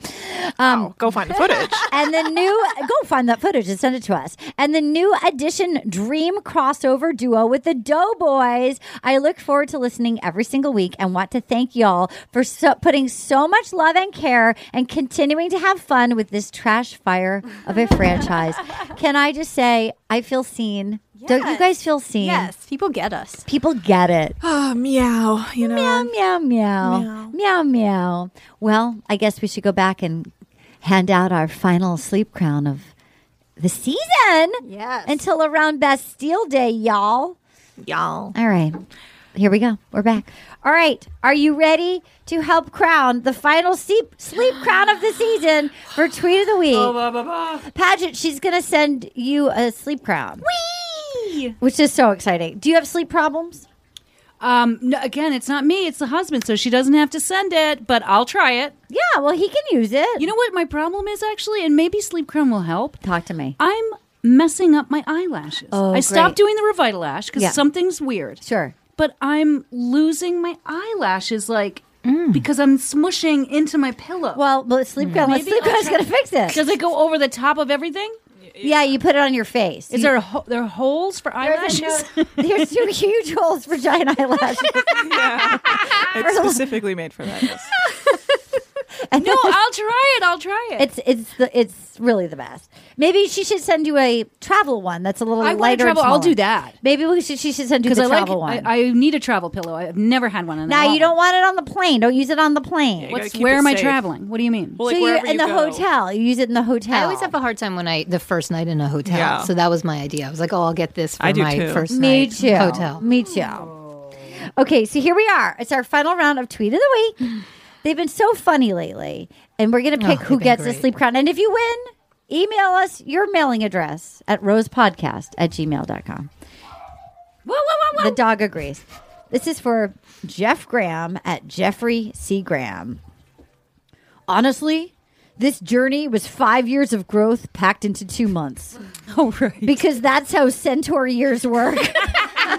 F: Um,
J: Oh,
K: go find the footage.
F: and the new go find that footage and send it to us. And the new edition dream crossover duo with the Doughboys. I look forward to listening every single week and want to thank y'all for so, putting so much love and care and continuing to have fun with this trash fire of a franchise. Can I just say I feel seen? Don't you guys feel seen?
J: Yes, people get us.
F: People get it.
K: Oh, meow. You know.
F: Meow, meow, meow. Meow, meow. Well, I guess we should go back and hand out our final sleep crown of the season.
J: Yes.
F: Until around Bastille Day, y'all.
K: Y'all.
F: All right. Here we go. We're back. All right. Are you ready to help crown the final sleep, sleep crown of the season for Tweet of the Week?
B: Oh, blah, blah, blah.
F: Paget, she's going to send you a sleep crown. Which is so exciting. Do you have sleep problems?
I: Um, no, again, it's not me; it's the husband, so she doesn't have to send it. But I'll try it.
F: Yeah, well, he can use it.
I: You know what my problem is actually, and maybe Sleep Crown will help.
F: Talk to me.
I: I'm messing up my eyelashes.
F: Oh,
I: I
F: great.
I: stopped doing the Revitalash because
F: Yeah.
I: something's weird.
F: Sure,
I: but I'm losing my eyelashes, like because I'm smushing into my pillow.
F: Mm.
I: Mm.
F: Well, but Sleep Crown, let's- Sleep Crown's gonna fix it.
I: Does it go over the top of everything?
F: Yeah, you put it on your face.
I: Is
F: You-
I: there a ho- there are holes for eyelashes?
F: There's two huge holes for giant eyelashes.
K: It's specifically made for that. yes.
I: no, I'll try it. I'll try it.
F: It's it's the it's really the best. Maybe she should send you a travel one that's a little
I: I want a
F: lighter. and
I: travel- I'll
F: smaller.
I: do that.
F: Maybe we should, she should send you the
I: I like
F: travel one.
I: I, I need a travel pillow. I've never had one. And I
F: now you
I: want
F: don't want it on the plane. Don't use it on the plane.
I: one. What's, where am I traveling? What do you mean?
F: so you're in the hotel. You use it in the hotel.
H: I always have a hard time when I the first night in a hotel.
F: Yeah.
H: So that was my idea. I was like, oh, I'll get this for
F: I do
H: my
F: too.
H: first
F: Me
H: night
F: too.
H: hotel.
F: Me too. Okay, so here we are. It's our final round of tweet of the week. They've been so funny lately, and we're gonna pick who
H: Oh, been
F: gets the
H: great.
F: sleep crown. And if you win, email us your mailing address at rosepodcast at gmail.com.
I: Whoa, whoa,
F: The dog agrees. This is for Jeff Graham at Jeffrey C. Graham. Honestly, this journey was five years of growth packed into two months.
I: Oh, right.
F: Because that's how centaur years work. this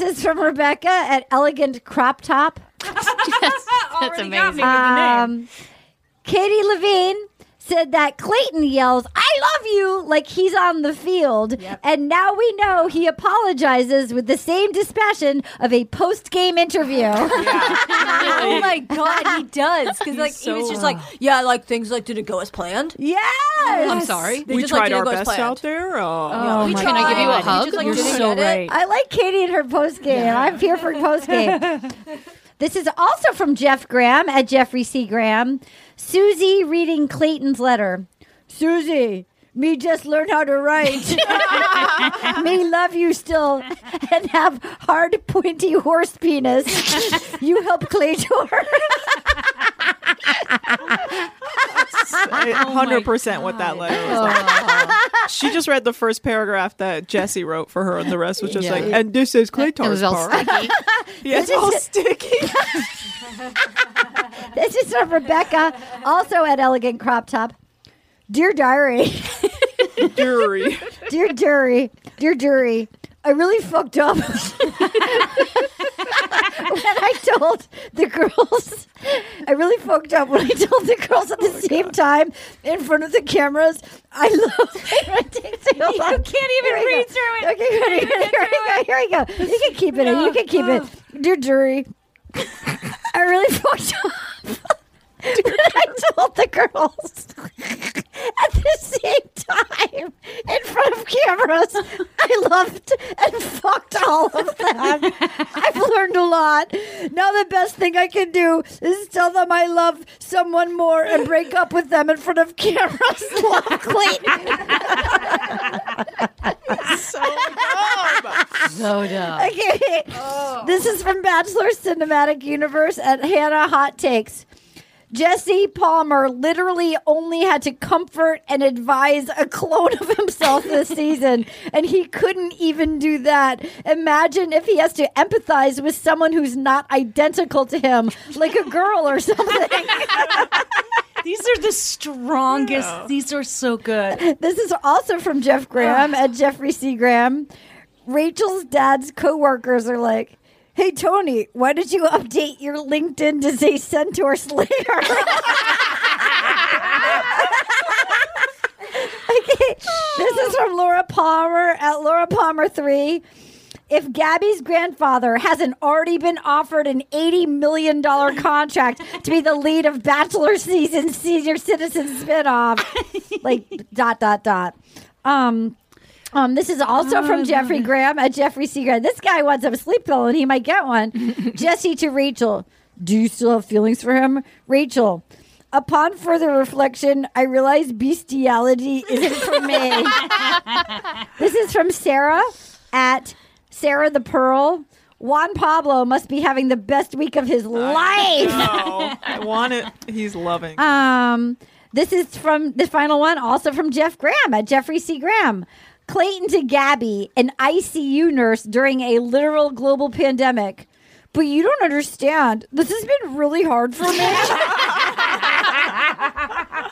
F: is from Rebecca at Elegant Crop Top.
B: That's amazing.
F: Um, Katie Levine said that Clayton yells, I love you, like he's on the field. And now we know he apologizes with the same dispassion of a post game interview.
J: oh my god, he does because like he was
F: so-
J: just like, yeah, like things like didn't go as planned.
F: Yes,
K: I'm sorry.
J: They
K: we
J: just,
K: tried
J: like, didn't
K: our
J: go as
K: best
J: planned.
K: out there. Oh,
J: Yeah, we
K: Can I give you a
J: tried.
K: hug?
J: We just, like,
K: You're
J: didn't
K: so
J: get it.
K: right.
F: I like Katie and her post game. I'm here for post game. this is also from Jeff Graham at Jeffrey C. Graham. Susie reading Clayton's letter. Susie, me just learn how to write. me love you still and have hard, pointy horse penis. you help Claytor.
K: Oh.
F: Oh.
K: Hundred percent what that letter was. she just read the first paragraph that Jesse wrote for her, and the rest was just
F: Yeah.
K: like, and this is Clayton's
F: It was all
K: part. yeah, it's
B: This
K: all
B: is-
K: sticky.
B: this is from Rebecca, also at Elegant Crop Top. Dear Diary.
K: Jury.
B: Dear Jury. Dear Jury. I really fucked up when I told the girls. I really fucked up when I told the girls at the same time in front of the cameras. I love. you can't even
F: read
B: through it. Okay, good, good, here we go. Here we go. You can keep it. in. You can keep it. Dear Jury. I really fucked up. when I told the girls at the same time in front of cameras, I loved and fucked all of them. I've learned a lot. Now the best thing I can do is tell them I love someone more and break up with them in front of cameras. Love Clayton.
K: so dumb.
H: So dumb.
B: Okay. This is from Bachelor Cinematic Universe at Hannah Hot Takes. Jesse Palmer literally only had to comfort and advise a clone of himself this season, and he couldn't even do that. Imagine if he has to empathize with someone who's not identical to him, like a girl or something.
I: These are the strongest. These are so good.
B: This is also from Jeff Graham at Jeffrey C. Graham. Rachel's dad's coworkers are like, "Hey Tony, why did you update your LinkedIn to say Centaur Slayer?" okay, this is from Laura Palmer at Laura Palmer three. If Gabby's grandfather hasn't already been offered an $80 million contract to be the lead of Bachelor Season Senior Citizen spinoff, like dot, dot, dot. Um, um, this is also
F: Oh, I
B: from
F: love
B: Jeffrey Graham at Jeffrey C. Graham. This guy wants a sleep pill and he might get one. Jesse to Rachel. Do you still have feelings for him? Rachel. Upon further reflection, I realize bestiality isn't for me. This is from Sarah at Sarah the Pearl. Juan Pablo must be having the best week of his life.
K: No, I want it. He's loving.
B: Um, this is from the final one, also from Jeff Graham at Jeffrey C. Graham. Clayton to Gabby, an ICU nurse during a literal global pandemic. But you don't understand. This has been really hard for me.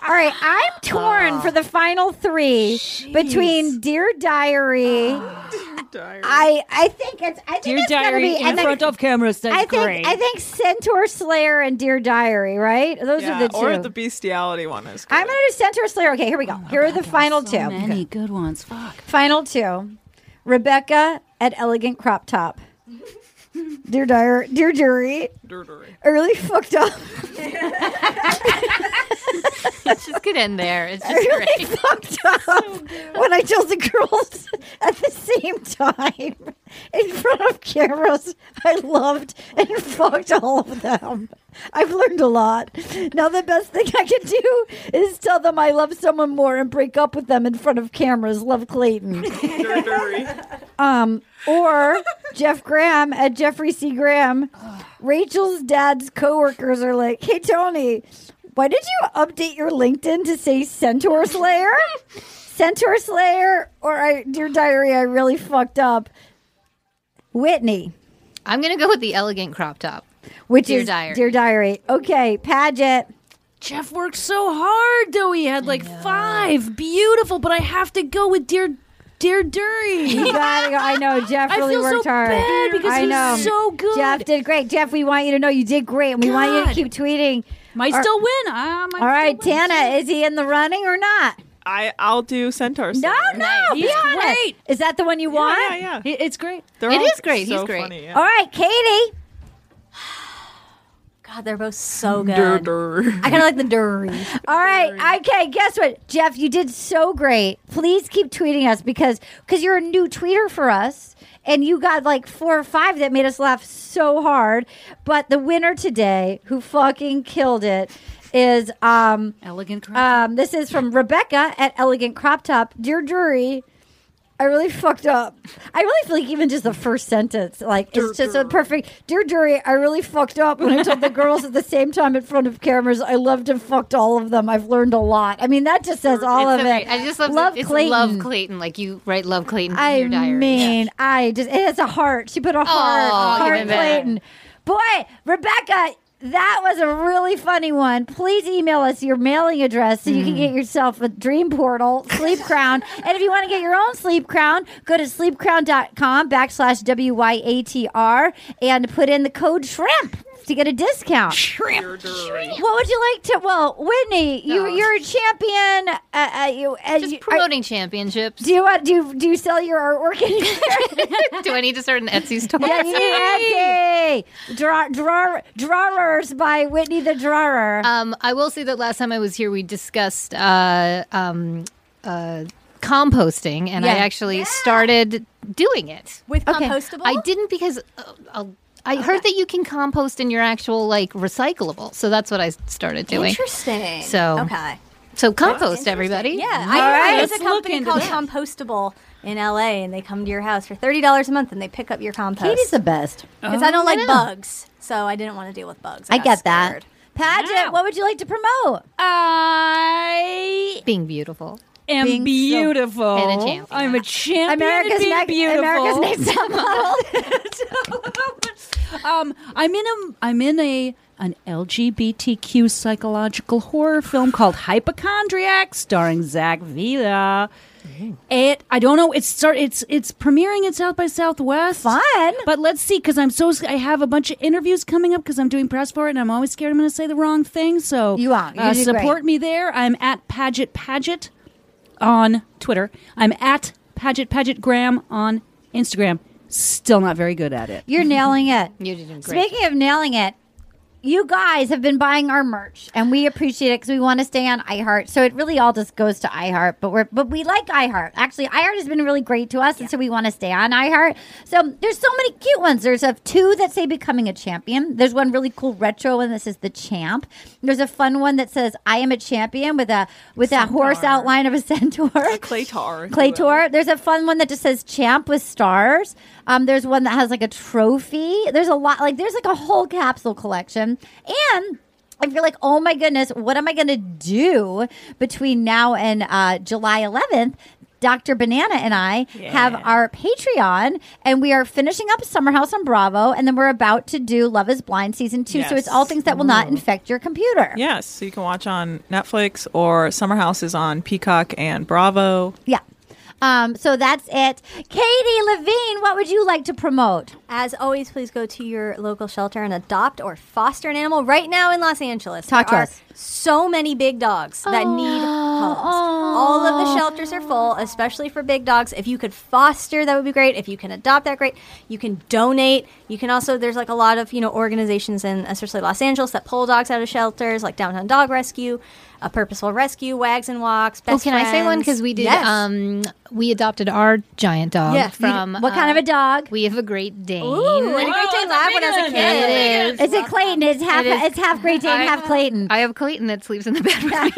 B: All right, I'm torn for the final three between Dear Diary. I I think it's I think
F: Dear
B: it's gotta
F: Diary
B: be,
F: in
B: and then-
F: front of cameras, that's
B: I think
F: great.
B: I think Centaur Slayer and Dear Diary, right? Those
K: yeah,
B: are the two.
K: Or the bestiality one is.
B: I'm gonna do Centaur Slayer. Okay, here we
I: Oh
B: go. Here are the final two.
I: Many good ones. Fuck.
B: Final two. Rebecca at Elegant Crop Top. Dear Diary, dear jury, I really fucked up.
H: it's just gonna end there. It's
B: I
H: just
B: really
H: great.
B: fucked up when I told the girls at the same time in front of cameras. I loved and fucked all of them. I've learned a lot. Now the best thing I can do is tell them I love someone more and break up with them in front of cameras. Love Clayton. um, or Jeff Graham at Jeffrey C. Graham. Rachel's dad's coworkers are like, "Hey Tony, why did you update your LinkedIn to say Centaur Slayer? Centaur Slayer, or I, dear diary, I really fucked up." Whitney,
H: I'm gonna go with the elegant crop top.
B: which
H: Dear
B: is
H: Diary.
B: dear diary. Okay, Paget.
I: Jeff worked so hard though. He had like five beautiful, but I have to go with dear, dear Dury.
B: You gotta go. I know Jeff
I: I
B: really
I: feel so
B: worked hard.
I: bad because
B: I
I: he's
B: know.
I: so good.
B: Jeff did great. Jeff, we want you to know you did great, and we want you to
I: God.
B: keep tweeting.
I: Might
B: Our-
I: still win. I might
B: All right,
I: still win.
B: Tana, is he in the running or not?
K: I I'll do centaur.
B: No,
K: Slayer.
B: no, be
I: He's
B: honest.
I: great.
B: Is that the one you want?
K: yeah, yeah.
I: He- It's great.
K: They're
B: It
K: all
B: is great.
K: so
B: He's great.
K: funny, yeah.
B: All right, Katie.
J: God, they're both so
F: Mm-hmm.
J: good.
K: Dur, dur.
J: I kind of like the dirty.
B: All right, okay. Guess what, Jeff? You did so great. Please keep tweeting us because because you're a new tweeter for us, and you got like four or five that made us laugh so hard. But the winner today, who fucking killed it, is um
I: elegant.
B: Um, this is from Rebecca at Elegant Crop Top. Dear jury,
F: I really fucked up. I really feel like even just the first sentence, like it's just a perfect. Dear jury, I really fucked up when I told the girls at the same time in front of cameras. I loved and fucked all of them. I've learned a lot. I mean, that just says all
H: It's
F: of
H: amazing.
F: it.
H: I just love,
F: love
H: it's
F: Clayton.
H: Love Clayton. Like you write love Clayton in
F: I
H: your diary.
F: mean, I just it has a heart. She put a heart,
H: Aw, give
F: heart
H: it back.
F: Clayton. Boy, Rebecca, that was a really funny one. Please email us your mailing address so you can get yourself a dream portal, sleep crown. and if you want to get your own sleep crown, go to sleepcrown.com backslash W-Y-A-T-R and put in the code shrimp to get a discount. Shrimp. What would you like to? Well, Whitney, you, you're a champion. Uh, uh, you, uh, Just
H: promoting championships.
F: Do you want do you, do you sell your artwork anywhere?
H: Do I need to start an Etsy store?
F: Yeah, you need Etsy. Draw, draw, drawers by Whitney the Drawer.
H: Um, I will say that last time I was here, we discussed uh, um, uh, composting, and I
E: Yeah.
H: actually started doing it
J: with
E: compostable?
H: I didn't because uh, uh, I heard that you can compost in your actual like recyclable, so that's what I started doing.
J: Interesting.
H: So
J: okay.
H: so compost, everybody.
J: Yeah,
H: All
J: I
H: right.
J: heard there's a
H: Let's
J: company
H: look into
J: called
H: that.
J: Compostable in LA, and they come to your house for thirty dollars a month, and they pick up your compost.
F: Katie's the best.
J: because I don't
F: Oh, I know.
J: like bugs, so I didn't want to deal with bugs.
F: I
J: got
F: get that. Paget,
J: Yeah.
F: what would you like to promote?
I: I
H: being beautiful.
I: am
F: Being so-
I: beautiful.
F: And a champion.
I: I'm a champion. at
F: America's
I: being
F: next-
I: beautiful.
F: America's next top
I: um, I'm in a I'm in a an LGBTQ psychological horror film called Hypochondriac, starring Zach Vila. It I don't know. It's start it's it's premiering at South by Southwest.
F: Fun,
I: but let's see because I'm so s- I have a bunch of interviews coming up because I'm doing press for it and I'm always scared I'm going to say the wrong thing. So you are
F: You're gonna do great.
I: Uh, support me there. I'm at Paget Paget on Twitter. I'm at Paget Paget Graham on Instagram. Still not very good at it.
F: You're nailing it.
H: You're doing
F: Speaking of nailing it, you guys have been buying our merch, and we appreciate it because we want to stay on iHeart. So it really all just goes to iHeart, but we're but we like iHeart. Actually, iHeart has been really great to us, and so we want to stay on iHeart. So there's so many cute ones. There's a two that say "Becoming a Champion." There's one really cool retro one that says "The Champ." There's a fun one that says "I am a Champion" with a with a horse outline of a centaur.
K: Clay tar.
F: Clay tour. There's a fun one that just says champ with stars. Um, there's one that has like a trophy. There's a lot, like, there's like a whole capsule collection. And if you're like, oh my goodness, what am I going to do between now and uh, July 11th? Dr. Banana and I have our Patreon, and we are finishing up Summer House on Bravo, and then we're about to do Love is Blind season two. So it's
K: Yes.
F: all things that will not infect your computer.
K: Yes, so you can watch on Netflix or Summer House is on Peacock and Bravo.
F: Yeah. Um, so that's it. Katie Levine, what would you like to promote?
J: As always, please go to your local shelter and adopt or foster an animal right now in Los Angeles.
F: Talk
J: there
F: to
J: are
F: us.
J: So many big dogs that need homes. All of the shelters are full, especially for big dogs. If you could foster, that would be great. If you can adopt, that great. You can donate. You can also there's like a lot of you know organizations in especially Los Angeles that pull dogs out of shelters, like Downtown Dog Rescue, a Purposeful Rescue, Wags and Walks.
H: Oh,
J: Best
H: can I say one? Because we did.
J: Yes.
H: Um, we adopted our giant dog
J: Yeah, you did.
H: from.
J: What kind
H: of
F: a dog?
H: We have a Great Dane.
J: Ooh, I had a Great Dane Lab when I was a kid.
H: It is.
F: Is it Clayton? It's half.
H: It is.
F: it's half Great Dane,
H: I-
F: half Clayton.
H: I have Clayton that sleeps in the bed with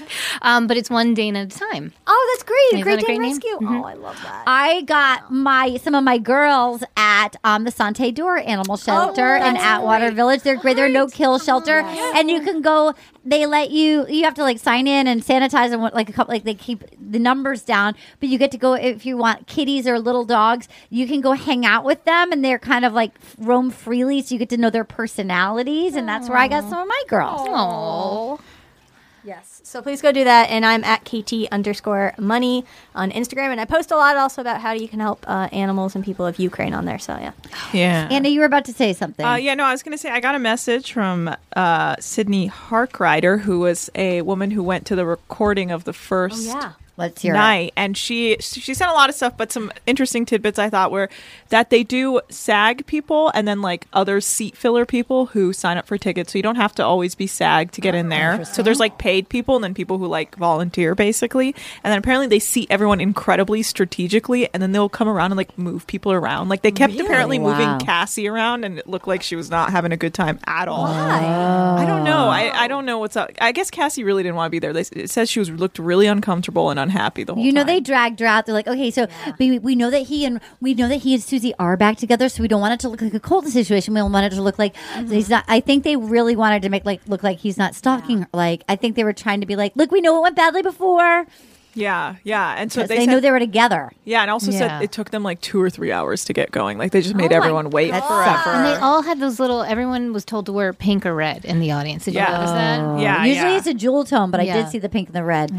H: me. um, but it's one Dane at a time.
J: Oh, that's great!
H: Isn't
J: Great
H: that a
J: Dane
H: great name?
J: Rescue.
F: Mm-hmm.
J: Oh, I love that.
F: I got my some of my girls at um, the Sante Door Animal Shelter in Atwater Village. They're great. They're no kill shelter, and you can go. They let you. You have to like sign in and sanitize and what like a couple. Like they keep the numbers down, but you get to go if you want kitties or little dogs. You can go hang out with them, and they're kind of like roam freely, so you get to know their personalities, and that's where I got some of my girls.
H: Oh.
J: Yes. So please go do that. And I'm at KT underscore money on Instagram. And I post a lot also about how you can help uh, animals and people of Ukraine on there. So yeah.
K: Yeah.
F: Anna, you were about to say something.
K: Uh, yeah, no, I was going to say I got a message from uh, Sydney Harkrider, who was a woman who went to the recording of the first
F: Oh, yeah. Let's hear it.
K: night, and she she sent a lot of stuff, but some interesting tidbits I thought were that they do SAG people and then like other seat filler people who sign up for tickets, so you don't have to always be SAG to get in there. So there's like paid people and then people who like volunteer basically, and then apparently they seat everyone incredibly strategically, and then they'll come around and like move people around. Like they kept apparently
G: Wow.
K: moving Cassie around, and it looked like she was not having a good time at all. I don't know. I, I don't know what's up. I guess Cassie really didn't want to be there. They, s- it says she was looked really uncomfortable and unhappy the whole
F: You know they dragged her out. They're like, okay, so we, we know that he and we know that he and Susie are back together, so we don't want it to look like a Colton situation. We don't want it to look like he's not. I think they really wanted to make like look like he's not stalking her. Like I think they were trying to be like, look, we know it went badly before.
K: Yeah, yeah. And so
F: 'Cause
K: they,
F: they
K: said,
F: knew they were together.
K: Yeah, and also
F: Yeah.
K: said it took them like two or three hours to get going. Like they just made
H: Oh my
K: everyone wait
H: God.
K: forever.
H: And they all had those little. Everyone was told to wear pink or red in the audience. Did you notice
K: Oh.
H: that?
F: Usually it's a jewel tone, but I
H: Yeah.
F: did see the pink and the red.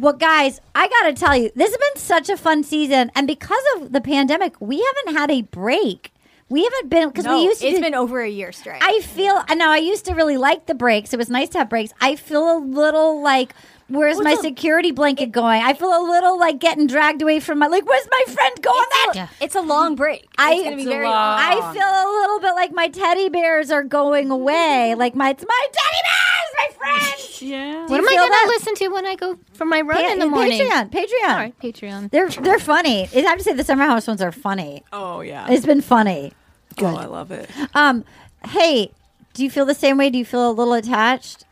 F: Well, guys, I got to tell you, this has been such a fun season. And because of the pandemic, we haven't had a break. We haven't been, because
J: No,
F: we used to.
J: it's
F: do-
J: been over a year straight.
F: I feel, and now I used to really like the breaks. It was nice to have breaks. I feel a little like. Where's my security blanket going? I feel a little like getting dragged away from my like. Where's my friend going? That
J: it's a long break.
F: I
J: It's gonna be It's a very long. long.
F: I feel a little bit like my teddy bears are going away. like my it's my teddy bears, my friends.
I: yeah.
H: Mm-hmm. What am I gonna listen to when I go for my run in the morning?
F: Patreon, Patreon,
H: All right, Patreon.
F: They're they're funny. I have to say the summer house ones are funny.
K: Oh yeah.
F: It's been funny.
K: Oh, I love it.
F: Um, hey, do you feel the same way? Do you feel a little attached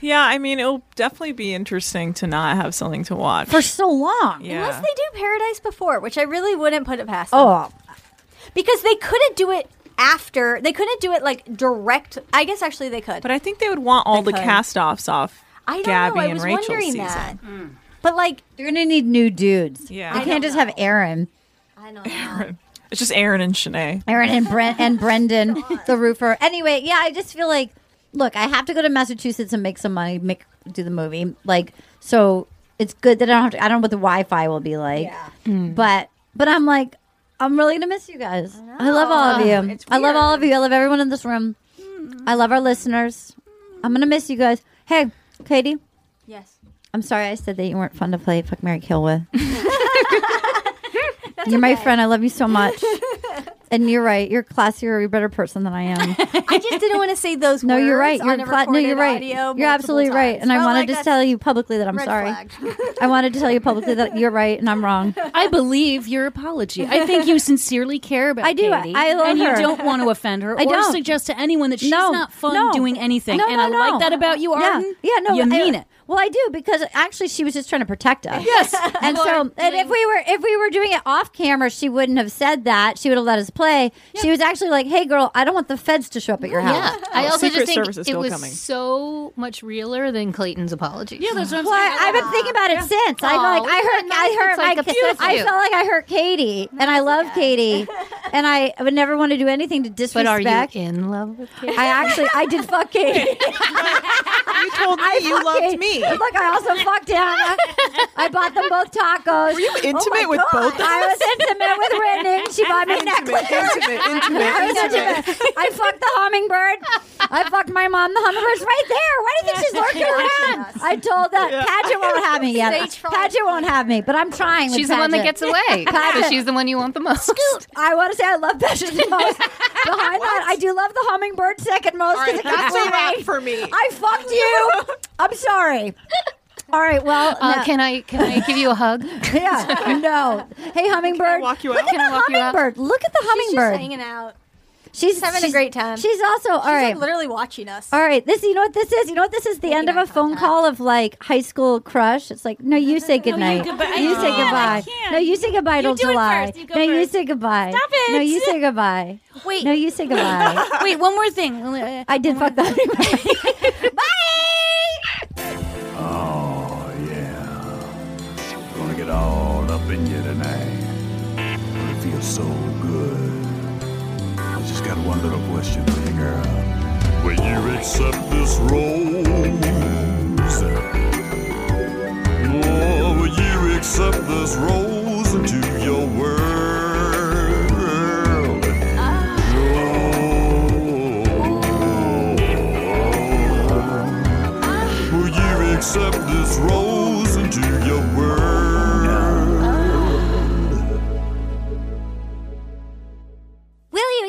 K: Yeah, I mean, it'll definitely be interesting to not have something to watch.
F: for so long?
K: yeah.
J: Unless they do Paradise Before, which I really wouldn't put it past. them.
F: Oh,
J: because they couldn't do it after. They couldn't do it like direct. I guess actually they could.
K: But I think they would want all
J: They
K: the
J: could.
K: cast offs off
J: I don't
K: Gabby
J: know. I
K: and
J: was
K: Rachel's
J: wondering
K: season.
J: that. But like,
F: you're gonna need new dudes.
K: Yeah.
F: you
K: I don't
F: can't just have Aaron,
K: It's just Aaron and Shanae.
F: Aaron and Brent and Brendan, the roofer. Anyway, yeah, I just feel like, look, I have to go to Massachusetts and make some money, make do the movie. Like, so it's good that I don't have to. I don't know what the Wi-Fi will be like, but but I'm like, I'm really gonna miss you guys. I, love all of
J: Oh,
F: you.
J: it's Mm-hmm.
F: I love all of you. I love everyone in this room. I love our listeners. I'm gonna miss you guys. Hey, Katie.
J: Yes.
F: I'm sorry I said that you weren't fun to play fuck Mary Kill with. you're my friend. I love you so much. and you're right. You're classier. You're a better person than I am.
J: I just didn't want to say those
F: No,
J: words.
F: you're right.
J: on
F: You're
J: a
F: cla- no,
J: recorded
F: you're right.
J: audio
F: You're
J: multiple
F: absolutely right.
J: times.
F: And I
J: Felt
F: wanted
J: like
F: to
J: that's
F: tell you publicly that I'm
J: red
F: sorry.
J: flag.
F: I wanted to tell you publicly that you're right and I'm wrong.
I: I believe your apology. I think you sincerely care about.
F: I do. I-
I: Katie,
F: I love
I: and
F: her.
I: you don't want to offend her
F: I
I: or
F: don't.
I: suggest to anyone that she's
F: No,
I: not fun
F: no.
I: doing anything.
F: No,
I: and
F: no,
I: I
F: no.
I: like that about you,
F: Yeah.
I: Arden.
F: Yeah, no, I-
I: you mean it.
F: Well, I do because actually she was just trying to protect us.
I: Yes.
F: and so and if we were if we were doing it off camera, she wouldn't have said that. She would have let us play. She was actually like, "Hey, girl, I don't want the feds to show up at your house."
H: Yeah, I also
K: Oh, Secret
H: just think
K: Service is
H: it
K: still
H: was
K: coming.
H: so much realer than Clayton's apology. Yeah,
I: that's what
F: Well, I, have been thinking about it since. I
H: Aw,
F: like I
H: isn't
F: hurt
H: that nice?
F: I hurt
H: It's, like,
F: my
H: upsets
F: I
H: you.
F: felt like I hurt Katie, and I love Katie, and I would never want to do anything to
H: But
F: disrespect.
H: are you in love with Katie?
F: I actually I did fuck Katie.
K: You told me
F: I
K: you
F: fucked
K: loved
F: Katie.
K: me.
F: But Look, I also fucked Hannah. I bought them both tacos. Were you
K: intimate with both of
F: I was intimate with Brittany. She bought me necklaces.
K: intimate, intimate,
F: I was
K: intimate.
F: intimate. I fucked the hummingbird. I fucked my mom. The hummingbird's right there. Why do you think she's lurking around? I told that Padgett won't have me yet.
H: They tried.
F: Padgett won't have me, but I'm trying. with
H: She's the one that
F: Padgett.
H: gets away.
F: Padgett.
H: so she's the one you want the most.
F: I want to say I love Padgett the most. Behind that, I do love the hummingbird second most because it
K: That's
F: gets
K: a
F: away.
K: wrap for me.
F: I fucked you. I'm sorry. All right. Well,
H: Uh,
F: no.
H: Can I can I give you a hug?
F: Yeah. no. Hey, hummingbird.
K: walk you
F: Look
K: out?
F: at
K: Can
F: the
K: I walk you out?
F: hummingbird. Look at the
J: She's just
F: hummingbird.
J: hanging out.
F: she's
J: She's having a
F: she's-
J: great time.
F: She's also all
J: She's like,
F: right.
J: literally watching us.
F: all right. This. You know what this is? You know what this is? The end of a phone call of like high school crush. It's like no, you say goodnight.
J: goodbye.
F: You
J: I
F: say
J: can't,
F: goodbye. No, you say goodbye till
J: do it
F: July.
J: first. You go
F: no, you
J: first.
F: say goodbye.
J: Stop it.
F: No, you say goodbye.
J: Wait.
F: No, you say goodbye.
J: Wait, one more thing.
I: uh,
F: I did fuck that.
G: Oh, yeah. Gonna get all up in you tonight. It feels so good. I just got one little question for you, girl. Will you accept this rose? Oh, will you accept this rose into your world? Oh. Will you accept this rose into your world?
F: Will You